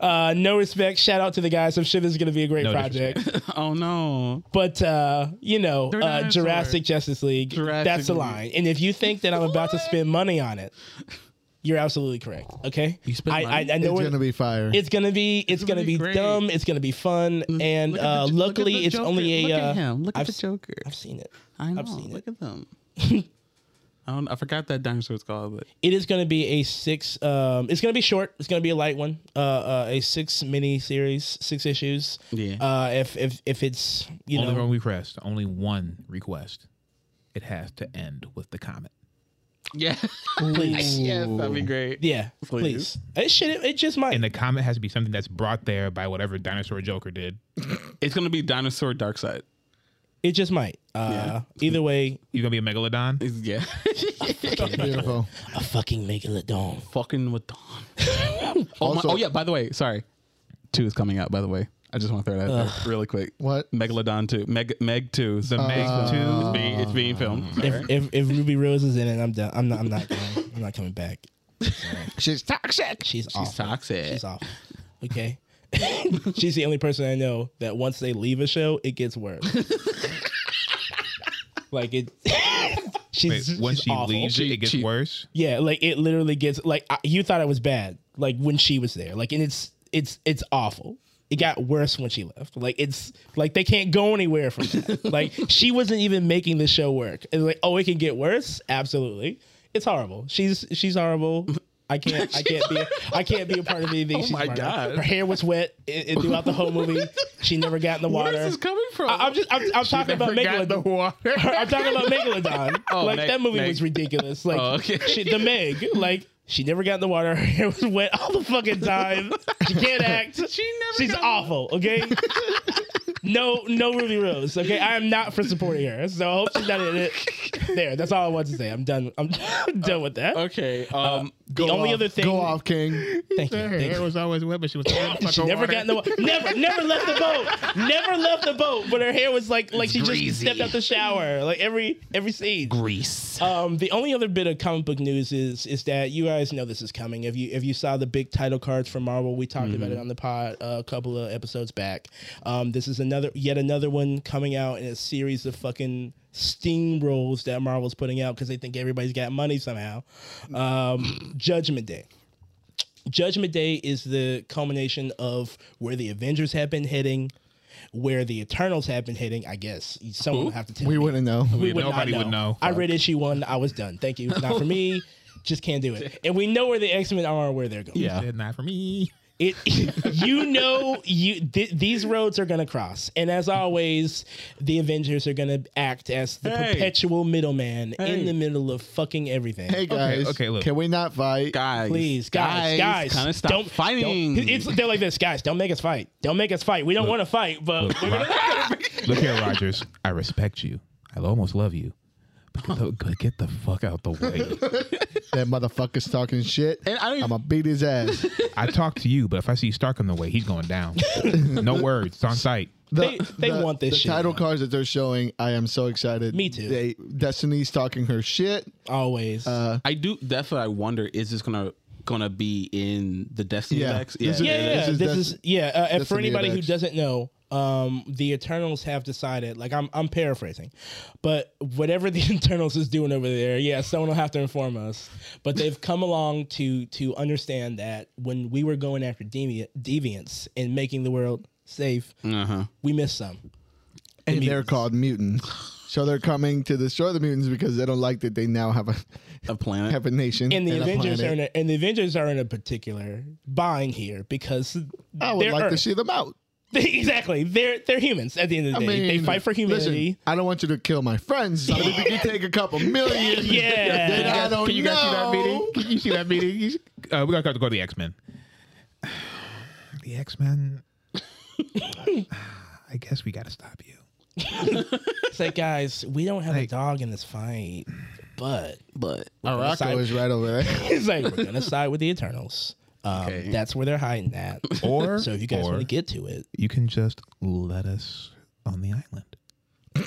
[SPEAKER 3] uh, no respect. Shout out to the guys. I'm sure this is going to be a great
[SPEAKER 1] No
[SPEAKER 3] project.
[SPEAKER 2] Oh no.
[SPEAKER 3] But uh, you know,
[SPEAKER 2] They're
[SPEAKER 3] uh,
[SPEAKER 2] dinosaurs.
[SPEAKER 3] Jurassic Justice League.
[SPEAKER 2] Jurassic
[SPEAKER 3] that's the
[SPEAKER 2] League.
[SPEAKER 3] line. And if you think that I'm about to spend money on it, you're absolutely correct. Okay.
[SPEAKER 2] You spend
[SPEAKER 3] I,
[SPEAKER 2] money?
[SPEAKER 3] I, I know
[SPEAKER 4] it's
[SPEAKER 3] it's
[SPEAKER 4] gonna be fire.
[SPEAKER 3] it's gonna be it's, gonna,
[SPEAKER 2] gonna
[SPEAKER 3] be,
[SPEAKER 2] be great.
[SPEAKER 3] dumb. It's gonna be fun, and
[SPEAKER 2] Look at
[SPEAKER 3] uh,
[SPEAKER 2] the- look at
[SPEAKER 3] luckily
[SPEAKER 2] the
[SPEAKER 3] it's
[SPEAKER 2] Joker.
[SPEAKER 3] only a.
[SPEAKER 2] Look
[SPEAKER 3] uh,
[SPEAKER 2] at him. Look
[SPEAKER 3] I've
[SPEAKER 2] at the
[SPEAKER 3] s-
[SPEAKER 2] Joker.
[SPEAKER 3] I've seen it.
[SPEAKER 2] I know.
[SPEAKER 3] I've seen
[SPEAKER 2] look
[SPEAKER 3] it.
[SPEAKER 2] at
[SPEAKER 3] [laughs]
[SPEAKER 2] them. I don't. I forgot that dinosaur was called, but [laughs]
[SPEAKER 3] It is gonna be a six. Um, it's gonna be short. It's gonna be a light one. Uh, uh a six mini series, six issues.
[SPEAKER 2] Yeah.
[SPEAKER 3] Uh, if if if it's you
[SPEAKER 1] only
[SPEAKER 3] know
[SPEAKER 1] one request. Only one request. It has to end with the comment.
[SPEAKER 2] yeah,
[SPEAKER 3] please
[SPEAKER 2] yes, that'd be great.
[SPEAKER 3] yeah please
[SPEAKER 2] Please.
[SPEAKER 3] it should it just might
[SPEAKER 1] And the comment has to be something that's brought there by whatever dinosaur Joker did.
[SPEAKER 2] It's gonna be dinosaur dark side.
[SPEAKER 3] It just might. Uh, Either way,
[SPEAKER 1] You gonna be a megalodon?
[SPEAKER 2] It's- yeah, [laughs]
[SPEAKER 4] Beautiful.
[SPEAKER 3] a fucking megalodon.
[SPEAKER 2] fucking
[SPEAKER 4] [laughs]
[SPEAKER 2] with Dawn. oh, my-
[SPEAKER 4] Also-
[SPEAKER 2] oh yeah. By the way, sorry. Two is coming out. By the way, I just want to throw that out there really quick.
[SPEAKER 4] What? Oh.
[SPEAKER 2] Megalodon two, Meg Meg two,
[SPEAKER 1] The
[SPEAKER 2] It's
[SPEAKER 1] Meg
[SPEAKER 2] [laughs] being, it's being filmed.
[SPEAKER 4] [laughs]
[SPEAKER 3] If, if if Ruby Rose is in it, I'm done. I'm not. I'm not. Going. I'm not coming back.
[SPEAKER 4] She's toxic.
[SPEAKER 3] She's
[SPEAKER 2] She's
[SPEAKER 3] off.
[SPEAKER 2] toxic.
[SPEAKER 3] She's off. Okay. [laughs] She's the only person I know that once they leave a show, it gets worse. like it. [laughs] she's
[SPEAKER 1] Wait, once
[SPEAKER 3] she's
[SPEAKER 1] she
[SPEAKER 3] awful.
[SPEAKER 1] leaves, it,
[SPEAKER 2] She-
[SPEAKER 1] it gets
[SPEAKER 2] she-
[SPEAKER 1] worse.
[SPEAKER 3] Yeah, like it literally gets like I, you thought it was bad, like when she was there, like and it's it's it's awful. It got worse when she left. Like it's like they can't go anywhere from
[SPEAKER 2] [laughs]
[SPEAKER 3] that. like she wasn't even making the show work. It's like oh, it can get worse. Absolutely, it's horrible. She's she's horrible. I can't I can't be a, I can't be a part of anything.
[SPEAKER 2] Oh
[SPEAKER 3] she's
[SPEAKER 2] my
[SPEAKER 3] part of.
[SPEAKER 2] God.
[SPEAKER 3] her hair was wet it, it, throughout the whole movie. She never got in the water.
[SPEAKER 2] Where is this coming from?
[SPEAKER 3] I, am just I'm, I'm talking about
[SPEAKER 2] forgot
[SPEAKER 3] megalodon.
[SPEAKER 2] the water.
[SPEAKER 3] I'm talking about Megalodon.
[SPEAKER 2] [laughs] Oh,
[SPEAKER 3] like
[SPEAKER 2] Meg-
[SPEAKER 3] that movie
[SPEAKER 2] Meg.
[SPEAKER 3] was ridiculous. Like
[SPEAKER 2] Oh, okay.
[SPEAKER 3] she,
[SPEAKER 2] [laughs]
[SPEAKER 3] the Meg, like she never got in the water. [laughs] Her hair was wet all the fucking time. She can't act.
[SPEAKER 2] [laughs] She never
[SPEAKER 3] She's
[SPEAKER 2] got-
[SPEAKER 3] awful. Okay. No, no Ruby Rose. Okay, I am not for supporting her. So I hope she's not
[SPEAKER 2] [laughs]
[SPEAKER 3] in it. There, that's all I want to say. I'm done. I'm, [laughs] done with
[SPEAKER 2] [laughs]
[SPEAKER 3] that.
[SPEAKER 2] Okay. Um.
[SPEAKER 3] The only other thing.
[SPEAKER 4] Uh, Go off, King.
[SPEAKER 3] Thank you. Thank you.
[SPEAKER 1] was always wet, but she was "Oh,
[SPEAKER 3] She never got in the water. Never, never left the boat. Never left the boat. But her hair was like, like she just
[SPEAKER 2] greasy.
[SPEAKER 3] stepped out the shower. Like every, every scene.
[SPEAKER 2] Greece.
[SPEAKER 3] Um, the only other bit of comic book news is is that you guys know this is coming. If you if you saw the big title cards for Marvel, we talked about it on the pod uh, a couple of episodes back. Um, this is another yet another one coming out in a series of fucking steamrolls that Marvel's putting out because they think everybody's got money somehow. Um, Judgment Day. Judgment Day is the culmination of where the Avengers have been heading, where the Eternals have been heading. I guess someone will have to tell
[SPEAKER 4] We
[SPEAKER 3] me.
[SPEAKER 4] wouldn't know.
[SPEAKER 3] [laughs] We would
[SPEAKER 1] Nobody
[SPEAKER 3] not
[SPEAKER 1] would know.
[SPEAKER 3] I read issue one. I was done. Thank you. Not for me. Just can't do it. And we know where the X Men are, and where they're going.
[SPEAKER 2] Yeah.
[SPEAKER 1] Said not for me.
[SPEAKER 3] It, [laughs] you know, you th- these roads are gonna cross, and as always, the Avengers are gonna act as the
[SPEAKER 2] Hey.
[SPEAKER 3] perpetual middleman
[SPEAKER 2] Hey.
[SPEAKER 3] in the middle of fucking everything.
[SPEAKER 4] Hey guys.
[SPEAKER 1] okay, look.
[SPEAKER 4] Can we not fight?
[SPEAKER 2] Guys.
[SPEAKER 3] Please, guys, guys,
[SPEAKER 2] kind of stop
[SPEAKER 3] don't-
[SPEAKER 2] fighting.
[SPEAKER 3] don't- it's, they're like this, guys. Don't make us fight. Don't make us fight. We don't want to fight, but
[SPEAKER 1] Look,
[SPEAKER 3] we're gonna-
[SPEAKER 1] Ro- look here, Rogers. I respect you. I almost love you. But get the, but get the fuck out the way.
[SPEAKER 4] That motherfucker's talking shit.
[SPEAKER 2] And I don't even-
[SPEAKER 4] I'm gonna beat his ass.
[SPEAKER 1] I talk to you, but if I see Stark in the way, he's going down. No words. It's on site.
[SPEAKER 3] [laughs] They- they want this
[SPEAKER 4] the
[SPEAKER 3] shit,
[SPEAKER 4] title
[SPEAKER 3] man.
[SPEAKER 4] cards that they're showing. I am so excited.
[SPEAKER 3] Me too.
[SPEAKER 4] They, Destiny's talking her shit.
[SPEAKER 3] always.
[SPEAKER 4] Uh.
[SPEAKER 2] I do. That's what I wonder. Is this gonna gonna be in the Destiny
[SPEAKER 4] Yeah.
[SPEAKER 2] decks?
[SPEAKER 4] This is-
[SPEAKER 3] yeah, yeah.
[SPEAKER 4] this
[SPEAKER 3] This,
[SPEAKER 4] is- that's-
[SPEAKER 3] is yeah. Uh, and
[SPEAKER 4] that's
[SPEAKER 3] for
[SPEAKER 4] the
[SPEAKER 3] anybody who
[SPEAKER 4] Neodex.
[SPEAKER 3] doesn't know, um, the Eternals have decided. Like I'm, I'm paraphrasing, but whatever [laughs] the Eternals is doing over there, yeah, someone will have to inform us. But they've come along to to understand that when we were going after devi- deviants and making the world safe,
[SPEAKER 2] Uh huh.
[SPEAKER 3] we missed some.
[SPEAKER 4] and they're called mutants. So they're coming to destroy the mutants because they don't like that they now have a [laughs]
[SPEAKER 2] A planet.
[SPEAKER 4] have a nation.
[SPEAKER 3] And the
[SPEAKER 4] a
[SPEAKER 3] Avengers are
[SPEAKER 4] planet.
[SPEAKER 3] in a, and the Avengers are in a particular bind here because
[SPEAKER 4] I would
[SPEAKER 3] they're
[SPEAKER 4] like to
[SPEAKER 3] Earth.
[SPEAKER 4] see them out.
[SPEAKER 3] [laughs] exactly they're they're humans at the end of the day.
[SPEAKER 4] I mean,
[SPEAKER 3] they fight for humanity.
[SPEAKER 4] Listen, I don't want you to kill my friends, but if you
[SPEAKER 3] [laughs]
[SPEAKER 4] take a couple million,
[SPEAKER 3] Yeah.
[SPEAKER 4] then I don't
[SPEAKER 1] Can you
[SPEAKER 4] know.
[SPEAKER 1] guys see that meeting? Can you see that meeting? You should- Uh, we gotta go to go to the X Men. The X Men. [sighs] I guess we gotta stop you.
[SPEAKER 3] [laughs] It's like, guys, we don't have a
[SPEAKER 1] Like-
[SPEAKER 3] dog in this fight, but
[SPEAKER 2] but
[SPEAKER 4] Morocco is right over there.
[SPEAKER 3] [laughs] it's like we're gonna side with the Eternals. Um,
[SPEAKER 2] Okay.
[SPEAKER 3] That's where they're hiding at.
[SPEAKER 1] Or
[SPEAKER 3] So if you guys
[SPEAKER 1] or
[SPEAKER 3] want to get to it,
[SPEAKER 1] you can just let us on the island.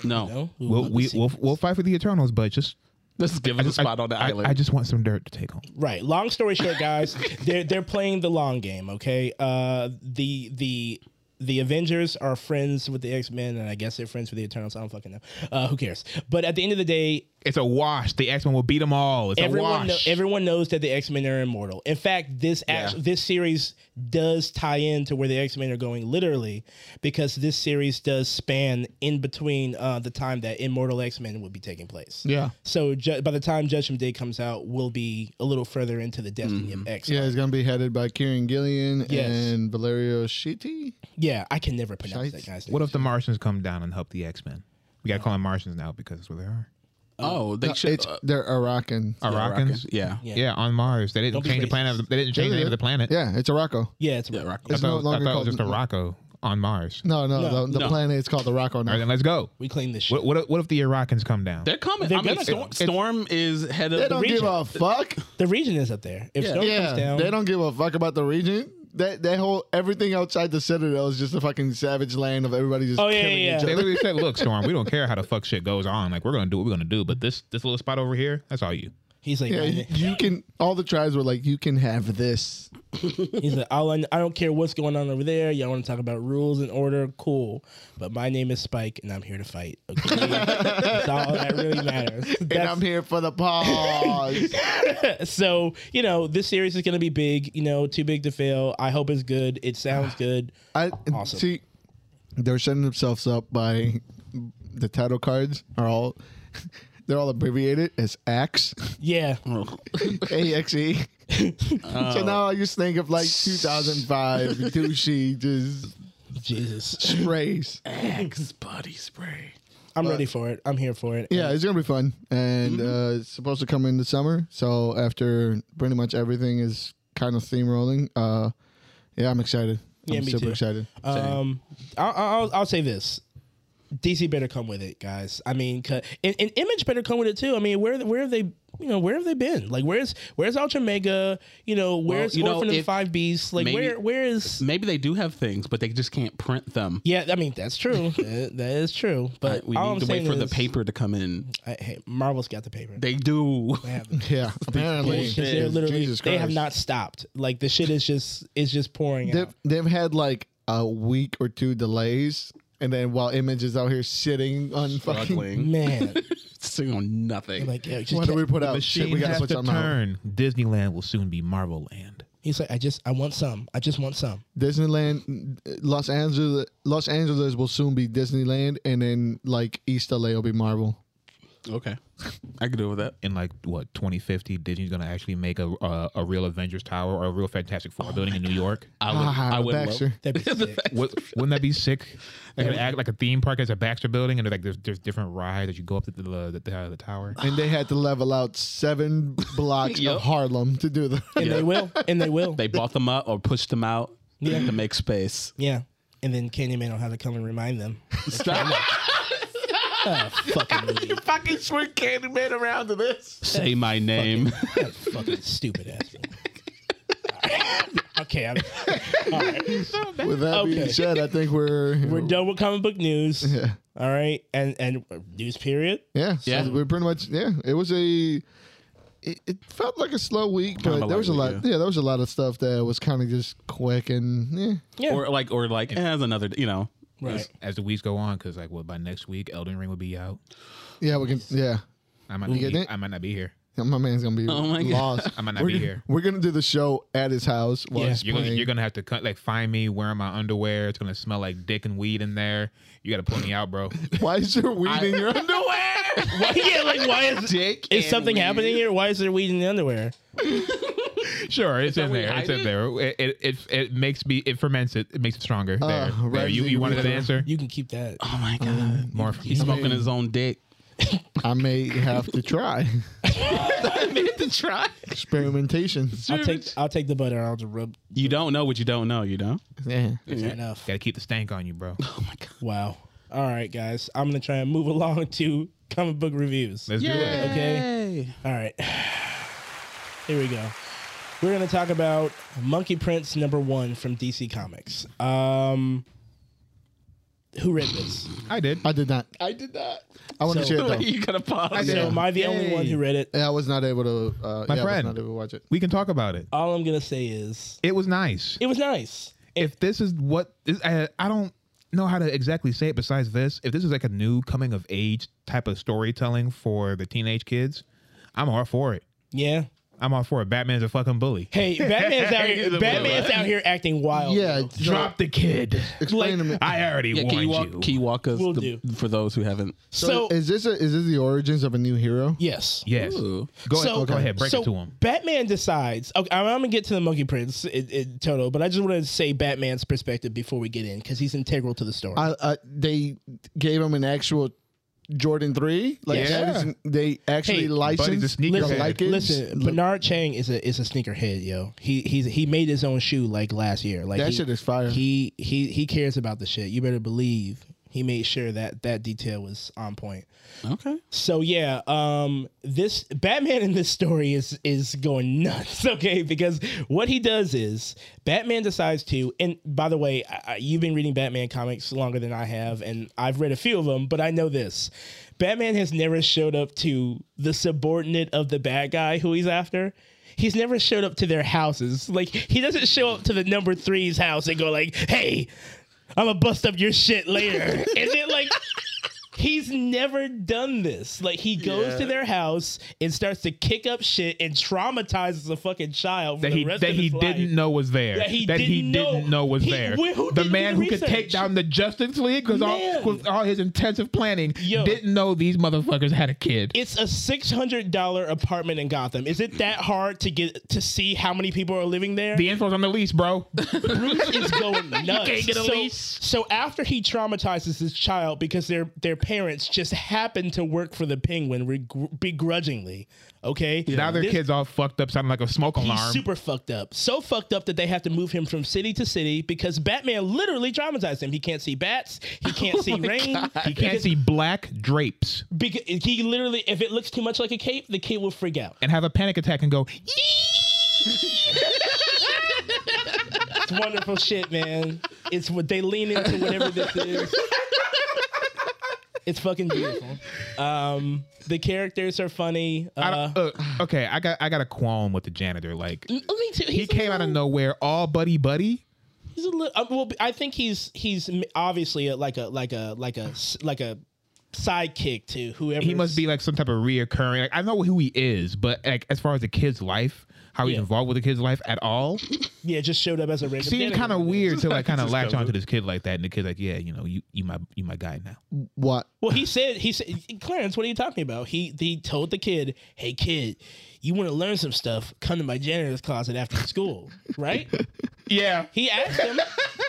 [SPEAKER 2] no.
[SPEAKER 3] no,
[SPEAKER 1] We'll we, we'll we'll fight for the Eternals, but just
[SPEAKER 2] Let's give him a spot on the
[SPEAKER 1] I,
[SPEAKER 2] island.
[SPEAKER 1] I just want some dirt to take home.
[SPEAKER 3] Right. Long story short,
[SPEAKER 1] [laughs]
[SPEAKER 3] guys, they're they're playing the long game. Okay. Uh, the the the Avengers are friends with the X Men, and I guess they're friends with the Eternals. I don't fucking know. Uh, who cares? But at the end of the day,
[SPEAKER 1] It's a wash. The X Men will beat them all. It's a
[SPEAKER 3] everyone
[SPEAKER 1] wash.
[SPEAKER 3] kno- everyone knows that the X Men are immortal. In fact, this act- this series does tie in to where the X Men are going literally, because this series does span in between uh, the time that Immortal X Men would be taking place.
[SPEAKER 4] Yeah.
[SPEAKER 3] So ju- by the time Judgment Day comes out, we'll be a little further into the destiny
[SPEAKER 1] Mm-hmm.
[SPEAKER 3] of X.
[SPEAKER 4] Yeah, it's gonna be headed by Kieran Gillian
[SPEAKER 3] Yes.
[SPEAKER 4] and Valerio Shiti.
[SPEAKER 3] Yeah, I can never pronounce that
[SPEAKER 4] Shites.
[SPEAKER 3] guy's name.
[SPEAKER 1] What if the Martians come down and help the X Men? We got to call them Martians now because that's where they are.
[SPEAKER 2] oh, they should.
[SPEAKER 4] It's they're Iraqan.
[SPEAKER 1] Arrakans?
[SPEAKER 2] Yeah.
[SPEAKER 1] Yeah. on Mars. They didn't
[SPEAKER 3] Don't be
[SPEAKER 1] change the planet. Of the, they didn't change the name of the planet.
[SPEAKER 4] Yeah, it's Araco.
[SPEAKER 3] Yeah, it's
[SPEAKER 2] Yeah,
[SPEAKER 3] right.
[SPEAKER 2] Rock.
[SPEAKER 1] I
[SPEAKER 4] It's
[SPEAKER 1] thought,
[SPEAKER 4] no
[SPEAKER 1] I
[SPEAKER 4] longer
[SPEAKER 1] thought it
[SPEAKER 4] called.
[SPEAKER 1] was just Araco on Mars.
[SPEAKER 4] no, no, the, the
[SPEAKER 2] no.
[SPEAKER 4] planet is called Araco
[SPEAKER 1] All right, then
[SPEAKER 4] now.
[SPEAKER 1] let's go.
[SPEAKER 3] We claim this shit.
[SPEAKER 1] What, what, if- what if the Iraqans come down?
[SPEAKER 2] They're coming.
[SPEAKER 3] They're
[SPEAKER 2] I mean,
[SPEAKER 3] gonna-
[SPEAKER 2] Storm,
[SPEAKER 3] it's-
[SPEAKER 2] Storm is head of
[SPEAKER 4] They
[SPEAKER 2] the [laughs]
[SPEAKER 4] don't give
[SPEAKER 3] [laughs]
[SPEAKER 4] a fuck.
[SPEAKER 3] the region is up there. If
[SPEAKER 2] Yeah.
[SPEAKER 3] Storm
[SPEAKER 4] Yeah,
[SPEAKER 3] comes down,
[SPEAKER 4] they don't give a fuck about the region. That that whole everything outside the citadel is just a fucking savage land of everybody just
[SPEAKER 3] Oh, yeah,
[SPEAKER 4] killing
[SPEAKER 3] yeah,
[SPEAKER 4] each
[SPEAKER 3] yeah.
[SPEAKER 1] They
[SPEAKER 4] other.
[SPEAKER 1] literally said, "Look, Storm, we don't care how the fuck shit goes on. Like, we're gonna do what we're gonna do, but this this little spot over here, that's all you."
[SPEAKER 3] he's like,
[SPEAKER 4] Yeah, you, you can. All the tribes were like, "You can have this."
[SPEAKER 3] he's like, I'll, I don't care what's going on over there. Y'all want to talk about rules and order? Cool. But my name is Spike, and I'm here to fight.
[SPEAKER 4] [laughs]
[SPEAKER 3] Okay? That's all that really matters.
[SPEAKER 4] and I'm
[SPEAKER 3] That's-
[SPEAKER 4] here for
[SPEAKER 3] [laughs]
[SPEAKER 4] the pause.
[SPEAKER 3] so you know, this series is going to be big. You know, too big to fail. I hope it's good. It
[SPEAKER 4] [sighs]
[SPEAKER 3] sounds good.
[SPEAKER 4] I
[SPEAKER 3] Awesome.
[SPEAKER 4] see. They're setting themselves up by the title cards are all. [laughs] They're all abbreviated as
[SPEAKER 3] [laughs]
[SPEAKER 4] AXE,
[SPEAKER 3] Yeah.
[SPEAKER 4] A X E.
[SPEAKER 3] Oh.
[SPEAKER 4] So now I just think of
[SPEAKER 3] [laughs]
[SPEAKER 4] like 2005 douchey just
[SPEAKER 3] Jesus.
[SPEAKER 4] sprays.
[SPEAKER 2] Axe body spray.
[SPEAKER 3] I'm ready for it. I'm here for it.
[SPEAKER 4] Yeah, it's gonna be fun, and
[SPEAKER 3] Mm-hmm.
[SPEAKER 4] uh, it's supposed to come in the summer. So after pretty much everything is kind of steamrolling, uh, yeah, I'm excited.
[SPEAKER 3] Yeah,
[SPEAKER 4] I'm
[SPEAKER 3] me
[SPEAKER 4] super
[SPEAKER 3] too.
[SPEAKER 4] excited.
[SPEAKER 3] Um, I'll, I'll I'll say this: DC better come with it, guys. I mean, 'cause- and, and Image better come with it too. I mean, where where have they? You know, where have they been? Like, where's where's Ultra Mega? You know, where's
[SPEAKER 2] you know,
[SPEAKER 3] Orphan and
[SPEAKER 2] if-
[SPEAKER 3] Five Beasts? Like,
[SPEAKER 2] maybe-
[SPEAKER 3] where where is?
[SPEAKER 2] Maybe they do have things, but they just can't print them.
[SPEAKER 3] Yeah, I mean
[SPEAKER 2] [laughs]
[SPEAKER 3] that's true. that, that is true. But
[SPEAKER 2] we
[SPEAKER 3] all I'm
[SPEAKER 2] need to wait
[SPEAKER 3] saying
[SPEAKER 2] for the
[SPEAKER 3] is-
[SPEAKER 2] paper to come in.
[SPEAKER 3] I- hey, Marvel's got
[SPEAKER 2] [laughs]
[SPEAKER 3] the paper.
[SPEAKER 2] They do.
[SPEAKER 3] They have the [laughs]
[SPEAKER 4] Yeah, apparently,
[SPEAKER 3] bullshit. They're literally
[SPEAKER 4] Jesus
[SPEAKER 3] they have
[SPEAKER 4] Christ.
[SPEAKER 3] not stopped. Like the shit is just is just pouring out.
[SPEAKER 4] They've, they've had like a week or two delays, and then while Image is out here sitting on fucking,
[SPEAKER 2] Struggling.
[SPEAKER 3] Man,
[SPEAKER 2] Sitting on nothing. [laughs]
[SPEAKER 3] like yeah, just
[SPEAKER 4] [laughs] what do
[SPEAKER 3] ca-
[SPEAKER 4] we put out? Oh, Shit,
[SPEAKER 1] Machine
[SPEAKER 4] we gotta
[SPEAKER 1] has
[SPEAKER 4] put
[SPEAKER 1] to
[SPEAKER 4] something out.
[SPEAKER 1] turn. Disneyland will soon be Marvel Land.
[SPEAKER 3] he's like, I just I want some. I just want some.
[SPEAKER 4] Disneyland, Los Angeles, Los Angeles will soon be Disneyland, and then like East LA will be Marvel.
[SPEAKER 2] okay. I could deal with that.
[SPEAKER 1] In like what 2050, Disney's gonna actually make a a, a real Avengers Tower or a real Fantastic Four building in New York.
[SPEAKER 2] I would,
[SPEAKER 4] Ah,
[SPEAKER 2] I would love-
[SPEAKER 4] Baxter.
[SPEAKER 2] [laughs]
[SPEAKER 3] That'd be sick.
[SPEAKER 1] Would, wouldn't that be sick? They're gonna act like a theme park as a Baxter building, and they're like there's, there's different rides that you go up to the the, the, the tower.
[SPEAKER 4] and they had to level out seven blocks
[SPEAKER 2] Yep.
[SPEAKER 4] of Harlem to [laughs] do that.
[SPEAKER 3] And they will. And they will.
[SPEAKER 2] They bought them up or pushed them out to make space.
[SPEAKER 3] [laughs] yeah. And then Candyman will have to come and remind them.
[SPEAKER 2] [laughs] Stop. Ah,
[SPEAKER 3] fucking
[SPEAKER 2] [laughs]
[SPEAKER 3] idiot.
[SPEAKER 2] fucking swing Candyman around to this. Say my name.
[SPEAKER 3] fucking stupid ass. [laughs] okay, I'm,
[SPEAKER 4] With that being
[SPEAKER 3] Okay.
[SPEAKER 4] said, I think we're
[SPEAKER 3] we're done with comic book news.
[SPEAKER 4] Yeah.
[SPEAKER 3] All right, and and uh, news period.
[SPEAKER 4] Yeah, so
[SPEAKER 2] Yeah.
[SPEAKER 4] we're pretty much yeah. It was a. It, it felt like a slow week,
[SPEAKER 2] Kinda
[SPEAKER 4] but there was a lot.
[SPEAKER 2] lightly,
[SPEAKER 4] Yeah. there was a lot of stuff that was kind of just quick and yeah.
[SPEAKER 3] Yeah,
[SPEAKER 2] Or like, or like, eh, that's another, you know.
[SPEAKER 3] right.
[SPEAKER 1] As the weeks go on, because like what by next week, Elden Ring will be out.
[SPEAKER 4] Yeah, we can. Yeah,
[SPEAKER 1] I might not
[SPEAKER 4] getting
[SPEAKER 1] be,
[SPEAKER 4] it?
[SPEAKER 1] I might not be here.
[SPEAKER 4] my man's gonna be
[SPEAKER 2] Oh my God.
[SPEAKER 4] lost.
[SPEAKER 1] I might not
[SPEAKER 4] we're,
[SPEAKER 1] be
[SPEAKER 4] gonna-
[SPEAKER 1] here.
[SPEAKER 4] We're gonna do the show at his house. While
[SPEAKER 3] Yeah.
[SPEAKER 4] he's
[SPEAKER 1] You're gonna,
[SPEAKER 4] playing.
[SPEAKER 1] you're gonna have to cut like find me wearing my underwear. It's gonna smell like dick and weed in there. You gotta pull me out, bro.
[SPEAKER 4] Why is there weed in your underwear?
[SPEAKER 3] [laughs] Why, yeah, like why [laughs] is
[SPEAKER 2] Dick.
[SPEAKER 3] is something happening here? Why is there weed in the underwear?
[SPEAKER 1] sure, it's in
[SPEAKER 2] we
[SPEAKER 1] there. It's
[SPEAKER 2] hide
[SPEAKER 1] in
[SPEAKER 2] it?
[SPEAKER 1] there. It, it it it makes me it ferments it. It makes it stronger. there,
[SPEAKER 4] Oh,
[SPEAKER 1] there.
[SPEAKER 4] right.
[SPEAKER 1] You you wanted an answer?
[SPEAKER 3] You can keep that.
[SPEAKER 2] Oh my god.
[SPEAKER 1] More from
[SPEAKER 2] He's smoking his own dick.
[SPEAKER 4] I may have to [laughs] try
[SPEAKER 2] I made the try.
[SPEAKER 4] experimentation.
[SPEAKER 3] I'll take I'll take the butter. I'll just rub.
[SPEAKER 2] You don't know what you don't know. You know.
[SPEAKER 4] Yeah.
[SPEAKER 3] Fair enough.
[SPEAKER 1] Gotta keep the stank on you, bro.
[SPEAKER 2] Oh my god.
[SPEAKER 3] Wow. All right, guys. I'm gonna try and move [laughs] along to comic book reviews.
[SPEAKER 1] Let's do it.
[SPEAKER 3] Okay. All right. [sighs] Here we go. We're going to talk about Monkey Prince number one from DC Comics. Um, Who read this?
[SPEAKER 1] I did.
[SPEAKER 4] I did not.
[SPEAKER 3] I did not.
[SPEAKER 4] I want to
[SPEAKER 3] So-
[SPEAKER 4] share it though.
[SPEAKER 2] [laughs] you gotta pause.
[SPEAKER 3] So am I the only
[SPEAKER 1] Yay.
[SPEAKER 3] one who read [laughs] it?
[SPEAKER 4] Yeah, I was not able to. Uh,
[SPEAKER 1] My
[SPEAKER 4] yeah,
[SPEAKER 1] friend.
[SPEAKER 4] I was not able to watch it.
[SPEAKER 1] We can talk about it.
[SPEAKER 3] All I'm gonna say is
[SPEAKER 1] It was nice.
[SPEAKER 3] it was nice.
[SPEAKER 1] If this is what is- I, I don't know how to exactly say it besides this, if this is like a new coming of age type of storytelling for the teenage kids, I'm all for it.
[SPEAKER 3] Yeah.
[SPEAKER 1] I'm all for it. Batman's a fucking bully. [laughs]
[SPEAKER 3] Hey, Batman's out here. Batman's out here acting wild.
[SPEAKER 4] Yeah,
[SPEAKER 3] yo.
[SPEAKER 4] so
[SPEAKER 1] Drop the kid.
[SPEAKER 4] Explain to me.
[SPEAKER 1] I already
[SPEAKER 2] Yeah,
[SPEAKER 1] warned
[SPEAKER 2] can you walk? Can you walk us
[SPEAKER 3] Will
[SPEAKER 2] the-
[SPEAKER 3] do.
[SPEAKER 2] for those who haven't?
[SPEAKER 3] So,
[SPEAKER 4] is this a, is this the origins of a new hero?
[SPEAKER 3] yes.
[SPEAKER 1] Yes.
[SPEAKER 2] Ooh.
[SPEAKER 1] Go, ahead, go ahead. Break
[SPEAKER 3] so
[SPEAKER 1] it to him.
[SPEAKER 3] Batman decides. Okay, I'm, I'm gonna get to the Monkey Prince in, in total, but I just want to say Batman's perspective before we get in because he's integral to the story.
[SPEAKER 4] I, I they gave him an actual Jordan three. Like
[SPEAKER 1] Yeah.
[SPEAKER 4] that is- they actually
[SPEAKER 3] Hey,
[SPEAKER 1] Buddy's a
[SPEAKER 4] licensed.
[SPEAKER 1] sneakerhead.
[SPEAKER 4] the likeness.
[SPEAKER 3] Listen, Bernard Chang is a is a sneakerhead, yo. He he's he made his own shoe like last year. Like
[SPEAKER 4] That
[SPEAKER 3] he,
[SPEAKER 4] shit is fire.
[SPEAKER 3] He he he cares about the shit. You better believe he made sure that that detail was on point.
[SPEAKER 2] Okay.
[SPEAKER 3] So yeah, um, this Batman in this story is is going nuts. [laughs] Okay, because what he does is Batman decides to. And by the way, I, I- you've been reading Batman comics longer than I have, and I've read a few of them. But I know this: Batman has never showed up to the subordinate of the bad guy who he's after. He's never showed up to their houses. Like he doesn't show up to the number three's house and go like, "Hey, I'm gonna bust up your
[SPEAKER 1] [laughs]
[SPEAKER 3] shit later," and then like. He's never done this. Like he goes to their house and starts to kick up shit and traumatizes a fucking child for
[SPEAKER 1] that
[SPEAKER 3] the
[SPEAKER 1] he
[SPEAKER 3] rest
[SPEAKER 1] that
[SPEAKER 3] of
[SPEAKER 1] he
[SPEAKER 3] his life.
[SPEAKER 1] didn't know was there.
[SPEAKER 3] That he didn't
[SPEAKER 1] didn't
[SPEAKER 3] know.
[SPEAKER 1] know was
[SPEAKER 3] He-
[SPEAKER 1] there.
[SPEAKER 3] wh- who
[SPEAKER 1] the
[SPEAKER 3] didn't
[SPEAKER 1] man
[SPEAKER 3] do
[SPEAKER 1] who could take
[SPEAKER 3] research?
[SPEAKER 1] down the Justice League because all
[SPEAKER 3] Man.
[SPEAKER 1] with all his intensive planning
[SPEAKER 3] Yo.
[SPEAKER 1] didn't know these motherfuckers had a kid.
[SPEAKER 3] It's a six hundred dollar apartment in Gotham. Is it that hard to get to see how many people are living there?
[SPEAKER 1] the info's on the lease, bro.
[SPEAKER 3] Bruce is
[SPEAKER 1] [laughs]
[SPEAKER 3] going nuts.
[SPEAKER 1] can't get a
[SPEAKER 3] so,
[SPEAKER 1] lease.
[SPEAKER 3] so after he traumatizes his child because their their parents just happen to work for the Penguin regr begrudgingly, okay?
[SPEAKER 1] Now their
[SPEAKER 3] This-
[SPEAKER 1] kid's all fucked up, sounding like a smoke alarm.
[SPEAKER 3] He's super fucked up. So fucked up that they have to move him from city to city because Batman literally traumatized him. He can't see bats.
[SPEAKER 1] [laughs]
[SPEAKER 3] He can't see rain.
[SPEAKER 1] he Oh can't see black drapes
[SPEAKER 3] Because he literally, if it looks too much like a cape, the kid will freak out.
[SPEAKER 1] and have a panic attack and go. [laughs]
[SPEAKER 3] It's wonderful shit, man. It's what they lean into whatever this
[SPEAKER 1] [laughs]
[SPEAKER 3] is. It's fucking beautiful. Um, the characters are funny.
[SPEAKER 1] I
[SPEAKER 3] Uh,
[SPEAKER 1] don't- uh, okay, I got I got a qualm with the janitor. Like
[SPEAKER 3] me too.
[SPEAKER 1] he
[SPEAKER 3] He's a
[SPEAKER 1] came out of
[SPEAKER 3] little-
[SPEAKER 1] nowhere, all buddy buddy.
[SPEAKER 3] He's a little. Uh, well, I think he's he's m- obviously a, like a like a like a s- like a sidekick to whoever.
[SPEAKER 1] he must be like some type of reoccurring. Like I know who he is, but like as far as the kid's life, how he's
[SPEAKER 3] Yeah.
[SPEAKER 1] involved with the kid's life at
[SPEAKER 3] [laughs]
[SPEAKER 1] all,
[SPEAKER 3] Yeah, just showed up as a random.
[SPEAKER 1] seemed
[SPEAKER 3] janitor.
[SPEAKER 1] kind of weird to
[SPEAKER 3] [laughs]
[SPEAKER 1] like kind of
[SPEAKER 2] Just
[SPEAKER 1] latch
[SPEAKER 2] covered.
[SPEAKER 1] onto this kid like that, and the kid's like, yeah, you know, you you my you my guy now.
[SPEAKER 4] What?
[SPEAKER 3] Well, he said he said Clarence, what are you talking about? He he told the kid, "Hey kid, you want to learn some stuff? Come to my janitor's closet after school, right?"
[SPEAKER 1] Yeah,
[SPEAKER 3] He asked him,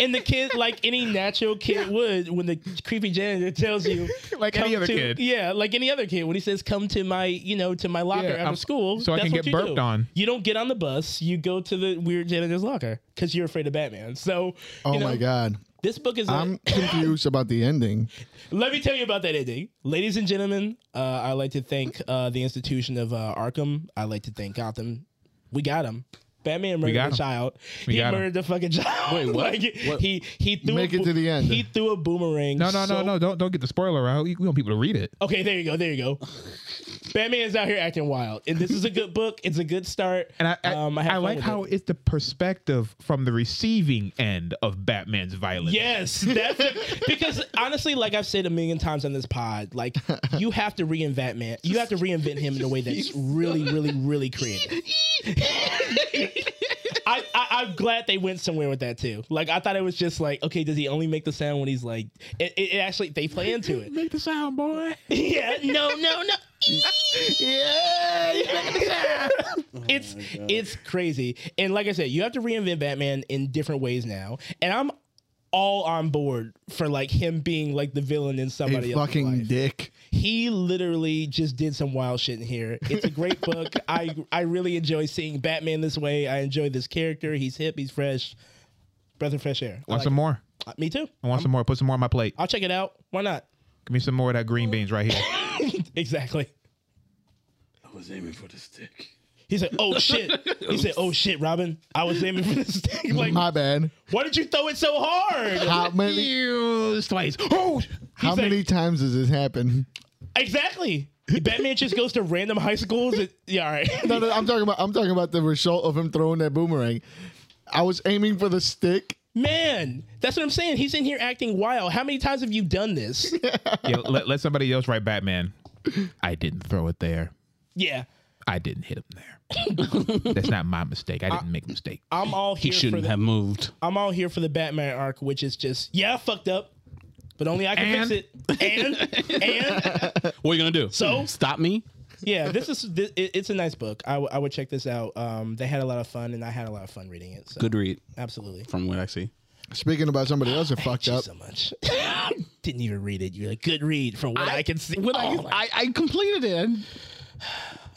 [SPEAKER 3] and the kid, like any natural kid would, when the creepy janitor tells you,
[SPEAKER 1] [laughs] Like any
[SPEAKER 3] "Come
[SPEAKER 1] other
[SPEAKER 3] to-"
[SPEAKER 1] kid.
[SPEAKER 3] yeah, like any other kid, when he says, "Come to my, you know, to my locker
[SPEAKER 1] Yeah,
[SPEAKER 3] after
[SPEAKER 1] I'm-
[SPEAKER 3] school,"
[SPEAKER 1] so I
[SPEAKER 3] that's
[SPEAKER 1] can
[SPEAKER 3] what
[SPEAKER 1] get
[SPEAKER 3] you
[SPEAKER 1] burped
[SPEAKER 3] do.
[SPEAKER 1] on.
[SPEAKER 3] You don't get on the bus; you go to the weird janitor's locker because you're afraid of Batman. So,
[SPEAKER 4] Oh
[SPEAKER 3] you know,
[SPEAKER 4] my god!
[SPEAKER 3] this book is. a- [laughs]
[SPEAKER 4] I'm confused about the ending.
[SPEAKER 3] let me tell you about that ending. Ladies and gentlemen, uh, I'd like to thank uh, the institution of uh, Arkham. I'd like to thank Gotham. We got him. Batman
[SPEAKER 1] got
[SPEAKER 3] murdered
[SPEAKER 1] him.
[SPEAKER 3] a child.
[SPEAKER 1] We
[SPEAKER 3] he
[SPEAKER 1] got him.
[SPEAKER 3] murdered the fucking child. [laughs] Wait,
[SPEAKER 2] what? What?
[SPEAKER 3] He he threw
[SPEAKER 4] Make
[SPEAKER 3] a
[SPEAKER 4] it to the end.
[SPEAKER 3] He threw a boomerang.
[SPEAKER 1] no, no, no,
[SPEAKER 3] so-
[SPEAKER 1] no. Don't don't get the spoiler out. We we want people to read it.
[SPEAKER 3] Okay, there you go, there you go. Batman's out here acting wild, and this is a good book. It's a good start.
[SPEAKER 1] And I, I,
[SPEAKER 3] Um, I had
[SPEAKER 1] I
[SPEAKER 3] fun
[SPEAKER 1] like
[SPEAKER 3] with
[SPEAKER 1] how
[SPEAKER 3] it.
[SPEAKER 1] it's the perspective from the receiving end of Batman's violence.
[SPEAKER 3] Yes, that's it. [laughs] because honestly, like I've said a million times on this pod, like you have to reinvent man. You have to reinvent him in a way that's really, really, really
[SPEAKER 1] [laughs]
[SPEAKER 3] creative. I, I I'm glad they went somewhere with that too. Like I thought it was just like, okay, does he only make the sound when he's like? It, it, it actually they play into it.
[SPEAKER 1] Make the sound, boy.
[SPEAKER 3] [laughs] yeah, no, no, no.
[SPEAKER 1] yeah, you make the sound.
[SPEAKER 4] Oh
[SPEAKER 3] it's it's crazy. And like I said, you have to reinvent Batman in different ways now. And I'm all on board for like him being like the villain in somebody
[SPEAKER 4] A
[SPEAKER 3] else's
[SPEAKER 4] fucking
[SPEAKER 3] life.
[SPEAKER 4] dick.
[SPEAKER 3] He literally just did some wild shit in here. It's a
[SPEAKER 4] [laughs]
[SPEAKER 3] great book. I I really enjoy seeing Batman this way. I enjoy this character. He's hip. He's fresh. Breath of fresh air. I
[SPEAKER 1] Want
[SPEAKER 3] like
[SPEAKER 1] some more?
[SPEAKER 3] it. Me too.
[SPEAKER 1] I want some more. Put some more on my plate.
[SPEAKER 3] I'll check it out. Why not? [laughs]
[SPEAKER 1] Give me some more [laughs] of that green beans right here.
[SPEAKER 3] exactly.
[SPEAKER 2] I was aiming for the stick.
[SPEAKER 3] He said, "Oh shit!" He said, "Oh shit, Robin, I was aiming for this
[SPEAKER 4] [laughs]
[SPEAKER 3] thing. Like,
[SPEAKER 4] My bad.
[SPEAKER 3] why did you throw it so hard?"
[SPEAKER 4] How many?
[SPEAKER 1] You slice. [laughs] Oh,
[SPEAKER 4] How
[SPEAKER 3] He's like-
[SPEAKER 4] many times does
[SPEAKER 3] [laughs]
[SPEAKER 4] this happen?
[SPEAKER 3] Exactly. Batman just goes to random high schools. and- yeah, all right.
[SPEAKER 4] No, no, I'm talking about. I'm talking about the result of him throwing that boomerang. I was aiming for the stick.
[SPEAKER 3] [laughs] Man, that's what I'm saying. He's in here acting wild. How many times have you done this?
[SPEAKER 1] yeah, let, let somebody else write Batman. I didn't throw it there.
[SPEAKER 3] Yeah.
[SPEAKER 1] I didn't hit him there.
[SPEAKER 3] [laughs]
[SPEAKER 1] That's not my mistake. I didn't make a mistake.
[SPEAKER 3] I'm all here
[SPEAKER 2] He
[SPEAKER 3] for
[SPEAKER 2] shouldn't
[SPEAKER 3] the,
[SPEAKER 2] have moved.
[SPEAKER 3] I'm all here for the Batman arc, which is just, yeah, I fucked up. But only I can
[SPEAKER 1] And?
[SPEAKER 3] fix it. And and
[SPEAKER 2] What are you gonna do?
[SPEAKER 3] So?
[SPEAKER 2] stop me?
[SPEAKER 3] yeah, this is this, it, it's a nice book. I, w- I would check this out. Um, they had a lot of fun, and I had a lot of fun reading it. So
[SPEAKER 2] Good read,
[SPEAKER 3] absolutely.
[SPEAKER 2] from what I see.
[SPEAKER 4] Speaking about somebody else that
[SPEAKER 3] Thank
[SPEAKER 4] fucked
[SPEAKER 3] you
[SPEAKER 4] up.
[SPEAKER 3] so much. [laughs] Didn't even read it. You're like, good read from what I, can see.
[SPEAKER 2] What I,
[SPEAKER 3] Oh,
[SPEAKER 2] can- I, I completed it.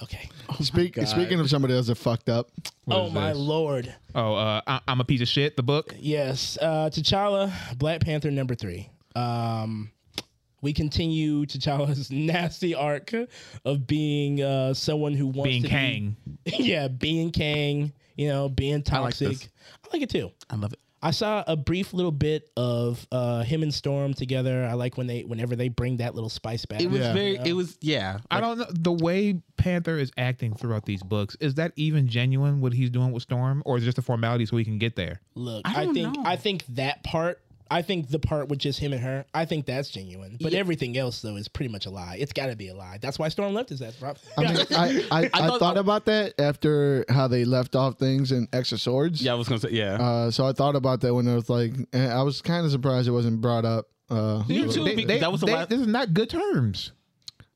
[SPEAKER 3] okay.
[SPEAKER 4] Speak, speaking of somebody else that fucked up.
[SPEAKER 3] oh
[SPEAKER 1] is
[SPEAKER 3] my
[SPEAKER 1] this?
[SPEAKER 3] lord.
[SPEAKER 1] Oh, uh, I, I'm a piece of shit. The book.
[SPEAKER 3] Yes, uh, T'Challa, Black Panther number three. Um, we continue T'Challa's [laughs] nasty arc of being uh, someone who wants
[SPEAKER 1] Being
[SPEAKER 3] to
[SPEAKER 1] Kang.
[SPEAKER 3] Be, [laughs] yeah, being Kang. You know, being toxic. I like,
[SPEAKER 2] this.
[SPEAKER 3] it too.
[SPEAKER 2] I love it.
[SPEAKER 3] I saw a brief little bit of uh, him and Storm together. I like when they, whenever they bring that little spice back.
[SPEAKER 2] It was
[SPEAKER 4] Yeah.
[SPEAKER 2] very. It was yeah.
[SPEAKER 1] I don't know the way Panther is acting throughout these books. Is that even genuine? What he's doing with Storm, or is it just a formality so he can get there?
[SPEAKER 3] Look,
[SPEAKER 2] I
[SPEAKER 3] I,
[SPEAKER 2] don't
[SPEAKER 3] think
[SPEAKER 2] know.
[SPEAKER 3] I think that part. I think the part with just him and her. I think that's genuine. But everything else though is pretty much a lie. It's got to be a lie. That's why Storm left his ass. Rob. [laughs]
[SPEAKER 4] I mean, I, I, I,
[SPEAKER 2] thought-
[SPEAKER 4] thought, about that after how they left off things in X of Swords.
[SPEAKER 2] Yeah, I was gonna say yeah.
[SPEAKER 4] Uh, so I thought about that when I was like, and I was kind of surprised it wasn't brought up. Uh,
[SPEAKER 2] You too. be- that was the
[SPEAKER 1] they-
[SPEAKER 2] last.
[SPEAKER 1] This is not good terms.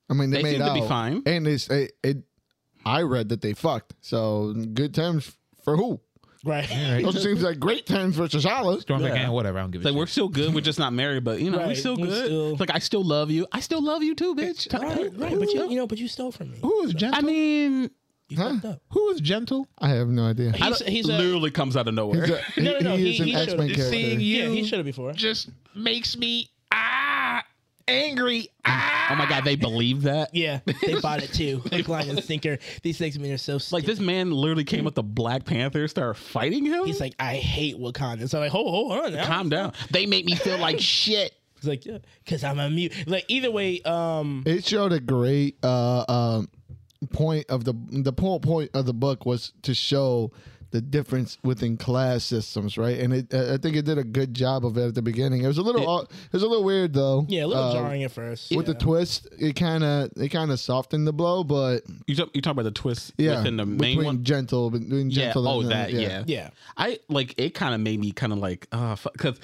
[SPEAKER 4] I mean, they,
[SPEAKER 2] They
[SPEAKER 4] made
[SPEAKER 2] seem
[SPEAKER 4] out.
[SPEAKER 2] to be fine.
[SPEAKER 4] And they say it. I read that they fucked. So good terms for who?
[SPEAKER 3] right.
[SPEAKER 1] Right?
[SPEAKER 4] Those seems like great terms for T'Challa.
[SPEAKER 1] Storm's like,
[SPEAKER 2] Yeah.
[SPEAKER 1] eh, whatever. I don't give a
[SPEAKER 2] Like we're
[SPEAKER 1] shit.
[SPEAKER 2] still good. We're just not married, but you know we're
[SPEAKER 3] Right,
[SPEAKER 2] still
[SPEAKER 3] we're
[SPEAKER 2] good.
[SPEAKER 3] still-
[SPEAKER 2] Like I still love you. I still love you too, bitch.
[SPEAKER 3] Right, right, but you, you know, but you stole from me.
[SPEAKER 1] Who is gentle?
[SPEAKER 2] I mean,
[SPEAKER 3] You fucked up.
[SPEAKER 1] Who is gentle?
[SPEAKER 4] I have no idea.
[SPEAKER 2] I
[SPEAKER 3] He's,
[SPEAKER 2] don't-
[SPEAKER 3] he's a,
[SPEAKER 2] literally comes out of nowhere.
[SPEAKER 4] He's
[SPEAKER 2] [laughs]
[SPEAKER 4] a- he,
[SPEAKER 3] No, no, no,
[SPEAKER 4] he
[SPEAKER 3] he-
[SPEAKER 4] is an
[SPEAKER 3] he showed
[SPEAKER 4] X Men
[SPEAKER 3] it.
[SPEAKER 4] character.
[SPEAKER 1] Seeing you
[SPEAKER 3] yeah. He should have before.
[SPEAKER 1] just makes me ah angry ah.
[SPEAKER 2] oh my god, they believe that.
[SPEAKER 3] Yeah, they bought it too. Hook, line, and sinker. These things mean are so
[SPEAKER 2] Like
[SPEAKER 3] stupid.
[SPEAKER 2] this man literally came up to Black Panther, started fighting him.
[SPEAKER 3] He's like, I hate Wakanda. So I'm like, hold, hold on. Now.
[SPEAKER 2] calm down. They make me feel
[SPEAKER 3] [laughs]
[SPEAKER 2] like shit.
[SPEAKER 3] He's like, yeah, because I'm a mute. Like either way, um,
[SPEAKER 4] It showed a great uh, um point of the the whole point of the book was to show the difference within class systems, right? And it, I I think it did a good job of it at the beginning. It was a little au- it was a little weird though.
[SPEAKER 3] yeah, a little
[SPEAKER 4] Uh,
[SPEAKER 3] jarring at first.
[SPEAKER 4] With
[SPEAKER 3] yeah.
[SPEAKER 4] the twist, it kind of it kind of softened the blow, but
[SPEAKER 2] You talk, you talk about the twist
[SPEAKER 4] yeah,
[SPEAKER 2] within the main
[SPEAKER 4] between
[SPEAKER 2] one.
[SPEAKER 4] gentle, between
[SPEAKER 2] Yeah.
[SPEAKER 4] gentle.
[SPEAKER 2] Oh,
[SPEAKER 4] and, uh,
[SPEAKER 2] that. Yeah.
[SPEAKER 3] Yeah.
[SPEAKER 2] I like it. Kind of made me kind of like, uh, because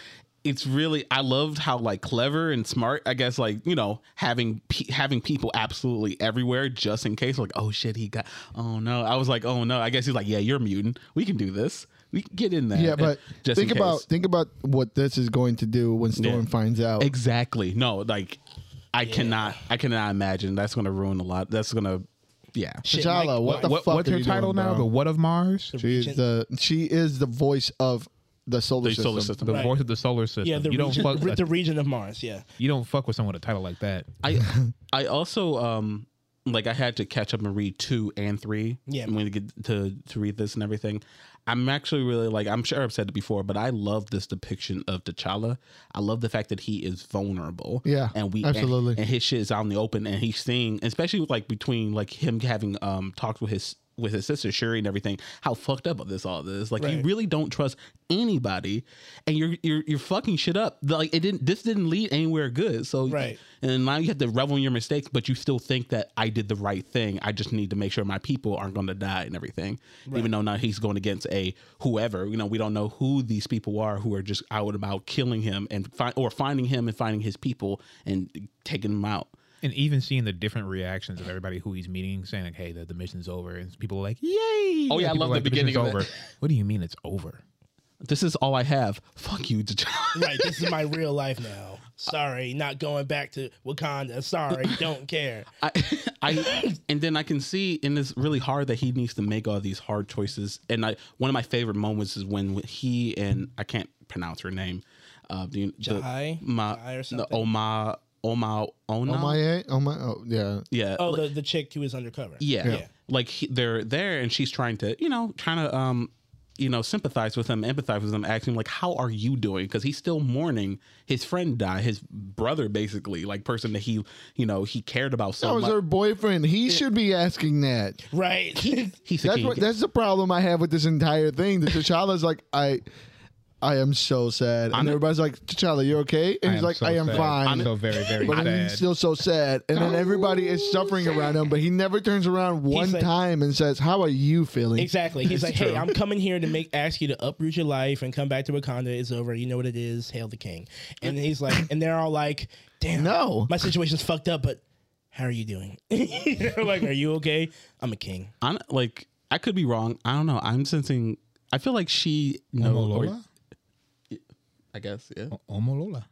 [SPEAKER 2] it's really. I loved how like clever and smart. I guess like you know having pe- having people absolutely everywhere just in case. Like, oh shit, he got. Oh no, I was like, oh no. I guess he's like, yeah, you're mutant. We can do this. We can get in there.
[SPEAKER 4] Yeah, but
[SPEAKER 2] [laughs] just
[SPEAKER 4] think
[SPEAKER 2] in case.
[SPEAKER 4] about think about what this is going to do when Storm
[SPEAKER 2] Yeah.
[SPEAKER 4] finds out.
[SPEAKER 2] Exactly. No, like I cannot I cannot imagine that's gonna ruin a lot. That's gonna yeah.
[SPEAKER 3] Shit,
[SPEAKER 4] T'Challa,
[SPEAKER 3] like,
[SPEAKER 4] what the
[SPEAKER 1] What,
[SPEAKER 4] fuck
[SPEAKER 1] what's
[SPEAKER 4] are
[SPEAKER 1] her
[SPEAKER 4] you
[SPEAKER 1] title
[SPEAKER 4] doing,
[SPEAKER 1] now? The
[SPEAKER 4] bro?
[SPEAKER 1] What of Mars?
[SPEAKER 4] She is
[SPEAKER 3] Gen-
[SPEAKER 4] the she is the voice of the solar
[SPEAKER 2] The
[SPEAKER 4] system.
[SPEAKER 2] solar system.
[SPEAKER 1] The
[SPEAKER 3] Right.
[SPEAKER 1] voice of the solar system.
[SPEAKER 3] Yeah, the
[SPEAKER 1] you don't
[SPEAKER 3] region,
[SPEAKER 1] [laughs] fuck.
[SPEAKER 3] the region of Mars. Yeah,
[SPEAKER 1] you don't fuck with someone with a title like that.
[SPEAKER 2] I I also um like I had to catch up and read two and three.
[SPEAKER 3] Yeah.
[SPEAKER 2] I'm gonna get to to read this and everything. I'm actually really like I'm sure I've said it before, but I love this depiction of T'Challa. I love the fact that he is vulnerable.
[SPEAKER 4] Yeah,
[SPEAKER 2] and we
[SPEAKER 4] absolutely.
[SPEAKER 2] and, and his shit is out in the open, and he's seeing, especially like between like him having um talked with his with his sister Shuri and everything, how fucked up this all is. Like you
[SPEAKER 3] Right.
[SPEAKER 2] really don't trust anybody, and you're you're you're fucking shit up. Like it didn't. This didn't lead anywhere good. So
[SPEAKER 3] Right.
[SPEAKER 2] and now you have to revel in your mistakes, but you still think that I did the right thing. I just need to make sure my people aren't going to die and everything. Even though now he's going against a whoever, you know, we don't know who these people are who are just out and about killing him and fi- or finding him and finding his people and taking them out.
[SPEAKER 1] And even seeing the different reactions of everybody who he's meeting, saying like, "Hey, the, the mission's over," and people are like, "Yay!"
[SPEAKER 2] Oh yeah, I
[SPEAKER 1] People
[SPEAKER 2] love
[SPEAKER 1] are like,
[SPEAKER 2] the beginning
[SPEAKER 1] mission's
[SPEAKER 2] of
[SPEAKER 1] over.
[SPEAKER 2] [laughs] it.
[SPEAKER 1] What do you mean it's over?
[SPEAKER 2] This is all I have. Fuck you, T'Challa.
[SPEAKER 3] right. This is my real life now. Sorry, not going back to Wakanda. Sorry, don't care.
[SPEAKER 2] I, [laughs] I, and then I can see, and it's really hard that he needs to make all these hard choices. And I, one of my favorite moments is when he and I can't pronounce her name, uh, the, the
[SPEAKER 3] Jai?
[SPEAKER 2] Ma,
[SPEAKER 3] Jai or
[SPEAKER 2] the
[SPEAKER 3] something?
[SPEAKER 2] Oma, Oma Ona.
[SPEAKER 4] Oh my, eh? oh my, oh yeah.
[SPEAKER 2] yeah.
[SPEAKER 3] Oh, the, the chick who is undercover.
[SPEAKER 2] Yeah.
[SPEAKER 3] Yeah.
[SPEAKER 2] Like he, they're there and she's trying to, you know, trying to um, you know, sympathize with him, empathize with him, asking him, like, how are you doing? Because he's still mourning his friend died, his brother basically, like person that he, you know, he cared about
[SPEAKER 4] That
[SPEAKER 2] so
[SPEAKER 4] was
[SPEAKER 2] much.
[SPEAKER 4] her boyfriend. He should be asking that.
[SPEAKER 3] Right. [laughs]
[SPEAKER 2] He's a
[SPEAKER 4] That's
[SPEAKER 2] king.
[SPEAKER 4] what. That's the problem I have with this entire thing. That T'Challa's like, I, I am so sad, and
[SPEAKER 2] Hon-
[SPEAKER 4] everybody's like, T'Challa, you okay? And
[SPEAKER 1] I
[SPEAKER 4] he's
[SPEAKER 1] am
[SPEAKER 4] like,
[SPEAKER 1] so
[SPEAKER 4] I am
[SPEAKER 1] sad.
[SPEAKER 4] fine.
[SPEAKER 1] I'm so very, very
[SPEAKER 4] but
[SPEAKER 1] sad.
[SPEAKER 4] he's still so sad, and then everybody is suffering around him. But he never turns around one
[SPEAKER 3] like-
[SPEAKER 4] time and says, "How are you feeling?"
[SPEAKER 3] exactly. He's like, hey, I'm coming here to make ask you to uproot your life and come back to Wakanda. It's over. You know what it is. Hail the king. And he's like, and they're all like, damn,
[SPEAKER 4] No.
[SPEAKER 3] my situation's fucked up, but. How are you doing? [laughs] you know, like, are you okay? I'm a king.
[SPEAKER 2] Hon- like, I could be wrong. I don't know. I'm sensing, I feel like she, no,
[SPEAKER 1] Omolola?
[SPEAKER 2] I guess, yeah.
[SPEAKER 1] Omolola.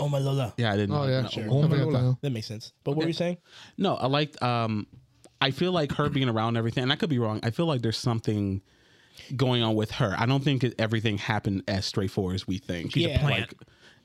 [SPEAKER 3] Oh my lola.
[SPEAKER 2] Yeah, I didn't
[SPEAKER 4] Oh
[SPEAKER 2] know.
[SPEAKER 4] yeah.
[SPEAKER 2] No.
[SPEAKER 4] Sure.
[SPEAKER 1] Oh, my God.
[SPEAKER 3] That makes sense. But what were you saying?
[SPEAKER 2] No, I liked. Um, I feel like her being around and everything, and I could be wrong. I feel like there's something going on with her. I don't think that everything happened as straightforward as we think.
[SPEAKER 3] She's a Yeah. plant.
[SPEAKER 2] Like,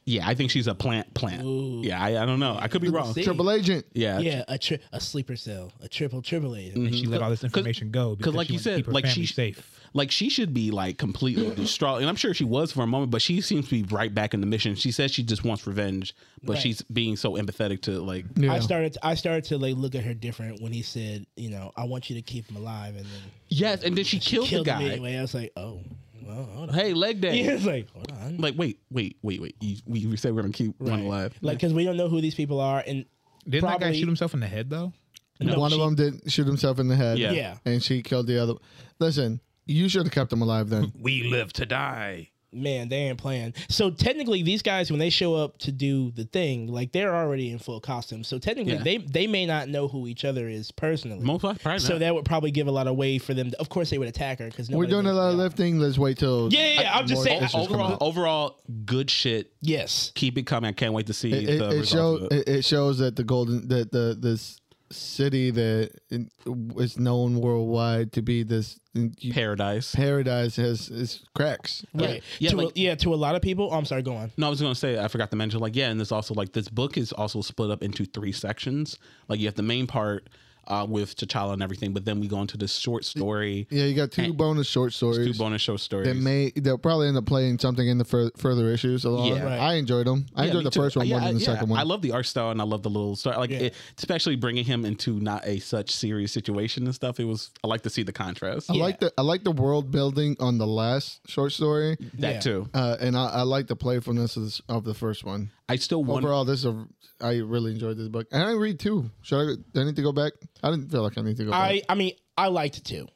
[SPEAKER 2] yeah, I think she's a plant. Plant.
[SPEAKER 3] Ooh.
[SPEAKER 2] Yeah, I, I don't know. I could be wrong.
[SPEAKER 3] See?
[SPEAKER 4] Triple Agent.
[SPEAKER 2] Yeah.
[SPEAKER 3] Yeah, a tri- a sleeper cell, a triple triple A.
[SPEAKER 1] And
[SPEAKER 2] Mm-hmm.
[SPEAKER 1] she let all this information go because
[SPEAKER 2] like
[SPEAKER 1] she
[SPEAKER 2] you
[SPEAKER 1] wanted to
[SPEAKER 2] said,
[SPEAKER 1] keep her
[SPEAKER 2] like,
[SPEAKER 1] family
[SPEAKER 2] she-
[SPEAKER 1] safe.
[SPEAKER 2] Like she should be like completely distraught, and I'm sure she was for a moment, but she seems to be right back in the mission. She says she just wants revenge, but
[SPEAKER 3] Right.
[SPEAKER 2] she's being so empathetic to like.
[SPEAKER 4] Yeah.
[SPEAKER 3] I started. I started to like look at her different when he said, you know, I want you to keep him alive, and then
[SPEAKER 2] Yes, and then she, killed,
[SPEAKER 3] killed
[SPEAKER 2] the
[SPEAKER 3] him
[SPEAKER 2] guy.
[SPEAKER 3] anyway. I was like, oh, well, hold on.
[SPEAKER 2] Hey, leg day.
[SPEAKER 3] [laughs] He was like, hold on,
[SPEAKER 2] Like, wait, wait, wait, wait. You, we, we said we're gonna keep one alive.
[SPEAKER 3] like because we don't know who these people are, and
[SPEAKER 1] Didn't that guy
[SPEAKER 3] probably-
[SPEAKER 1] shoot himself in the head though?
[SPEAKER 3] no,
[SPEAKER 4] one
[SPEAKER 3] she-
[SPEAKER 4] of them did shoot himself in the head.
[SPEAKER 2] Yeah.
[SPEAKER 3] Yeah.
[SPEAKER 4] And she killed the other. Listen, you should have kept him alive
[SPEAKER 2] [laughs]
[SPEAKER 4] then.
[SPEAKER 1] We live to die.
[SPEAKER 3] Man, they ain't playing. So technically, these guys when they show up to do the thing, like they're already in full costume. So technically,
[SPEAKER 2] Yeah.
[SPEAKER 3] they they may not know who each other is personally.
[SPEAKER 2] Most likely, probably
[SPEAKER 3] so
[SPEAKER 2] not.
[SPEAKER 3] that would probably give a lot of way for them. To, of course, they would attack her because
[SPEAKER 4] We're doing a lot of lifting. Let's wait till.
[SPEAKER 3] Yeah, yeah, yeah, I'm just
[SPEAKER 4] more
[SPEAKER 3] saying-
[SPEAKER 4] issues come
[SPEAKER 2] overall,
[SPEAKER 4] out.
[SPEAKER 2] overall, good shit.
[SPEAKER 3] Yes,
[SPEAKER 2] Keep it coming. I can't wait to see
[SPEAKER 4] it,
[SPEAKER 2] the
[SPEAKER 4] it, it
[SPEAKER 2] results
[SPEAKER 4] shows.
[SPEAKER 2] of it.
[SPEAKER 4] It, it shows that the golden that the this city that in- is known worldwide to be this in-
[SPEAKER 2] Paradise.
[SPEAKER 4] paradise has is cracks.
[SPEAKER 3] right.
[SPEAKER 2] Yeah,
[SPEAKER 3] to
[SPEAKER 2] like-
[SPEAKER 3] a, yeah, to a lot of people. Oh, I'm sorry. Go on.
[SPEAKER 2] No, I was gonna say I forgot to mention. Like, yeah, and there's also like this book is also split up into three sections. Like, you have the main part uh, with T'Challa and everything, but then we go into this short story,
[SPEAKER 4] Yeah, you got two bonus short
[SPEAKER 2] two
[SPEAKER 4] stories.
[SPEAKER 2] bonus show
[SPEAKER 4] that
[SPEAKER 2] stories.
[SPEAKER 4] may they'll probably end up playing something in the fur, further issues along.
[SPEAKER 2] Yeah.
[SPEAKER 3] Right.
[SPEAKER 4] I enjoyed them. I
[SPEAKER 2] Yeah,
[SPEAKER 4] enjoyed
[SPEAKER 2] me
[SPEAKER 4] the
[SPEAKER 2] too. Uh,
[SPEAKER 4] first one
[SPEAKER 2] Yeah,
[SPEAKER 4] more than
[SPEAKER 2] I-
[SPEAKER 4] the
[SPEAKER 2] yeah.
[SPEAKER 4] second one.
[SPEAKER 2] I love the art style and I love the little story. Like,
[SPEAKER 3] Yeah.
[SPEAKER 2] it, especially bringing him into not a such serious situation and stuff. It was. I like to see the contrast.
[SPEAKER 4] I
[SPEAKER 3] Yeah.
[SPEAKER 4] like the I like the world building on the last short story,
[SPEAKER 2] That
[SPEAKER 3] Yeah.
[SPEAKER 2] too.
[SPEAKER 4] uh, and I, I like the playfulness of, this, of the first one.
[SPEAKER 2] I still wonder.
[SPEAKER 4] Overall, this is a, I really enjoyed this book, and I read two. Should I? Do I need to go back? I didn't feel like I need to go back.
[SPEAKER 3] I I mean I liked it too,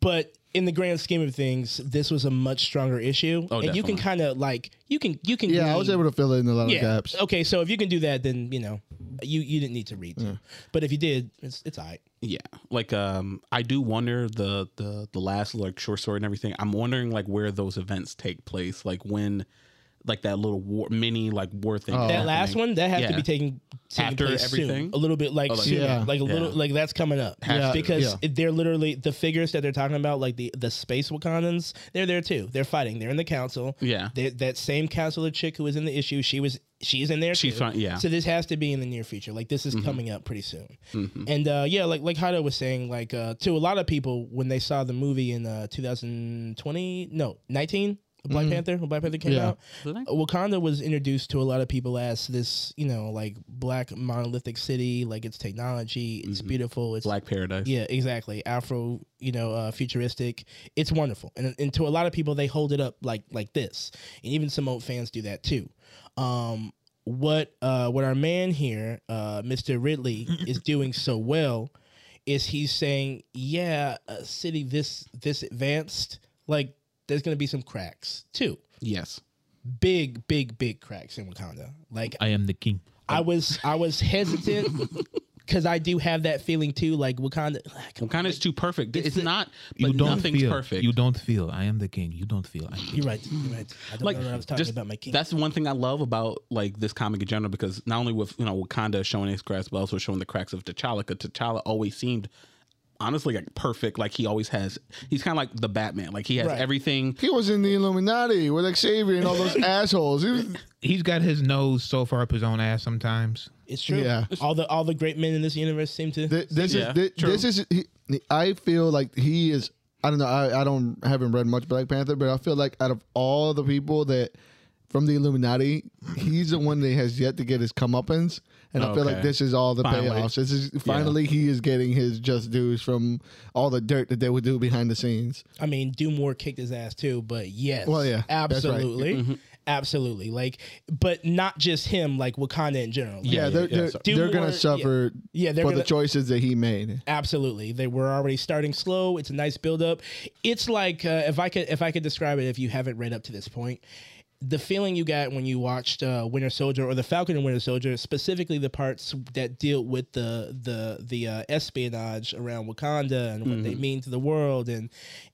[SPEAKER 3] but in the grand scheme of things, this was a much stronger issue,
[SPEAKER 2] Oh,
[SPEAKER 3] and you can
[SPEAKER 2] definitely.
[SPEAKER 3] kind of like you can you can
[SPEAKER 4] Yeah, I
[SPEAKER 3] glean-
[SPEAKER 4] was able to fill in a lot of
[SPEAKER 3] yeah
[SPEAKER 4] gaps.
[SPEAKER 3] okay. So if you can do that, then you know you you didn't need to read, too. but if you did, it's it's alright.
[SPEAKER 2] Yeah, like um, I do wonder the the the last like short story and everything. I'm wondering like where those events take place, like when, like that little war mini like war thing.
[SPEAKER 4] Oh,
[SPEAKER 2] is
[SPEAKER 3] That
[SPEAKER 2] happening.
[SPEAKER 3] last one that has to
[SPEAKER 2] Yeah.
[SPEAKER 3] be taken, taken
[SPEAKER 2] After
[SPEAKER 3] place soon.
[SPEAKER 2] everything? Oh,
[SPEAKER 3] a little bit like,
[SPEAKER 2] like-
[SPEAKER 3] soon,
[SPEAKER 4] Yeah.
[SPEAKER 3] like a little
[SPEAKER 2] Yeah.
[SPEAKER 3] like that's coming up
[SPEAKER 4] Has to.
[SPEAKER 3] because
[SPEAKER 4] Yeah.
[SPEAKER 3] it- they're literally the figures that they're talking about, like the the space Wakandans. They're there too. They're fighting. They're in the council.
[SPEAKER 2] Yeah.
[SPEAKER 3] They- that same counselor chick who was in the issue, she was she's in there.
[SPEAKER 2] She's
[SPEAKER 3] too.
[SPEAKER 2] fine, yeah. Mm-hmm.
[SPEAKER 3] So this has to be in the near future. Like this is coming up pretty soon. And uh, yeah, like like Hado was saying, like uh, to a lot of people when they saw the movie in uh, 2020, no 19. Black
[SPEAKER 2] Mm-hmm.
[SPEAKER 3] Panther, when Black Panther came
[SPEAKER 4] Yeah.
[SPEAKER 3] out. Wakanda was introduced to a lot of people as this, you know, like black monolithic city, like it's technology,
[SPEAKER 2] Mm-hmm.
[SPEAKER 3] it's beautiful, it's
[SPEAKER 2] Black Paradise.
[SPEAKER 3] yeah, exactly. Afro, you know, uh, futuristic. It's wonderful, and, and to a lot of people, they hold it up like like this, and even some old fans do that too. Um, what uh, what our man here, uh, Mr. Ridley, is doing so well is he's saying, yeah, a city this this advanced, like there's gonna be some cracks too,
[SPEAKER 2] Yes.
[SPEAKER 3] big big big cracks in Wakanda. Like
[SPEAKER 1] I am the king.
[SPEAKER 3] I was I was hesitant. Because I do have that feeling too, like Wakanda. [sighs]
[SPEAKER 2] Wakanda is too perfect. It's, not. But
[SPEAKER 1] You don't
[SPEAKER 2] nothing's
[SPEAKER 1] feel.
[SPEAKER 2] perfect.
[SPEAKER 1] You don't feel. I am the king. You don't feel. I'm
[SPEAKER 3] You're right. You're right. I don't
[SPEAKER 2] like
[SPEAKER 3] know what I was talking
[SPEAKER 2] just,
[SPEAKER 3] about. My king.
[SPEAKER 2] that's one thing I love about like this comic in general because not only with you know Wakanda showing his cracks, but also showing the cracks of T'Challa. Because T'Challa always seemed honestly like perfect. Like he always has. He's kind of like the Batman. Like he has
[SPEAKER 3] Right.
[SPEAKER 2] everything.
[SPEAKER 4] He was in the Illuminati with Xavier and all
[SPEAKER 3] [laughs]
[SPEAKER 4] those assholes. He was,
[SPEAKER 1] He's got his nose so far up his own ass sometimes.
[SPEAKER 3] It's true.
[SPEAKER 4] Yeah.
[SPEAKER 3] All the all the great men in this universe seem to.
[SPEAKER 4] Th- this
[SPEAKER 2] Yeah,
[SPEAKER 4] is thi-
[SPEAKER 2] true.
[SPEAKER 4] this is he, I feel like he is I don't know I, I don't haven't read much Black Panther but I feel like out of all the people that from the Illuminati he's the one that has yet to get his comeuppance and I feel like
[SPEAKER 2] Okay.
[SPEAKER 4] this is all the
[SPEAKER 2] Finally.
[SPEAKER 4] payoffs this is finally he is getting his just dues from all the dirt that they would do behind the scenes
[SPEAKER 3] I mean, Doom War kicked his ass too, but yes.
[SPEAKER 4] Well, yeah, that's right.
[SPEAKER 3] Absolutely. Absolutely. Like, but not just him, like Wakanda in general. Like,
[SPEAKER 4] yeah, they're
[SPEAKER 2] yeah,
[SPEAKER 4] they're,
[SPEAKER 2] so-
[SPEAKER 4] they're
[SPEAKER 3] Do
[SPEAKER 4] gonna
[SPEAKER 3] more-
[SPEAKER 4] suffer
[SPEAKER 3] Yeah, they're
[SPEAKER 4] for
[SPEAKER 3] gonna-
[SPEAKER 4] the choices that he made
[SPEAKER 3] Absolutely. They were already starting slow. It's a nice build up. It's like uh, if I could if I could describe it if you haven't read up to this point, the feeling you got when you watched uh, Winter Soldier or the Falcon and Winter Soldier, specifically the parts that deal with the the the uh, espionage around Wakanda and what they
[SPEAKER 2] Mm-hmm.
[SPEAKER 3] mean to the world, and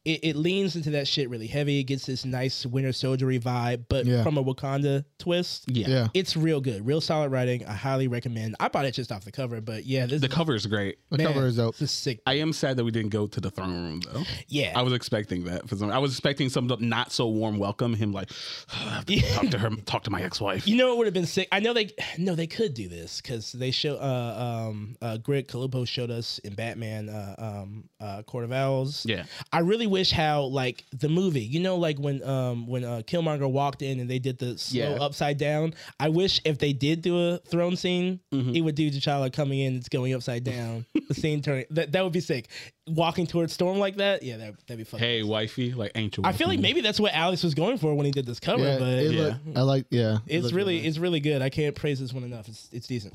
[SPEAKER 3] it, it leans into that shit really heavy. It gets this nice Winter Soldiery vibe, but
[SPEAKER 4] Yeah.
[SPEAKER 3] from a Wakanda twist.
[SPEAKER 2] Yeah.
[SPEAKER 4] yeah
[SPEAKER 3] It's real good, real solid writing. I highly recommend. I bought it just off the cover, but yeah, this
[SPEAKER 2] The cover is great.
[SPEAKER 4] the
[SPEAKER 3] man,
[SPEAKER 4] cover is out
[SPEAKER 3] It's a sick.
[SPEAKER 2] I am sad that we didn't go to the throne room though.
[SPEAKER 3] Yeah,
[SPEAKER 2] I was expecting that for some. I was expecting some not so warm welcome. Him like "I have to talk to her, talk to my ex wife.
[SPEAKER 3] You know it would have been sick. I know they no they could do this because they show uh, um, uh, Greg Colombo showed us in Batman uh, um, uh, Court of Owls.
[SPEAKER 2] Yeah.
[SPEAKER 3] I really wish how like the movie. You know, like when um, when uh, Killmonger walked in and they did the slow
[SPEAKER 2] Yeah.
[SPEAKER 3] upside down. I wish if they did do a throne scene,
[SPEAKER 2] Mm-hmm.
[SPEAKER 3] it would do T'Challa coming in, it's going upside down.
[SPEAKER 2] [laughs]
[SPEAKER 3] the scene turning that that would be sick. Walking towards Storm like that, yeah, that that'd be fun.
[SPEAKER 2] Hey, wifey, like ain't you?
[SPEAKER 3] I feel like maybe that's what Alex was going for when he did this cover,
[SPEAKER 4] yeah,
[SPEAKER 3] but
[SPEAKER 4] it look- I like yeah it
[SPEAKER 3] it's
[SPEAKER 4] looked
[SPEAKER 3] really it's really good. I can't praise this one enough. It's it's decent.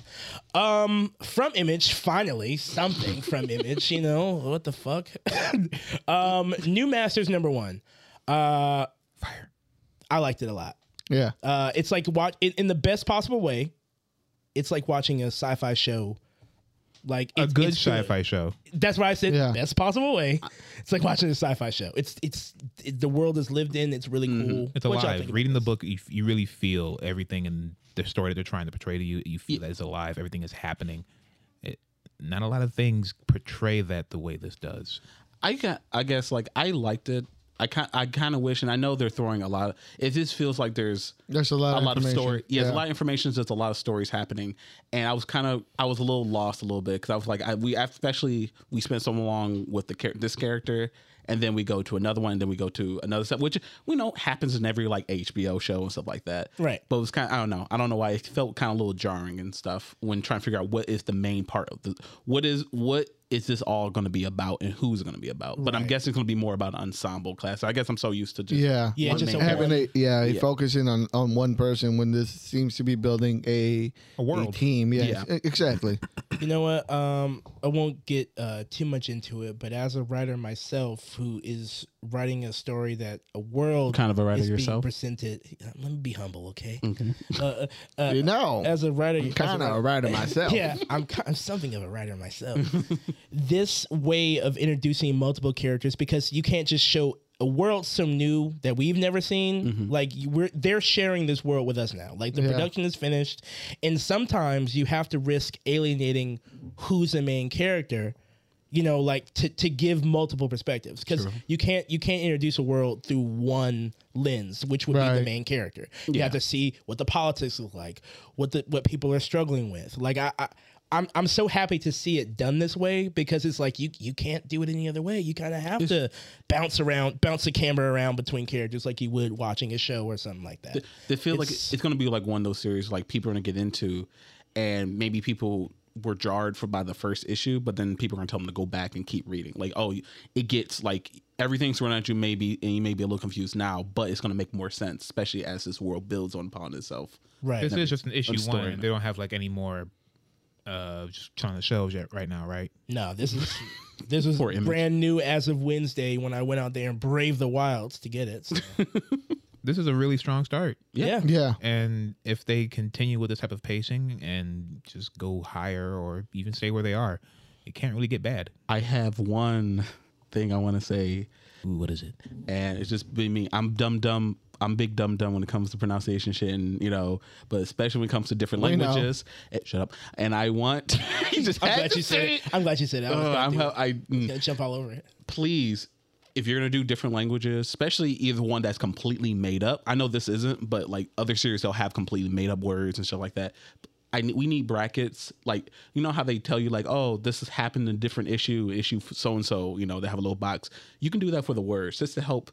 [SPEAKER 3] Um, from Image, finally
[SPEAKER 1] [laughs]
[SPEAKER 3] something from Image. You know what the fuck? [laughs] um, New Masters number one. Uh, fire. I liked it a lot.
[SPEAKER 4] yeah
[SPEAKER 3] Uh, it's like watch in, in the best possible way. It's like watching a sci-fi show. Like
[SPEAKER 1] A
[SPEAKER 3] it's-
[SPEAKER 1] good
[SPEAKER 3] it's
[SPEAKER 1] sci-fi show.
[SPEAKER 3] that's why I said
[SPEAKER 4] Yeah.
[SPEAKER 3] best possible way. It's like watching a sci-fi show. It's it's it, the world is lived in. It's really cool.
[SPEAKER 1] It's
[SPEAKER 3] What
[SPEAKER 1] alive.
[SPEAKER 3] y'all think about
[SPEAKER 1] Reading the
[SPEAKER 3] this?
[SPEAKER 1] book, you, you really feel everything in the story that they're trying to portray to you. You feel that it's alive. Everything is happening. It, not a lot of things portray that the way this does.
[SPEAKER 2] I got. I guess like I liked it. I kind. I kind of wish, and I know they're throwing a lot. Of, it just feels like there's
[SPEAKER 4] There's a lot of
[SPEAKER 2] of
[SPEAKER 4] information.
[SPEAKER 2] story. Yeah, there's
[SPEAKER 4] Yeah.
[SPEAKER 2] a lot of information. There's a lot of stories happening, and I was kind of. I was a little lost a little bit because I was like, I, we especially we spent so long with the char- this character, and then we go to another one, and then we go to another stuff, which we know happens in every like HBO show and stuff like that.
[SPEAKER 3] Right.
[SPEAKER 2] But it was kind. Of, I don't know. I don't know why it felt kind of a little jarring and stuff when trying to figure out what is the main part of the what is what is this all going to be about and who's it going to be about. But I'm guessing it's going to be more about an ensemble class. I guess I'm so used to just
[SPEAKER 4] Yeah.
[SPEAKER 3] Yeah,
[SPEAKER 2] one
[SPEAKER 3] just
[SPEAKER 2] main
[SPEAKER 3] a
[SPEAKER 2] character.
[SPEAKER 4] having a yeah,
[SPEAKER 2] Yeah.
[SPEAKER 4] focusing on on one person when this seems to be building a
[SPEAKER 1] A world.
[SPEAKER 4] team. Yeah,
[SPEAKER 2] Yeah.
[SPEAKER 4] e- exactly.
[SPEAKER 3] You know what? Um, I won't get uh, too much into it, but as a writer myself, who is writing a story that a world
[SPEAKER 2] Kind of a writer
[SPEAKER 3] is being
[SPEAKER 2] yourself?
[SPEAKER 3] presented. Let me be humble, okay?
[SPEAKER 2] [laughs]
[SPEAKER 3] Uh, uh, uh, [laughs]
[SPEAKER 4] you know,
[SPEAKER 3] as a writer, as a
[SPEAKER 4] kind of a writer myself.
[SPEAKER 3] yeah,
[SPEAKER 4] [laughs]
[SPEAKER 3] I'm, ki- I'm something of a writer myself. this way of introducing multiple characters because you can't just show a world so new that we've never seen. Like you- we're they're sharing this world with us now. Like the production is finished, and sometimes you have to risk alienating who's the main character. You know, like to, to give multiple perspectives because you can't you can't introduce a world through one lens, which would be the
[SPEAKER 4] Right.
[SPEAKER 3] main main character. You have to see what the politics look like, what the what people are struggling with. Like I, I I'm I'm so happy to see it done this way because it's like you you can't do it any other way. You kind of have to bounce around, bounce the camera around between characters like you would watching a show or something like that.
[SPEAKER 2] They feel like
[SPEAKER 3] It's-
[SPEAKER 2] it's going to be like one of those series like people are going to get into, and maybe people were jarred for by the first issue, but then people are going to tell them to go back and keep reading. Like, oh, it gets like everything's thrown at you, maybe, and you may be a little confused now, but it's going to make more sense, especially as this world builds on upon itself.
[SPEAKER 3] right.
[SPEAKER 1] This is just an issue
[SPEAKER 2] story
[SPEAKER 1] one.
[SPEAKER 2] now.
[SPEAKER 1] They don't have like any more uh just on the shelves yet right now, right?
[SPEAKER 3] No, this is this
[SPEAKER 2] [laughs]
[SPEAKER 3] was
[SPEAKER 2] Image.
[SPEAKER 3] brand new as of Wednesday when I went out there and braved the wilds to
[SPEAKER 2] [laughs]
[SPEAKER 3] get it. so,
[SPEAKER 1] This is a really strong start.
[SPEAKER 3] yeah.
[SPEAKER 4] yeah.
[SPEAKER 1] And if they continue with this type of pacing and just go higher or even stay where they are, it can't really get bad.
[SPEAKER 2] I have one thing I want to say,
[SPEAKER 1] Ooh, what is it?
[SPEAKER 2] and it's just been me. I'm dumb, dumb. I'm big dumb dumb when it comes to pronunciation shit, and you know, but especially when it comes to different
[SPEAKER 4] We know.
[SPEAKER 2] languages. Eh, shut up. And I want. [laughs] you just
[SPEAKER 3] I'm
[SPEAKER 2] had
[SPEAKER 3] glad
[SPEAKER 2] to
[SPEAKER 3] you said
[SPEAKER 2] say
[SPEAKER 3] it. Oh, I'm glad you said it. I was
[SPEAKER 2] Ugh,
[SPEAKER 3] gonna
[SPEAKER 2] Uh, I'm
[SPEAKER 3] do
[SPEAKER 2] hel-
[SPEAKER 3] it.
[SPEAKER 2] I mm,
[SPEAKER 3] Gonna jump all over it.
[SPEAKER 2] please if you're gonna do different languages especially either one that's completely made up i know this isn't but like other series they'll have completely made up words and stuff like that I ne- we need brackets like you know how they tell you like oh this has happened in different issue issue so and so you know they have a little box you can do that for the words just to help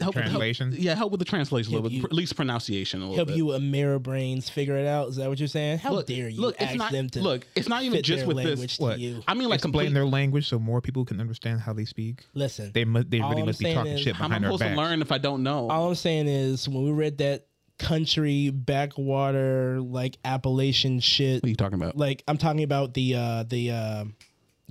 [SPEAKER 2] help help-
[SPEAKER 1] Translation?
[SPEAKER 2] yeah help with the translation a little
[SPEAKER 3] Help
[SPEAKER 2] bit
[SPEAKER 3] you-
[SPEAKER 2] pr- at least pronunciation a little
[SPEAKER 3] Help
[SPEAKER 2] bit
[SPEAKER 3] you Ameribrains figure it out. Is that what you're saying? How dare you
[SPEAKER 2] look
[SPEAKER 3] ask
[SPEAKER 2] it's not
[SPEAKER 3] them to
[SPEAKER 2] look it's not even
[SPEAKER 3] fit
[SPEAKER 2] just
[SPEAKER 3] their
[SPEAKER 2] with
[SPEAKER 3] language
[SPEAKER 2] this
[SPEAKER 3] to
[SPEAKER 1] What?
[SPEAKER 3] you?
[SPEAKER 2] i mean like
[SPEAKER 1] Explain
[SPEAKER 2] complete,
[SPEAKER 1] their language so more people can understand how they speak.
[SPEAKER 3] Listen,
[SPEAKER 1] They must. They
[SPEAKER 3] All
[SPEAKER 1] really
[SPEAKER 3] I'm
[SPEAKER 1] must be
[SPEAKER 3] saying
[SPEAKER 1] talking
[SPEAKER 3] is-
[SPEAKER 1] shit
[SPEAKER 2] how am i
[SPEAKER 1] behind our
[SPEAKER 2] supposed to
[SPEAKER 1] back.
[SPEAKER 2] learn if i don't know
[SPEAKER 3] all I'm saying is when we read that country backwater like Appalachian shit,
[SPEAKER 2] what are you talking about
[SPEAKER 3] like I'm talking about the uh, the uh,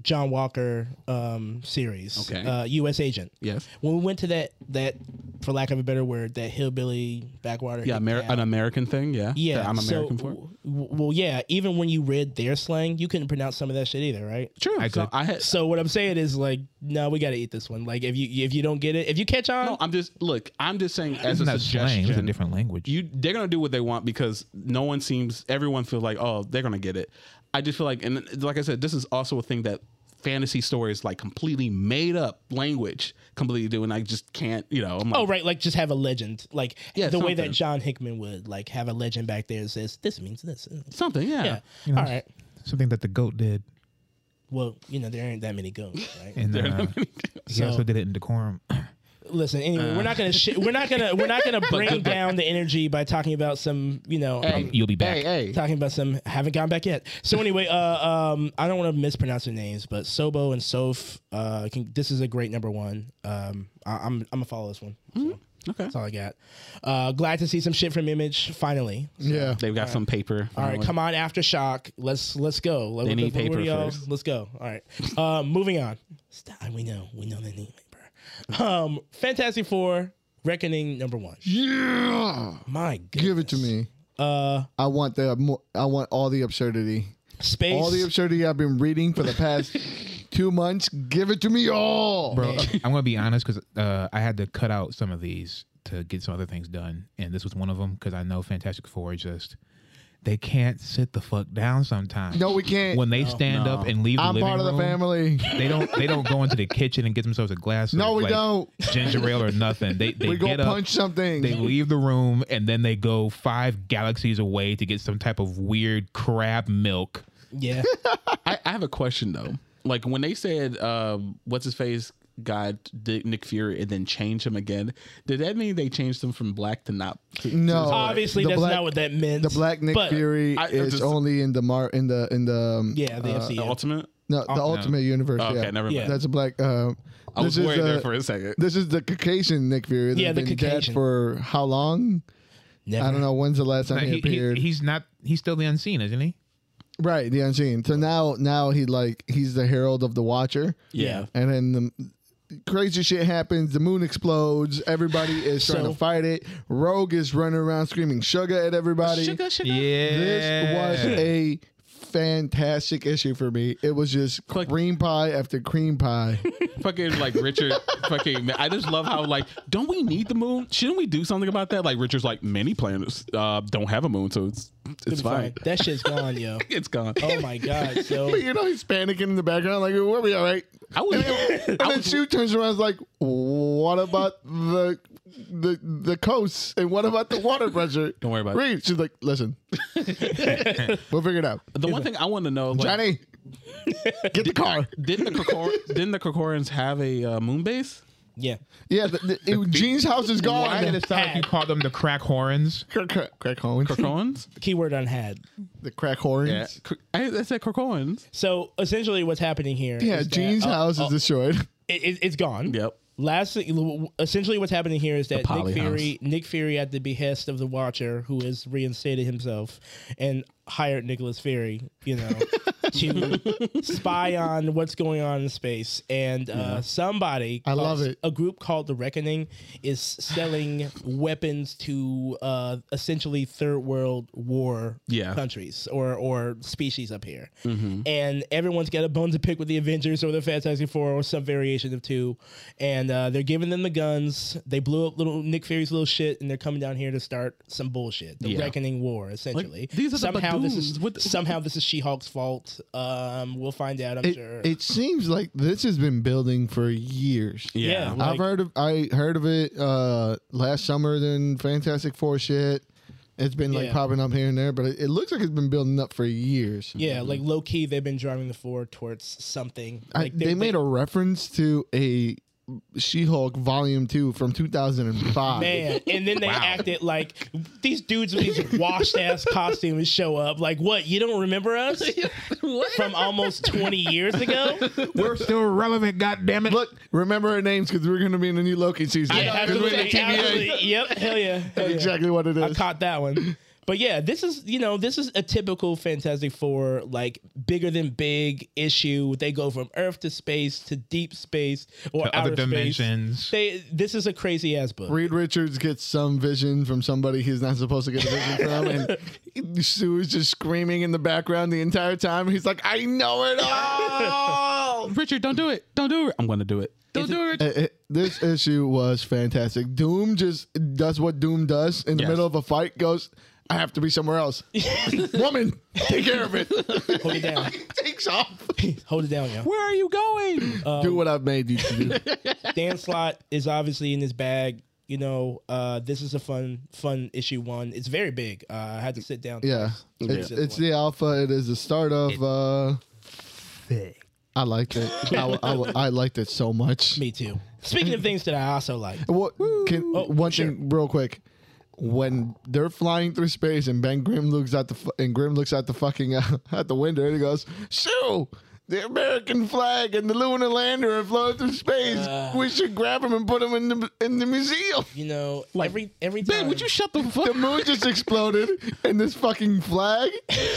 [SPEAKER 3] John Walker um, series,
[SPEAKER 2] Okay.
[SPEAKER 3] uh, U.S. Agent.
[SPEAKER 2] yes
[SPEAKER 3] When we went to that that, for lack of a better word, that hillbilly backwater.
[SPEAKER 2] Yeah, Amer-
[SPEAKER 3] hick town,
[SPEAKER 2] an American thing. Yeah,
[SPEAKER 3] Yeah,
[SPEAKER 2] that I'm American
[SPEAKER 3] so,
[SPEAKER 2] for.
[SPEAKER 3] w- w- Well, yeah. Even when you read their slang, you couldn't pronounce some of that shit either, right?
[SPEAKER 2] True. I,
[SPEAKER 1] I
[SPEAKER 2] so
[SPEAKER 1] could-
[SPEAKER 2] I had.
[SPEAKER 3] So what I'm saying is like, no, we got to eat this one. Like if you if you don't get it, if you catch on,
[SPEAKER 2] No, I'm just look. I'm just saying as
[SPEAKER 1] Isn't
[SPEAKER 2] a
[SPEAKER 1] that slang? It's a
[SPEAKER 2] suggestion.
[SPEAKER 1] different language.
[SPEAKER 2] you they're gonna do what they want because no one seems. Everyone feels like oh they're gonna get it. I just feel like and like I said, this is also a thing that fantasy stories like completely made up language completely do, and I just can't. You know, I'm like,
[SPEAKER 3] oh right, like just have a legend, like
[SPEAKER 2] Yeah,
[SPEAKER 3] the way that
[SPEAKER 2] something.
[SPEAKER 3] John Hickman would like have a legend back there that says this means this.
[SPEAKER 2] something. Yeah.
[SPEAKER 3] Yeah.
[SPEAKER 1] You know,
[SPEAKER 3] All right.
[SPEAKER 1] Something that the goat did,
[SPEAKER 3] Well, you know there ain't that many goats, right?
[SPEAKER 1] and uh, he
[SPEAKER 3] So-
[SPEAKER 1] also did it in decorum. [clears throat]
[SPEAKER 3] Listen, anyway, we're
[SPEAKER 2] Uh.
[SPEAKER 3] not gonna sh- we're not gonna we're
[SPEAKER 2] [laughs]
[SPEAKER 3] not gonna bring down the energy by talking about some you know um,
[SPEAKER 1] You'll be back.
[SPEAKER 4] Hey, hey.
[SPEAKER 3] talking about some haven't gone back yet. So anyway, uh, um, I don't want to mispronounce their names, but Sobo and Soph, uh, can, this is a great number one. Um, I, I'm I'm gonna follow this one. So
[SPEAKER 2] Mm-hmm. Okay.
[SPEAKER 3] That's all I got. Uh, glad to see some shit from Image finally.
[SPEAKER 4] Yeah.
[SPEAKER 2] They've got some paper.
[SPEAKER 3] All right, come on, aftershock. Let's let's go. Let,
[SPEAKER 2] They
[SPEAKER 3] what the-
[SPEAKER 2] need
[SPEAKER 3] what
[SPEAKER 2] paper
[SPEAKER 3] do y'all-
[SPEAKER 2] first.
[SPEAKER 3] Let's go. All right. Uh, moving on. Stop. We know. We know they need paper. Um, Fantastic Four Reckoning number one.
[SPEAKER 4] Yeah.
[SPEAKER 3] My goodness.
[SPEAKER 4] Give it to me.
[SPEAKER 3] Uh,
[SPEAKER 4] I want the mo- I want all the absurdity.
[SPEAKER 3] space.
[SPEAKER 4] All the absurdity I've been reading for the past two months. Give it to me all.
[SPEAKER 1] Bro, I'm gonna be honest because uh, I had to cut out some of these to get some other things done, and this was one of them because I know Fantastic Four is just they can't sit the fuck down sometimes.
[SPEAKER 4] No, we can't.
[SPEAKER 1] when they stand
[SPEAKER 2] No.
[SPEAKER 1] up and leave,
[SPEAKER 4] Eh, I'm
[SPEAKER 1] the living
[SPEAKER 4] part of the
[SPEAKER 1] room,
[SPEAKER 4] family.
[SPEAKER 1] They don't. They don't go into the kitchen and get themselves a glass.
[SPEAKER 4] No,
[SPEAKER 1] of,
[SPEAKER 4] we
[SPEAKER 1] like,
[SPEAKER 4] don't.
[SPEAKER 1] Ginger ale or nothing.
[SPEAKER 4] [laughs]
[SPEAKER 1] They they
[SPEAKER 4] We go
[SPEAKER 1] get up.
[SPEAKER 4] punch something.
[SPEAKER 1] They leave the room and then they go five galaxies away to get some type of weird crab milk.
[SPEAKER 3] yeah.
[SPEAKER 2] I, I have a question though. Like when they said, um, "What's his face?" God, did Nick Fury, and then change him again. Did that mean they changed him from black to not? To,
[SPEAKER 4] No.
[SPEAKER 3] Obviously,
[SPEAKER 4] Oh, The
[SPEAKER 3] that's
[SPEAKER 4] black-
[SPEAKER 3] not what that meant.
[SPEAKER 4] the Black Nick
[SPEAKER 3] but-
[SPEAKER 4] Fury
[SPEAKER 2] I- I
[SPEAKER 4] is
[SPEAKER 2] just-
[SPEAKER 4] only in the mar in the in the um,
[SPEAKER 3] Yeah, the
[SPEAKER 4] uh,
[SPEAKER 3] FCU.
[SPEAKER 2] The ultimate.
[SPEAKER 4] no the Ultimate Universe.
[SPEAKER 2] Oh, Okay,
[SPEAKER 4] yeah.
[SPEAKER 2] never mind.
[SPEAKER 3] Yeah.
[SPEAKER 4] That's a black. Uh,
[SPEAKER 2] I was
[SPEAKER 4] this is
[SPEAKER 2] worried there
[SPEAKER 4] uh,
[SPEAKER 2] for a second.
[SPEAKER 4] This is the Caucasian Nick Fury. that's
[SPEAKER 3] Yeah, the
[SPEAKER 4] been
[SPEAKER 3] Caucasian.
[SPEAKER 4] dead for how long?
[SPEAKER 3] Never.
[SPEAKER 4] I don't know. When's the last time
[SPEAKER 1] Now,
[SPEAKER 4] he,
[SPEAKER 1] he- he-
[SPEAKER 4] appeared?
[SPEAKER 1] he's not. He's still the unseen, isn't he?
[SPEAKER 4] right, the Unseen. So now, now he like he's the herald of the Watcher,
[SPEAKER 2] yeah.
[SPEAKER 4] and then the crazy shit happens. The moon explodes. Everybody is trying
[SPEAKER 3] So-
[SPEAKER 4] to fight it. Rogue is running around screaming sugar at everybody.
[SPEAKER 2] Sugar, sugar.
[SPEAKER 1] Yeah.
[SPEAKER 4] This was a fantastic issue for me. It was just
[SPEAKER 2] Click.
[SPEAKER 4] cream pie after cream
[SPEAKER 2] [laughs]
[SPEAKER 4] pie.
[SPEAKER 2] Fucking like
[SPEAKER 4] [laughs]
[SPEAKER 2] Richard. fucking. I just love how like, don't we need the moon? Shouldn't we do something about that? Like Richard's like many planets uh, don't have a moon, so it's it's fine.
[SPEAKER 3] That shit's gone,
[SPEAKER 4] [laughs]
[SPEAKER 3] yo.
[SPEAKER 2] [laughs] It's gone.
[SPEAKER 3] Oh my god. So
[SPEAKER 4] But you know he's panicking in the background, like, "Were we all right?"
[SPEAKER 2] I was.
[SPEAKER 4] [laughs] And then Sue turns around, and is like, "What about the the the coast? And what about the water pressure?"
[SPEAKER 2] [laughs] Don't worry about it.
[SPEAKER 4] Reed, she's like, "Listen,
[SPEAKER 2] [laughs]
[SPEAKER 4] we'll figure it out."
[SPEAKER 2] the one thing I want to know, like,
[SPEAKER 4] Johnny, get the car.
[SPEAKER 2] [laughs] didn't the Krikor- didn't the Krakorans have a uh, moon base?
[SPEAKER 3] yeah.
[SPEAKER 4] Yeah, the, the, Gene's house is gone.
[SPEAKER 1] I just thought you called them the crack horns.
[SPEAKER 4] Crack, crack, crack horns.
[SPEAKER 2] Krakorans.
[SPEAKER 3] Keyword on had.
[SPEAKER 4] The crack horns.
[SPEAKER 2] Yeah, Kr- I, I said Krakorans.
[SPEAKER 3] So essentially, what's happening here?
[SPEAKER 4] Yeah,
[SPEAKER 3] is that-
[SPEAKER 4] Gene's
[SPEAKER 3] uh,
[SPEAKER 4] house is destroyed.
[SPEAKER 3] it, it, it's gone.
[SPEAKER 2] Yep.
[SPEAKER 3] Last, essentially, what's happening here is that
[SPEAKER 2] poly
[SPEAKER 3] Nick Fury, Nick Fury, at the behest of the
[SPEAKER 4] [laughs]
[SPEAKER 3] Watcher, who has reinstated himself and hired Nicholas Fury, you know, to spy on what's going on in space. And uh, somebody,
[SPEAKER 4] I love
[SPEAKER 3] called-
[SPEAKER 4] it.
[SPEAKER 3] A group called the Reckoning
[SPEAKER 2] [sighs]
[SPEAKER 3] is selling weapons to uh, essentially third world war
[SPEAKER 2] Yeah. Mm-hmm.
[SPEAKER 3] countries or or species up here. And everyone's got a bone to pick with the Avengers or the Fantastic Four or some variation of two. And uh, they're giving them the guns. They blew up little Nick Fury's little shit, and they're coming down here to start some bullshit. The
[SPEAKER 2] Yeah.
[SPEAKER 3] Reckoning War, essentially.
[SPEAKER 2] these are the
[SPEAKER 3] somehow this is
[SPEAKER 2] Badoons. What the-
[SPEAKER 3] somehow this is She-Hulk's fault. Um, we'll find out. I'm
[SPEAKER 4] It,
[SPEAKER 3] sure.
[SPEAKER 4] it seems like this has been building for years.
[SPEAKER 3] yeah,
[SPEAKER 2] Yeah.
[SPEAKER 4] I've heard of I heard of it uh, last summer. Then Fantastic Four shit. It's been like
[SPEAKER 3] Yeah.
[SPEAKER 4] popping up here and there, but it, it looks like it's been building up for years.
[SPEAKER 3] yeah,
[SPEAKER 1] Mm-hmm.
[SPEAKER 3] like low key, they've been driving the Ford towards something.
[SPEAKER 1] Uh,
[SPEAKER 4] I,
[SPEAKER 3] Like
[SPEAKER 4] they, made a reference to a She-Hulk Volume Two from 2005.
[SPEAKER 3] Man, and then they acted like these dudes with
[SPEAKER 1] [laughs]
[SPEAKER 3] these washed ass costumes show up. Like, what? You don't remember
[SPEAKER 1] [laughs]
[SPEAKER 3] us from almost twenty years ago?
[SPEAKER 1] We're still relevant, goddammit.
[SPEAKER 4] Look, remember our names because we're going to be in the new Loki season.
[SPEAKER 3] Yeah, absolutely,
[SPEAKER 4] Because we're in the TVA.
[SPEAKER 3] absolutely. Yep,
[SPEAKER 1] [laughs]
[SPEAKER 3] hell yeah, hell
[SPEAKER 4] That's
[SPEAKER 3] yeah.
[SPEAKER 4] exactly what it
[SPEAKER 3] I
[SPEAKER 4] is.
[SPEAKER 3] caught that one. But yeah, this is you know this is a typical Fantastic Four like bigger than big issue. They go from Earth to space to deep space or
[SPEAKER 1] To
[SPEAKER 3] outer
[SPEAKER 1] other dimensions.
[SPEAKER 3] Space. They this is a crazy ass book.
[SPEAKER 4] Reed Richards gets some vision from somebody he's not supposed to get a vision from, [laughs] and Sue is just screaming in the background the entire time. He's like, "I know it all."
[SPEAKER 2] Richard, don't do it. Don't do it. I'm gonna do it. Don't do it. Uh, Richard.
[SPEAKER 4] [laughs] It- it- this issue was fantastic. Doom just does what Doom does in the
[SPEAKER 2] Yes.
[SPEAKER 4] middle of a fight. Goes, "I have to be somewhere [laughs] else." Woman, take care of it.
[SPEAKER 3] Hold it
[SPEAKER 1] [laughs]
[SPEAKER 3] down.
[SPEAKER 4] [laughs] Takes off.
[SPEAKER 3] Hold it down, y'all.
[SPEAKER 2] Where are you going?
[SPEAKER 4] Um, do what I've made you [laughs] to do.
[SPEAKER 3] [coughs] Dan Slot is obviously in his bag. You know, uh, this is a fun fun issue one. It's very big. Uh, I had to sit down.
[SPEAKER 4] Yeah,
[SPEAKER 3] twice.
[SPEAKER 4] it's it's the alpha. It is the start of. uh I liked it. I, I, I liked it so much.
[SPEAKER 3] Me too. Speaking of things that I also like.
[SPEAKER 4] What can
[SPEAKER 3] Oh,
[SPEAKER 4] one thing real quick? When they're flying through space and Ben Grimm looks out the fu- and Grimm looks out the fucking [laughs] uh, out the window and he goes, "Shoo! The American flag and the lunar lander are flying through space. we should grab them and put them in the in the museum." [laughs]
[SPEAKER 3] You know, every every time.
[SPEAKER 2] Ben, would you shut the fuck
[SPEAKER 4] The moon just exploded, and this fucking flag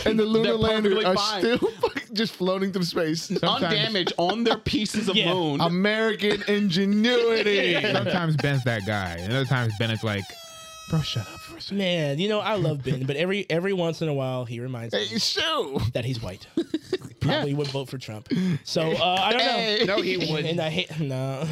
[SPEAKER 4] and the lunar
[SPEAKER 2] They're
[SPEAKER 4] lander
[SPEAKER 2] perfectly
[SPEAKER 4] are
[SPEAKER 2] fine.
[SPEAKER 4] still [laughs] fucking just floating through space.
[SPEAKER 2] undamaged on their pieces of
[SPEAKER 3] Yeah.
[SPEAKER 2] moon?
[SPEAKER 4] American ingenuity.
[SPEAKER 1] Sometimes Ben's that guy, and other times Ben is like, "Bro, shut up for a second.
[SPEAKER 3] [laughs] Man, you know I love Ben, but every every once in a while he reminds me
[SPEAKER 4] Hey, Shoo!
[SPEAKER 3] that he's
[SPEAKER 4] [laughs]
[SPEAKER 3] white. Probably would vote for Trump. So uh, I don't know.
[SPEAKER 4] Hey.
[SPEAKER 1] No,
[SPEAKER 2] [laughs]
[SPEAKER 1] he wouldn't.
[SPEAKER 3] And I hate [laughs] no.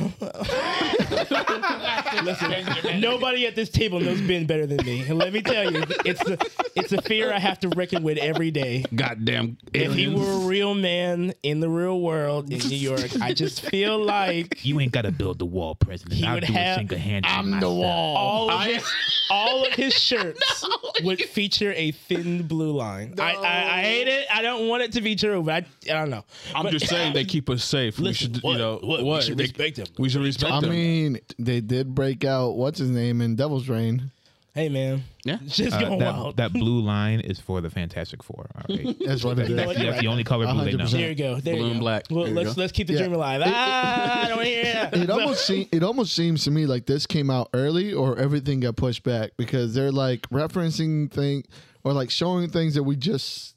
[SPEAKER 3] Listen, nobody at this table knows Ben better than me. And let me tell you, it's a it's a fear I have to reckon with every day.
[SPEAKER 2] Goddamn
[SPEAKER 3] If he
[SPEAKER 2] aliens.
[SPEAKER 3] were a real man in the real world in New York, I just feel [laughs] like
[SPEAKER 1] You ain't gotta build the wall, President.
[SPEAKER 3] He would have-
[SPEAKER 1] hand.
[SPEAKER 4] I'm the wall.
[SPEAKER 3] all of his all of his [laughs] shirts would feature a thin blue line. I, I I hate it. I don't want it to be true, but I, I don't know.
[SPEAKER 2] I'm
[SPEAKER 3] But-
[SPEAKER 2] just saying
[SPEAKER 3] [laughs]
[SPEAKER 2] they keep us safe.
[SPEAKER 3] Listen,
[SPEAKER 2] we should,
[SPEAKER 3] what-
[SPEAKER 2] you know,
[SPEAKER 3] what?
[SPEAKER 2] what?
[SPEAKER 3] We should
[SPEAKER 2] They-
[SPEAKER 3] respect them.
[SPEAKER 2] We should respect
[SPEAKER 4] I
[SPEAKER 2] them.
[SPEAKER 4] mean, they did break out what's his name in Devil's Reign.
[SPEAKER 3] Hey man,
[SPEAKER 2] Yeah.
[SPEAKER 3] it's just
[SPEAKER 1] Uh,
[SPEAKER 3] going
[SPEAKER 1] that,
[SPEAKER 3] wild.
[SPEAKER 1] that blue line is for the Fantastic Four. All right.
[SPEAKER 3] [laughs]
[SPEAKER 4] That's what it
[SPEAKER 1] That's,
[SPEAKER 4] is.
[SPEAKER 3] what?
[SPEAKER 1] that's the only color blue they know.
[SPEAKER 4] 100%.
[SPEAKER 3] there you go. There
[SPEAKER 2] Blue
[SPEAKER 3] you
[SPEAKER 2] and
[SPEAKER 3] go.
[SPEAKER 2] black.
[SPEAKER 3] Well,
[SPEAKER 2] There you
[SPEAKER 3] let's
[SPEAKER 2] go.
[SPEAKER 3] let's keep the
[SPEAKER 4] Yeah.
[SPEAKER 3] dream alive. Ah, I don't hear that.
[SPEAKER 4] It almost seems it almost seems to me like this came out early or everything got pushed back because they're like referencing thing or like showing things that we just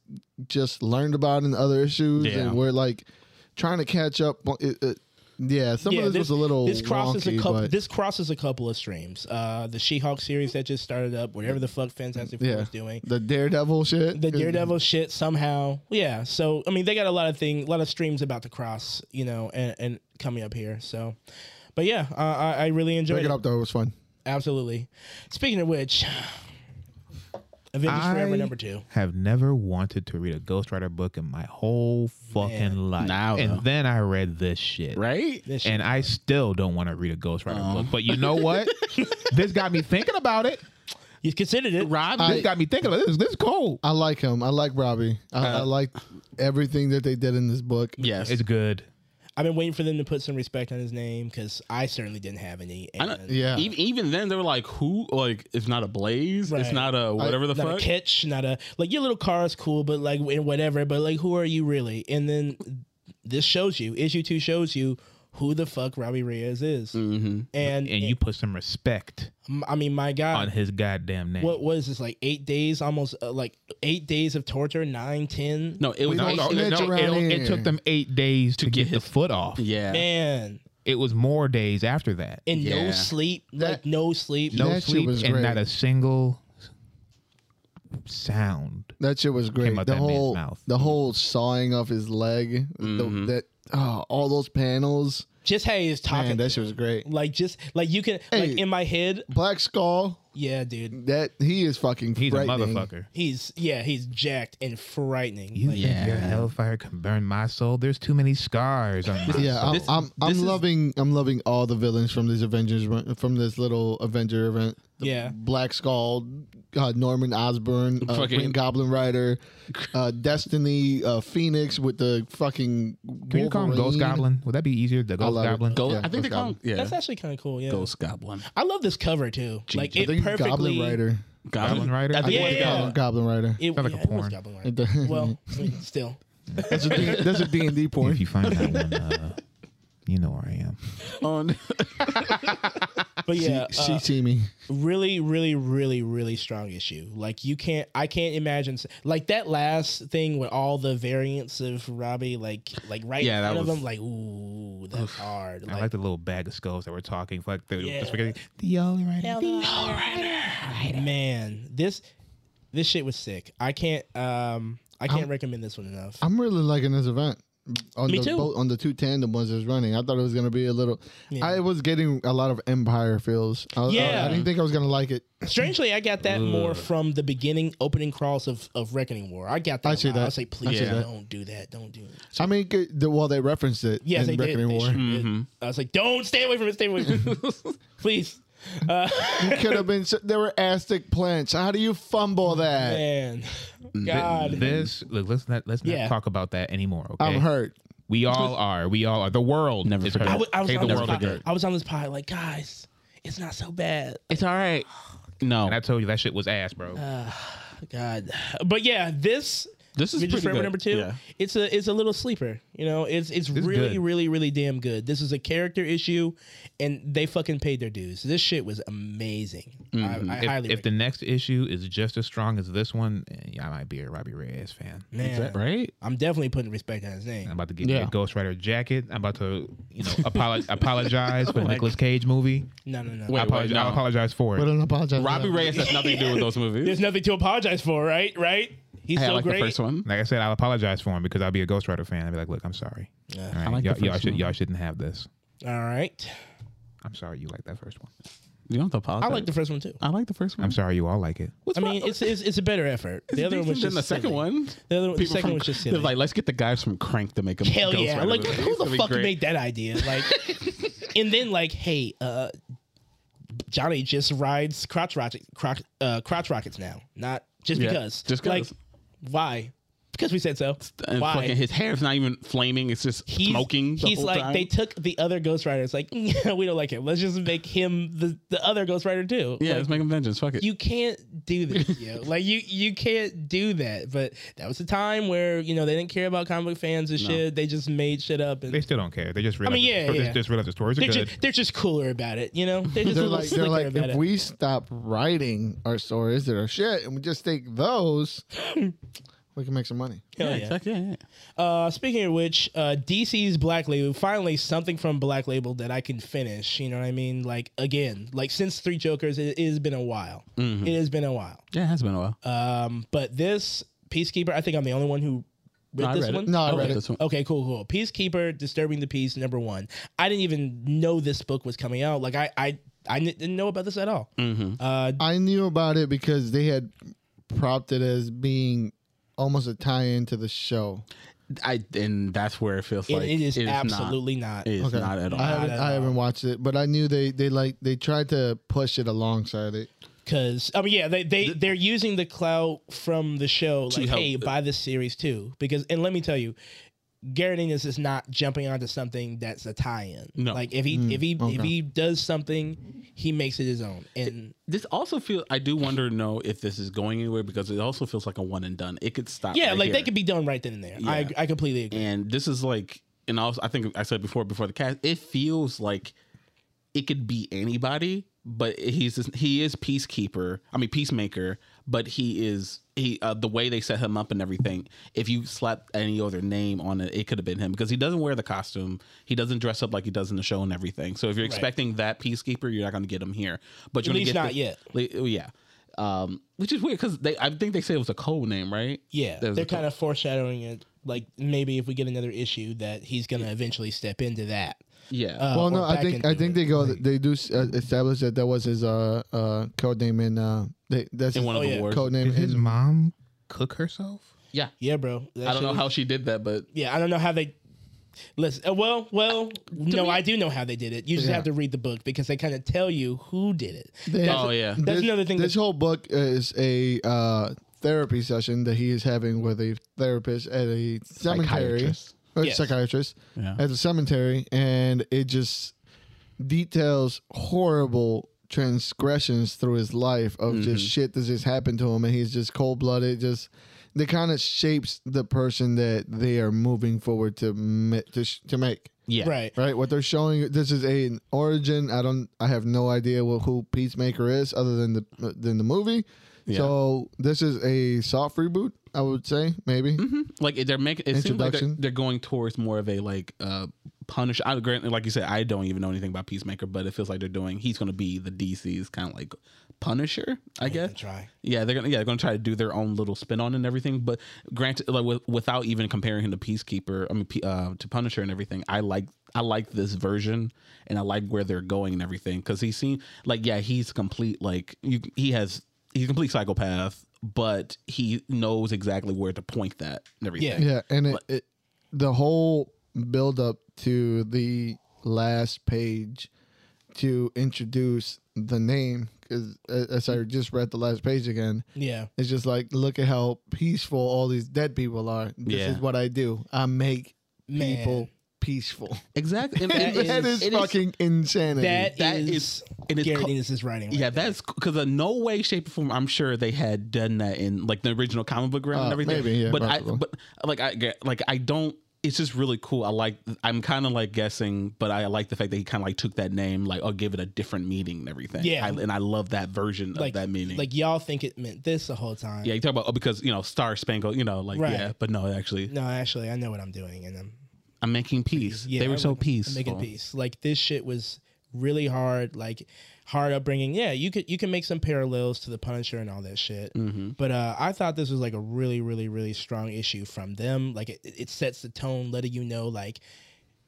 [SPEAKER 4] just learned about in other issues
[SPEAKER 2] Yeah.
[SPEAKER 4] and we're like trying to catch up. on- It, it, yeah, some of this, was a little
[SPEAKER 3] this crosses
[SPEAKER 4] wonky,
[SPEAKER 3] a couple.
[SPEAKER 4] but
[SPEAKER 3] This crosses a couple of streams. Uh, the She-Hulk series that just started up, whatever the fuck Fantastic Four
[SPEAKER 4] yeah,
[SPEAKER 3] is doing,
[SPEAKER 4] the Daredevil shit.
[SPEAKER 3] the Daredevil shit somehow. Yeah, so I mean, they got a lot of thing, a lot of streams about to cross, you know, and, and coming up here. So, but yeah, uh, I, I really enjoyed
[SPEAKER 4] Pick
[SPEAKER 3] it.
[SPEAKER 4] it up though. It was fun.
[SPEAKER 3] Absolutely. Speaking of which, [sighs] Avengers
[SPEAKER 1] I-
[SPEAKER 3] Forever number two.
[SPEAKER 1] Have never wanted to read a Ghostwriter book in my whole fucking life.
[SPEAKER 2] Now,
[SPEAKER 1] and
[SPEAKER 2] though.
[SPEAKER 1] then I read this shit.
[SPEAKER 2] right?
[SPEAKER 3] This shit.
[SPEAKER 1] And
[SPEAKER 3] Uh-huh.
[SPEAKER 1] I still don't want to read a Ghostwriter book. But you know
[SPEAKER 3] [laughs]
[SPEAKER 1] what? this got me thinking about it.
[SPEAKER 3] you considered it.
[SPEAKER 2] Rob,
[SPEAKER 1] This got me thinking. This this is cold.
[SPEAKER 4] I like him. I like Robbie. I,
[SPEAKER 2] Uh,
[SPEAKER 4] I like everything that they did in this book.
[SPEAKER 2] yes.
[SPEAKER 1] It's good.
[SPEAKER 3] I've been waiting for them to put some respect on his name because I certainly didn't have any.
[SPEAKER 2] I know-
[SPEAKER 3] and
[SPEAKER 4] Yeah.
[SPEAKER 2] Even, even then, they were like, "Who? Like, it's not a blaze.
[SPEAKER 3] Right.
[SPEAKER 2] It's not a whatever the
[SPEAKER 3] Not a
[SPEAKER 2] fuck."
[SPEAKER 3] catch, not a like your little car is cool, but like and whatever. But like, who are you really? And then this shows you issue two shows you who the fuck Robbie Reyes is.
[SPEAKER 2] Mm-hmm.
[SPEAKER 1] and
[SPEAKER 3] And,
[SPEAKER 1] you put some respect
[SPEAKER 3] I mean, my
[SPEAKER 1] on
[SPEAKER 3] God,
[SPEAKER 1] his goddamn name.
[SPEAKER 3] what was this like eight days? Almost uh, like eight days of torture, nine, ten.
[SPEAKER 2] No, it was
[SPEAKER 4] don't
[SPEAKER 2] eight-
[SPEAKER 4] know.
[SPEAKER 1] it,
[SPEAKER 4] snitch around
[SPEAKER 1] it
[SPEAKER 4] here.
[SPEAKER 1] took them eight days to, get, the foot off.
[SPEAKER 2] Yeah.
[SPEAKER 3] man,
[SPEAKER 1] It was more days after that.
[SPEAKER 3] and
[SPEAKER 2] Yeah.
[SPEAKER 3] no sleep, like
[SPEAKER 4] That-
[SPEAKER 3] no sleep.
[SPEAKER 1] No
[SPEAKER 4] That shit
[SPEAKER 1] sleep
[SPEAKER 4] was
[SPEAKER 1] and
[SPEAKER 4] great.
[SPEAKER 1] not a single sound.
[SPEAKER 4] That shit was great.
[SPEAKER 1] out
[SPEAKER 4] the
[SPEAKER 1] that man's
[SPEAKER 4] whole
[SPEAKER 1] mouth.
[SPEAKER 4] the whole sawing off his leg, the-
[SPEAKER 3] Mm-hmm.
[SPEAKER 4] that oh, all those panels.
[SPEAKER 3] Just how he was talking.
[SPEAKER 4] Man,
[SPEAKER 3] to
[SPEAKER 4] that shit was great.
[SPEAKER 3] him. like just like you can like
[SPEAKER 4] Hey.
[SPEAKER 3] in my head,
[SPEAKER 4] Black Skull,
[SPEAKER 3] yeah, dude.
[SPEAKER 4] that he is fucking
[SPEAKER 1] He's a
[SPEAKER 4] frightening.
[SPEAKER 1] motherfucker.
[SPEAKER 3] He's yeah, he's jacked and frightening.
[SPEAKER 1] You
[SPEAKER 3] Like,
[SPEAKER 1] think your hellfire can burn my soul? There's too many scars on my
[SPEAKER 4] Yeah, I'm
[SPEAKER 2] This-
[SPEAKER 4] I'm, I'm
[SPEAKER 2] this is-
[SPEAKER 4] loving I'm loving all the villains from this Avengers run- from this little Avenger event. The
[SPEAKER 3] Yeah.
[SPEAKER 4] Black Skull, uh, Norman Osborn, uh,
[SPEAKER 2] Fucking-
[SPEAKER 4] Green Goblin Rider,
[SPEAKER 3] [laughs]
[SPEAKER 4] uh, Destiny, uh, Phoenix with the fucking.
[SPEAKER 1] Can you call him Ghost
[SPEAKER 4] Wolverine.
[SPEAKER 1] Goblin? Would that be easier? The Ghost
[SPEAKER 4] love it.
[SPEAKER 1] Goblin?
[SPEAKER 2] Ghost,
[SPEAKER 4] Yeah,
[SPEAKER 2] I think
[SPEAKER 4] Ghost
[SPEAKER 2] they call him, yeah.
[SPEAKER 3] That's actually kind of cool. Yeah,
[SPEAKER 2] Ghost Goblin.
[SPEAKER 3] I love this cover too. Like
[SPEAKER 4] I
[SPEAKER 3] it
[SPEAKER 4] think
[SPEAKER 3] perfectly.
[SPEAKER 4] Goblin Rider.
[SPEAKER 1] Goblin
[SPEAKER 2] Goblin,
[SPEAKER 1] Rider?
[SPEAKER 4] I think
[SPEAKER 3] Yeah,
[SPEAKER 4] it's
[SPEAKER 3] yeah.
[SPEAKER 4] Goblin, Goblin Rider.
[SPEAKER 3] It,
[SPEAKER 1] Sounds like a
[SPEAKER 3] yeah, it was
[SPEAKER 1] porn.
[SPEAKER 3] Goblin Rider.
[SPEAKER 4] It does.
[SPEAKER 3] well, I mean, still.
[SPEAKER 4] That's a D- that's a D
[SPEAKER 1] [laughs]
[SPEAKER 4] and D
[SPEAKER 1] If
[SPEAKER 4] point.
[SPEAKER 1] you find that
[SPEAKER 4] [laughs]
[SPEAKER 1] one, uh, you know where I am.
[SPEAKER 2] [laughs] on
[SPEAKER 3] But yeah,
[SPEAKER 4] she, she
[SPEAKER 3] uh,
[SPEAKER 4] see me.
[SPEAKER 3] really, really, really, really strong issue. Like you can't, I can't imagine s- like that last thing with all the variants of Robbie, like like right
[SPEAKER 2] Yeah,
[SPEAKER 3] in
[SPEAKER 2] that
[SPEAKER 3] front of
[SPEAKER 2] was-
[SPEAKER 3] him, like ooh, that's hard.
[SPEAKER 1] I
[SPEAKER 3] Like,
[SPEAKER 1] like the little bag of skulls that were talking. Like the,
[SPEAKER 3] Yeah.
[SPEAKER 1] the spaghetti. The Yellow Rider.
[SPEAKER 3] man, this this shit was sick. I can't, um, I can't recommend this one enough.
[SPEAKER 4] I'm really liking this event. On
[SPEAKER 3] Me
[SPEAKER 4] the
[SPEAKER 3] too.
[SPEAKER 4] on the two tandem ones that's running, I thought it was gonna be a little.
[SPEAKER 3] Yeah.
[SPEAKER 4] I was getting a lot of Empire feels. I, I-
[SPEAKER 3] Yeah.
[SPEAKER 4] I, didn't think I was gonna like it.
[SPEAKER 3] Strangely, I got that more from the beginning opening cross of, of Reckoning War. I got that.
[SPEAKER 4] I
[SPEAKER 3] a
[SPEAKER 4] see
[SPEAKER 3] lot.
[SPEAKER 4] that.
[SPEAKER 3] I was like, please
[SPEAKER 4] see that.
[SPEAKER 3] don't do that. Don't do it.
[SPEAKER 4] I mean, good- the, well, they referenced it
[SPEAKER 3] Yeah,
[SPEAKER 4] in
[SPEAKER 3] they did.
[SPEAKER 4] Reckoning
[SPEAKER 3] They [laughs]
[SPEAKER 4] War.
[SPEAKER 3] sure did.
[SPEAKER 1] Mm-hmm.
[SPEAKER 3] I was like, don't stay away from it. Stay away from it. [laughs] please.
[SPEAKER 4] [laughs]
[SPEAKER 3] Uh,
[SPEAKER 4] Could have been. s- There were Aztec plants. How do you fumble that?
[SPEAKER 3] man, God.
[SPEAKER 1] This look, let's not let's not
[SPEAKER 3] Yeah.
[SPEAKER 1] talk about that anymore. Okay,
[SPEAKER 4] I'm hurt.
[SPEAKER 1] We all are. We all are. The world
[SPEAKER 2] Never
[SPEAKER 1] is
[SPEAKER 2] forget.
[SPEAKER 1] hurt.
[SPEAKER 3] I was, I was
[SPEAKER 1] Take
[SPEAKER 3] on
[SPEAKER 1] the
[SPEAKER 3] this
[SPEAKER 1] world
[SPEAKER 3] pod,
[SPEAKER 1] for good.
[SPEAKER 3] I was on this pod like, guys, it's not so bad.
[SPEAKER 2] It's all right. No,
[SPEAKER 1] And I told you that shit was ass, bro.
[SPEAKER 3] Uh, God, but yeah, this
[SPEAKER 2] This is
[SPEAKER 3] Midget
[SPEAKER 2] pretty
[SPEAKER 3] Forever
[SPEAKER 2] good.
[SPEAKER 3] number two.
[SPEAKER 2] Yeah.
[SPEAKER 3] It's a it's a little sleeper. You know, it's it's
[SPEAKER 1] is
[SPEAKER 3] really
[SPEAKER 1] good.
[SPEAKER 3] really really damn good. This is a character issue, and they fucking paid their dues. This shit was amazing.
[SPEAKER 2] Mm-hmm.
[SPEAKER 3] I, I
[SPEAKER 1] if,
[SPEAKER 3] highly
[SPEAKER 1] if the next issue is just as strong as this one, eh, yeah, I might be a Robbie Reyes fan.
[SPEAKER 3] recommend- man,
[SPEAKER 2] right.
[SPEAKER 3] I'm definitely putting respect on his
[SPEAKER 1] I'm
[SPEAKER 2] Um,
[SPEAKER 3] name.
[SPEAKER 1] about to get me
[SPEAKER 4] Yeah.
[SPEAKER 1] a Ghost Rider jacket. I'm about to, you know,
[SPEAKER 3] [laughs]
[SPEAKER 1] apolo- apologize
[SPEAKER 3] Oh
[SPEAKER 1] for the Nicolas Cage movie.
[SPEAKER 3] No no no.
[SPEAKER 1] I
[SPEAKER 2] Wait,
[SPEAKER 1] apologize,
[SPEAKER 2] no.
[SPEAKER 1] I'll apologize for
[SPEAKER 4] But
[SPEAKER 1] it.
[SPEAKER 4] I don't apologize.
[SPEAKER 2] Robbie Reyes has nothing to do with those movies.
[SPEAKER 3] There's nothing to apologize for, right? Right? He's
[SPEAKER 2] Hey, I
[SPEAKER 3] so
[SPEAKER 2] like
[SPEAKER 3] great.
[SPEAKER 2] the first one.
[SPEAKER 1] Like I said, I'll apologize for him because I'll be a Ghost Rider fan. I'll be like, look, I'm sorry. All right,
[SPEAKER 2] like the
[SPEAKER 1] y'all, y'all
[SPEAKER 2] first
[SPEAKER 1] should,
[SPEAKER 2] one.
[SPEAKER 1] y'all shouldn't have this.
[SPEAKER 3] All right.
[SPEAKER 1] I'm sorry you like that first one.
[SPEAKER 2] You don't have to apologize.
[SPEAKER 3] I like the first one too.
[SPEAKER 2] I like the first one.
[SPEAKER 1] I'm sorry you all like it.
[SPEAKER 3] I mean, it's, it's it's a better effort. The other one was just
[SPEAKER 2] the second
[SPEAKER 3] silly.
[SPEAKER 2] one.
[SPEAKER 3] The other the
[SPEAKER 2] People
[SPEAKER 3] second
[SPEAKER 2] from-
[SPEAKER 3] one was just
[SPEAKER 2] they're
[SPEAKER 3] silly.
[SPEAKER 2] like, let's get the guys from Crank to make a
[SPEAKER 3] Hell
[SPEAKER 2] Ghost
[SPEAKER 3] yeah!
[SPEAKER 2] Rider
[SPEAKER 3] like,
[SPEAKER 2] movie.
[SPEAKER 3] who
[SPEAKER 2] That'd
[SPEAKER 3] the
[SPEAKER 2] be
[SPEAKER 3] fuck
[SPEAKER 2] great.
[SPEAKER 3] made that idea?
[SPEAKER 2] [laughs]
[SPEAKER 3] Like, and then like, hey, uh, Johnny just rides crotch rocket, crotch, uh, crotch rockets now. Not just
[SPEAKER 2] Yeah,
[SPEAKER 3] because.
[SPEAKER 2] just 'cause.
[SPEAKER 3] like, why? Because we said so.
[SPEAKER 2] And
[SPEAKER 3] why?
[SPEAKER 2] fucking his hair's not even flaming; it's just
[SPEAKER 3] He's-
[SPEAKER 2] smoking. The
[SPEAKER 3] he's
[SPEAKER 2] whole
[SPEAKER 3] like
[SPEAKER 2] time.
[SPEAKER 3] they took the other Ghost Rider. It's like [laughs] "Yeah, we don't like him. Let's just make him the, the other Ghost Rider too.
[SPEAKER 2] yeah,
[SPEAKER 3] Like,
[SPEAKER 2] let's make him vengeance. Fuck it.
[SPEAKER 3] you can't
[SPEAKER 2] [laughs]
[SPEAKER 3] do this, yo. like you you can't do that. But that was a time where you know they didn't care about comic book fans and shit. They just made shit up and
[SPEAKER 1] They still don't care. They just realize,
[SPEAKER 3] mean, yeah,
[SPEAKER 1] the,
[SPEAKER 3] yeah.
[SPEAKER 1] Just, just realize the stories are
[SPEAKER 3] they're
[SPEAKER 1] good.
[SPEAKER 3] just, they're just cooler about it, you know.
[SPEAKER 4] [laughs]
[SPEAKER 3] They're just
[SPEAKER 4] They're
[SPEAKER 3] a little
[SPEAKER 4] like, they're
[SPEAKER 3] slicker
[SPEAKER 4] like,
[SPEAKER 3] about
[SPEAKER 4] if
[SPEAKER 3] it.
[SPEAKER 4] we stop writing our stories that are shit and we just
[SPEAKER 3] [laughs]
[SPEAKER 4] take those, we can make some money.
[SPEAKER 3] Hell
[SPEAKER 2] yeah,
[SPEAKER 3] yeah.
[SPEAKER 4] [laughs]
[SPEAKER 2] fuck yeah, yeah.
[SPEAKER 3] Uh, speaking of which, uh, DC's Black Label finally something from Black Label that I can finish. You know what I mean? Like again, like since Three Jokers, it, it has been a while.
[SPEAKER 4] Mm-hmm.
[SPEAKER 3] It has been a while.
[SPEAKER 2] Yeah, it has been a while.
[SPEAKER 3] Um, but this Peacekeeper, I think I'm the only one who read
[SPEAKER 2] No, I
[SPEAKER 3] this
[SPEAKER 2] read it.
[SPEAKER 3] one.
[SPEAKER 4] No, I
[SPEAKER 3] okay.
[SPEAKER 4] read it.
[SPEAKER 2] This one.
[SPEAKER 3] Okay, cool, cool. Peacekeeper, Disturbing the Peace, number one. I didn't even know this book was coming out. Like I, I, I didn't know about this at all.
[SPEAKER 4] Mm.
[SPEAKER 2] Mm-hmm.
[SPEAKER 3] Uh,
[SPEAKER 4] I knew about it because they had propped it as being almost a tie-in to the show.
[SPEAKER 2] I and that's where it feels
[SPEAKER 3] it-
[SPEAKER 2] like
[SPEAKER 3] it is
[SPEAKER 2] not-
[SPEAKER 3] absolutely not.
[SPEAKER 2] it is not at all.
[SPEAKER 4] I haven't,
[SPEAKER 3] at
[SPEAKER 4] I
[SPEAKER 3] all.
[SPEAKER 4] haven't watched it, but I knew they they like they tried to push it alongside it.
[SPEAKER 3] Cause I mean, yeah, they they they're using the clout from the show, like,
[SPEAKER 2] help-
[SPEAKER 3] hey, buy this series too. Because and let me tell you, Garrett Ennis is not jumping onto something that's a tie-in.
[SPEAKER 2] No.
[SPEAKER 3] like if he if he if
[SPEAKER 4] Mm. okay.
[SPEAKER 3] he does something, he makes it his own. And
[SPEAKER 2] This also feels. I do wonder know if this is going anywhere because it also feels like a one and done. It could stop.
[SPEAKER 3] yeah,
[SPEAKER 2] right
[SPEAKER 3] like they
[SPEAKER 2] here.
[SPEAKER 3] could be done right then and there. I
[SPEAKER 2] Yeah.
[SPEAKER 3] I completely agree.
[SPEAKER 2] And this is like and also I think I said before before the cast, it feels like it could be anybody, but he's just, he is peacekeeper. I mean peacemaker, but he is he uh, the way they set him up and everything. If you slap any other name on it, it could have been him because he doesn't wear the costume. He doesn't dress up like he does in the show and everything. So if you're expecting that peacekeeper, you're not going to get him here. But you're gonna
[SPEAKER 3] least
[SPEAKER 2] get
[SPEAKER 3] not
[SPEAKER 2] the-
[SPEAKER 3] yet.
[SPEAKER 2] le- yeah. Um, which is weird because they, I think they said it was a code name, right?
[SPEAKER 3] Yeah,
[SPEAKER 2] That was
[SPEAKER 3] they're
[SPEAKER 2] a code-
[SPEAKER 3] kind of foreshadowing it. Like maybe if we get another issue, that he's gonna eventually step into that.
[SPEAKER 2] yeah.
[SPEAKER 3] Uh,
[SPEAKER 4] well,
[SPEAKER 3] or
[SPEAKER 4] no, I
[SPEAKER 3] back
[SPEAKER 4] think I
[SPEAKER 3] into
[SPEAKER 4] think
[SPEAKER 3] it.
[SPEAKER 4] they go. They do s- uh, establish that that was his uh uh code name in uh they, that's
[SPEAKER 2] in
[SPEAKER 4] his
[SPEAKER 2] one of
[SPEAKER 3] oh,
[SPEAKER 2] the
[SPEAKER 3] yeah.
[SPEAKER 2] wars.
[SPEAKER 4] code name
[SPEAKER 1] Did his
[SPEAKER 2] Mm-hmm.
[SPEAKER 4] in
[SPEAKER 1] mom cook herself?
[SPEAKER 2] Yeah.
[SPEAKER 3] Yeah, bro. That
[SPEAKER 2] I don't know
[SPEAKER 3] shit-
[SPEAKER 2] how she did that, but
[SPEAKER 3] Yeah, I don't know how they. Listen, uh, well, well, no, I do know how they did it. You just
[SPEAKER 4] Yeah.
[SPEAKER 3] have to read the book because they kind of tell you who did it.
[SPEAKER 4] They-
[SPEAKER 3] That's-
[SPEAKER 2] Oh, yeah.
[SPEAKER 3] that's
[SPEAKER 4] this,
[SPEAKER 3] another thing
[SPEAKER 4] This
[SPEAKER 3] that-
[SPEAKER 4] whole book is a uh therapy session that he is having with a therapist at a cemetery
[SPEAKER 2] Psychiatrist.
[SPEAKER 4] or
[SPEAKER 3] Yes.
[SPEAKER 4] psychiatrist
[SPEAKER 2] Yeah.
[SPEAKER 4] at a cemetery, and it just details horrible transgressions through his life of
[SPEAKER 2] Mm-hmm.
[SPEAKER 4] just shit that just happened to him and he's just cold blooded just that kind of shapes the person that they are moving forward to ma- to, sh- to make
[SPEAKER 2] yeah,
[SPEAKER 3] Right.
[SPEAKER 4] right what they're showing this is a, an origin i don't i have no idea what, who peacemaker is other than the uh, than the movie so this is a soft reboot i would say maybe
[SPEAKER 2] Like they're making it seems like they're,
[SPEAKER 4] Introduction.
[SPEAKER 2] they're going towards more of a like uh punish. I grant, like you said, I don't even know anything about Peacemaker, but it feels like they're doing. He's going to be the DC's kind of like Punisher, I guess.
[SPEAKER 3] Try.
[SPEAKER 2] Yeah, they're gonna yeah they're gonna try to do their own little spin on it and everything. But granted, like with, without even comparing him to Peacekeeper, I mean P- uh, to Punisher and everything, I like I like this version and I like where they're going and everything because he seemed like yeah he's complete like you, he has he's a complete psychopath, but he knows exactly where to point that and everything.
[SPEAKER 4] yeah and it, it the whole build up to the last page to introduce the name because as i just read the last page again
[SPEAKER 3] Yeah.
[SPEAKER 4] It's just like, look at how peaceful all these dead people are. This
[SPEAKER 2] Yeah.
[SPEAKER 4] is what I do. I make
[SPEAKER 3] Man.
[SPEAKER 4] people peaceful.
[SPEAKER 2] exactly. And,
[SPEAKER 3] That
[SPEAKER 2] and-
[SPEAKER 4] that
[SPEAKER 3] is-
[SPEAKER 4] is,
[SPEAKER 2] it is-
[SPEAKER 4] fucking insanity.
[SPEAKER 2] That
[SPEAKER 3] that
[SPEAKER 2] is-
[SPEAKER 3] is,
[SPEAKER 2] it is
[SPEAKER 3] Garrett
[SPEAKER 2] co-
[SPEAKER 3] Ennis' writing. right
[SPEAKER 2] yeah, that's because in no way, shape, or form, I'm sure they had done that in like the original comic book realm and
[SPEAKER 4] Uh,
[SPEAKER 2] everything.
[SPEAKER 4] maybe, yeah,
[SPEAKER 2] but I,
[SPEAKER 4] possible.
[SPEAKER 2] but like I, get- like I don't. It's just really cool. I like. I'm kind of like guessing, but I like the fact that he kind of like took that name, like I'll give it a different meaning and everything.
[SPEAKER 3] Yeah.
[SPEAKER 2] I, and I love that version
[SPEAKER 3] like
[SPEAKER 2] of that meaning.
[SPEAKER 3] Like y'all think it meant this the whole time.
[SPEAKER 2] yeah, you talk about oh, because you know Star Spangled, you know, like
[SPEAKER 3] Right.
[SPEAKER 2] yeah, but no, actually,
[SPEAKER 3] No, actually, I know what I'm doing, and I'm
[SPEAKER 2] I'm making peace.
[SPEAKER 3] yeah,
[SPEAKER 2] they were
[SPEAKER 3] I'm
[SPEAKER 2] so
[SPEAKER 3] making-
[SPEAKER 2] peaceful.
[SPEAKER 3] I'm making peace. Like this shit was really hard. Like hard upbringing. Yeah, you could you can make some parallels to the Punisher and all that shit.
[SPEAKER 2] Mm-hmm.
[SPEAKER 3] But uh, I thought this was like a really, really, really strong issue from them. Like it, it sets the tone, letting you know like.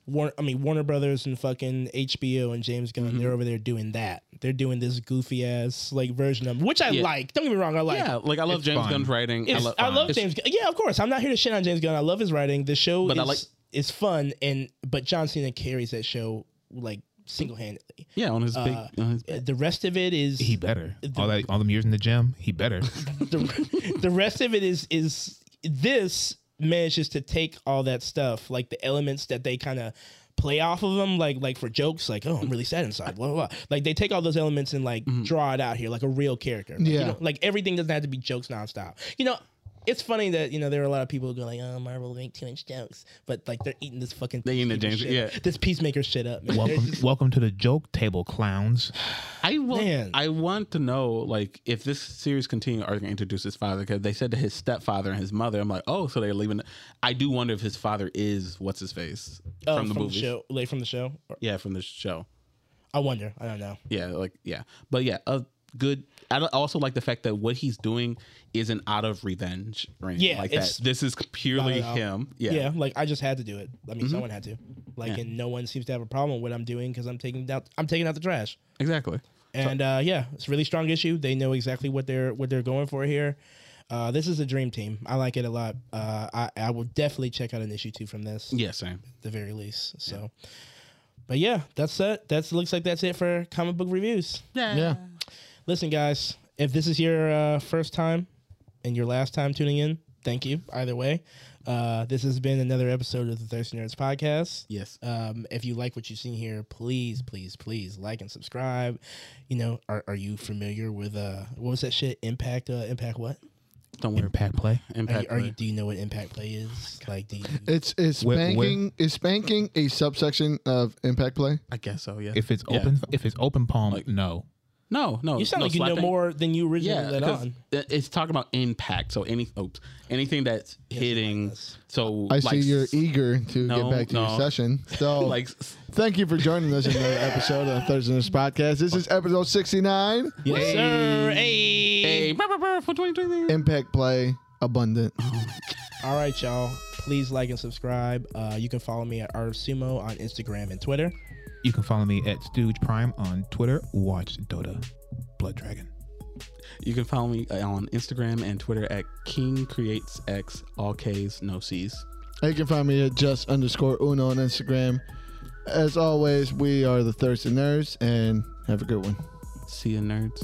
[SPEAKER 3] Warner, I mean Warner Brothers and fucking HBO and James Gunn,
[SPEAKER 2] Mm-hmm.
[SPEAKER 3] they're over there doing that. They're doing this goofy ass like version of which I
[SPEAKER 2] Yeah.
[SPEAKER 3] like. Don't get me wrong, I like.
[SPEAKER 2] Yeah, like I love
[SPEAKER 1] It's
[SPEAKER 2] James
[SPEAKER 1] fun.
[SPEAKER 2] Gunn's writing.
[SPEAKER 3] It's, I love,
[SPEAKER 2] it's-
[SPEAKER 3] James. Gunn. Yeah, of course. I'm not here to shit on James Gunn. I love his writing. The show
[SPEAKER 2] But
[SPEAKER 3] is,
[SPEAKER 2] I like-
[SPEAKER 3] is fun, and but John Cena carries that show like single handedly.
[SPEAKER 2] Yeah, on his
[SPEAKER 3] Uh,
[SPEAKER 2] big. On his,
[SPEAKER 3] The rest of it is
[SPEAKER 1] He better. all that all them years in the gym, he [laughs] better.
[SPEAKER 3] the, [laughs] the rest of it is is this manages to take all that stuff like the elements that they kind of play off of them like like for jokes like oh i'm really sad inside blah blah, blah. like they take all those elements and like
[SPEAKER 2] Mm-hmm.
[SPEAKER 3] draw it out here like a real character like, you
[SPEAKER 4] Yeah.
[SPEAKER 3] know, like everything doesn't have to be jokes nonstop you know it's funny that you know there are a lot of people who go like oh marvel make two inch jokes but like they're eating this fucking
[SPEAKER 2] They eating the
[SPEAKER 3] peacemaker
[SPEAKER 2] James-
[SPEAKER 3] shit-
[SPEAKER 2] yeah.
[SPEAKER 3] this peacemaker shit up man.
[SPEAKER 1] welcome, welcome to the joke table, clowns.
[SPEAKER 2] I want,
[SPEAKER 3] Man.
[SPEAKER 2] I want to know, like, if this series continue, are they going to introduce his father? Because they said to his stepfather and his mother. I'm like, oh, so they're leaving. I do wonder if his father is what's his face
[SPEAKER 3] [laughs] Oh,
[SPEAKER 2] from the
[SPEAKER 3] from the
[SPEAKER 2] movies.
[SPEAKER 3] show like from the show
[SPEAKER 2] Yeah, from the show.
[SPEAKER 3] i wonder i don't know
[SPEAKER 2] Yeah, like yeah, but yeah, a good. I don't- I also like the fact that what he's doing isn't out of revenge or anything
[SPEAKER 3] Yeah,
[SPEAKER 2] like
[SPEAKER 3] it's
[SPEAKER 2] that. This is purely
[SPEAKER 3] not at all.
[SPEAKER 2] him.
[SPEAKER 3] Yeah.
[SPEAKER 2] Yeah. Mm-hmm.
[SPEAKER 3] like I just had to do it. I mean, someone had to. Like,
[SPEAKER 2] Yeah.
[SPEAKER 3] and no one seems to have a problem with what I'm doing because I'm taking out I'm taking out the trash.
[SPEAKER 2] exactly.
[SPEAKER 3] And uh, yeah, it's a really strong issue. They know exactly what they're what they're going for here. Uh, this is a dream team. I like it a lot. Uh, I I will definitely check out an issue two from this,
[SPEAKER 2] Yeah, same.
[SPEAKER 3] at the very least. So, but yeah, that's it. That's looks like that's it for comic book reviews.
[SPEAKER 4] yeah.
[SPEAKER 3] Listen, guys, if this is your uh, first time and your last time tuning in, thank you. Either way, uh, this has been another episode of the Thirsty Nerds podcast.
[SPEAKER 2] Yes.
[SPEAKER 3] Um, if you like what you've seen here, please, please, please like and subscribe. You know, are, are you familiar with uh, what was that shit? Impact, uh, impact what?
[SPEAKER 2] Don't worry.
[SPEAKER 1] Impact play.
[SPEAKER 3] Are
[SPEAKER 2] Impact.
[SPEAKER 3] you, are you,
[SPEAKER 2] play.
[SPEAKER 3] do you know what impact play is? Like, do you,
[SPEAKER 4] It's is
[SPEAKER 1] Where- where-
[SPEAKER 4] spanking is spanking a subsection of impact play?
[SPEAKER 2] I guess so. Yeah.
[SPEAKER 1] If it's
[SPEAKER 2] Yeah.
[SPEAKER 1] open, if it's open palm,
[SPEAKER 2] Like-
[SPEAKER 1] no.
[SPEAKER 2] no, no.
[SPEAKER 3] you sound
[SPEAKER 2] no,
[SPEAKER 3] like you know
[SPEAKER 2] slapping-
[SPEAKER 3] more than you originally
[SPEAKER 2] Yeah,
[SPEAKER 3] let
[SPEAKER 2] because
[SPEAKER 3] on.
[SPEAKER 2] it- it's talking about impact. So any, oops, anything that's hitting.
[SPEAKER 3] us.
[SPEAKER 2] So
[SPEAKER 4] I
[SPEAKER 2] like
[SPEAKER 4] see you're
[SPEAKER 2] s-
[SPEAKER 4] eager to
[SPEAKER 2] no,
[SPEAKER 4] get back to
[SPEAKER 2] no. [laughs]
[SPEAKER 4] your session. So
[SPEAKER 2] Like s-
[SPEAKER 4] thank you for joining us in another episode of Thursday Nerds Podcast. This is episode sixty nine.
[SPEAKER 3] Yes, sir. Hey.
[SPEAKER 2] hey, brr, brr, brr, for 2023.
[SPEAKER 4] Impact play abundant.
[SPEAKER 3] All right, y'all. Please like and subscribe. Uh, you can follow me at Art of Sumo on Instagram and Twitter.
[SPEAKER 1] You can follow me at Stooge Prime on Twitter. Watch Dota Blood Dragon.
[SPEAKER 2] You can follow me uh, on Instagram and Twitter at King Creates X, all K's, no C's.
[SPEAKER 4] You can find me at just underscore uno on Instagram. As always, we are the Thirsty Nerds and have a good one.
[SPEAKER 2] See you, nerds.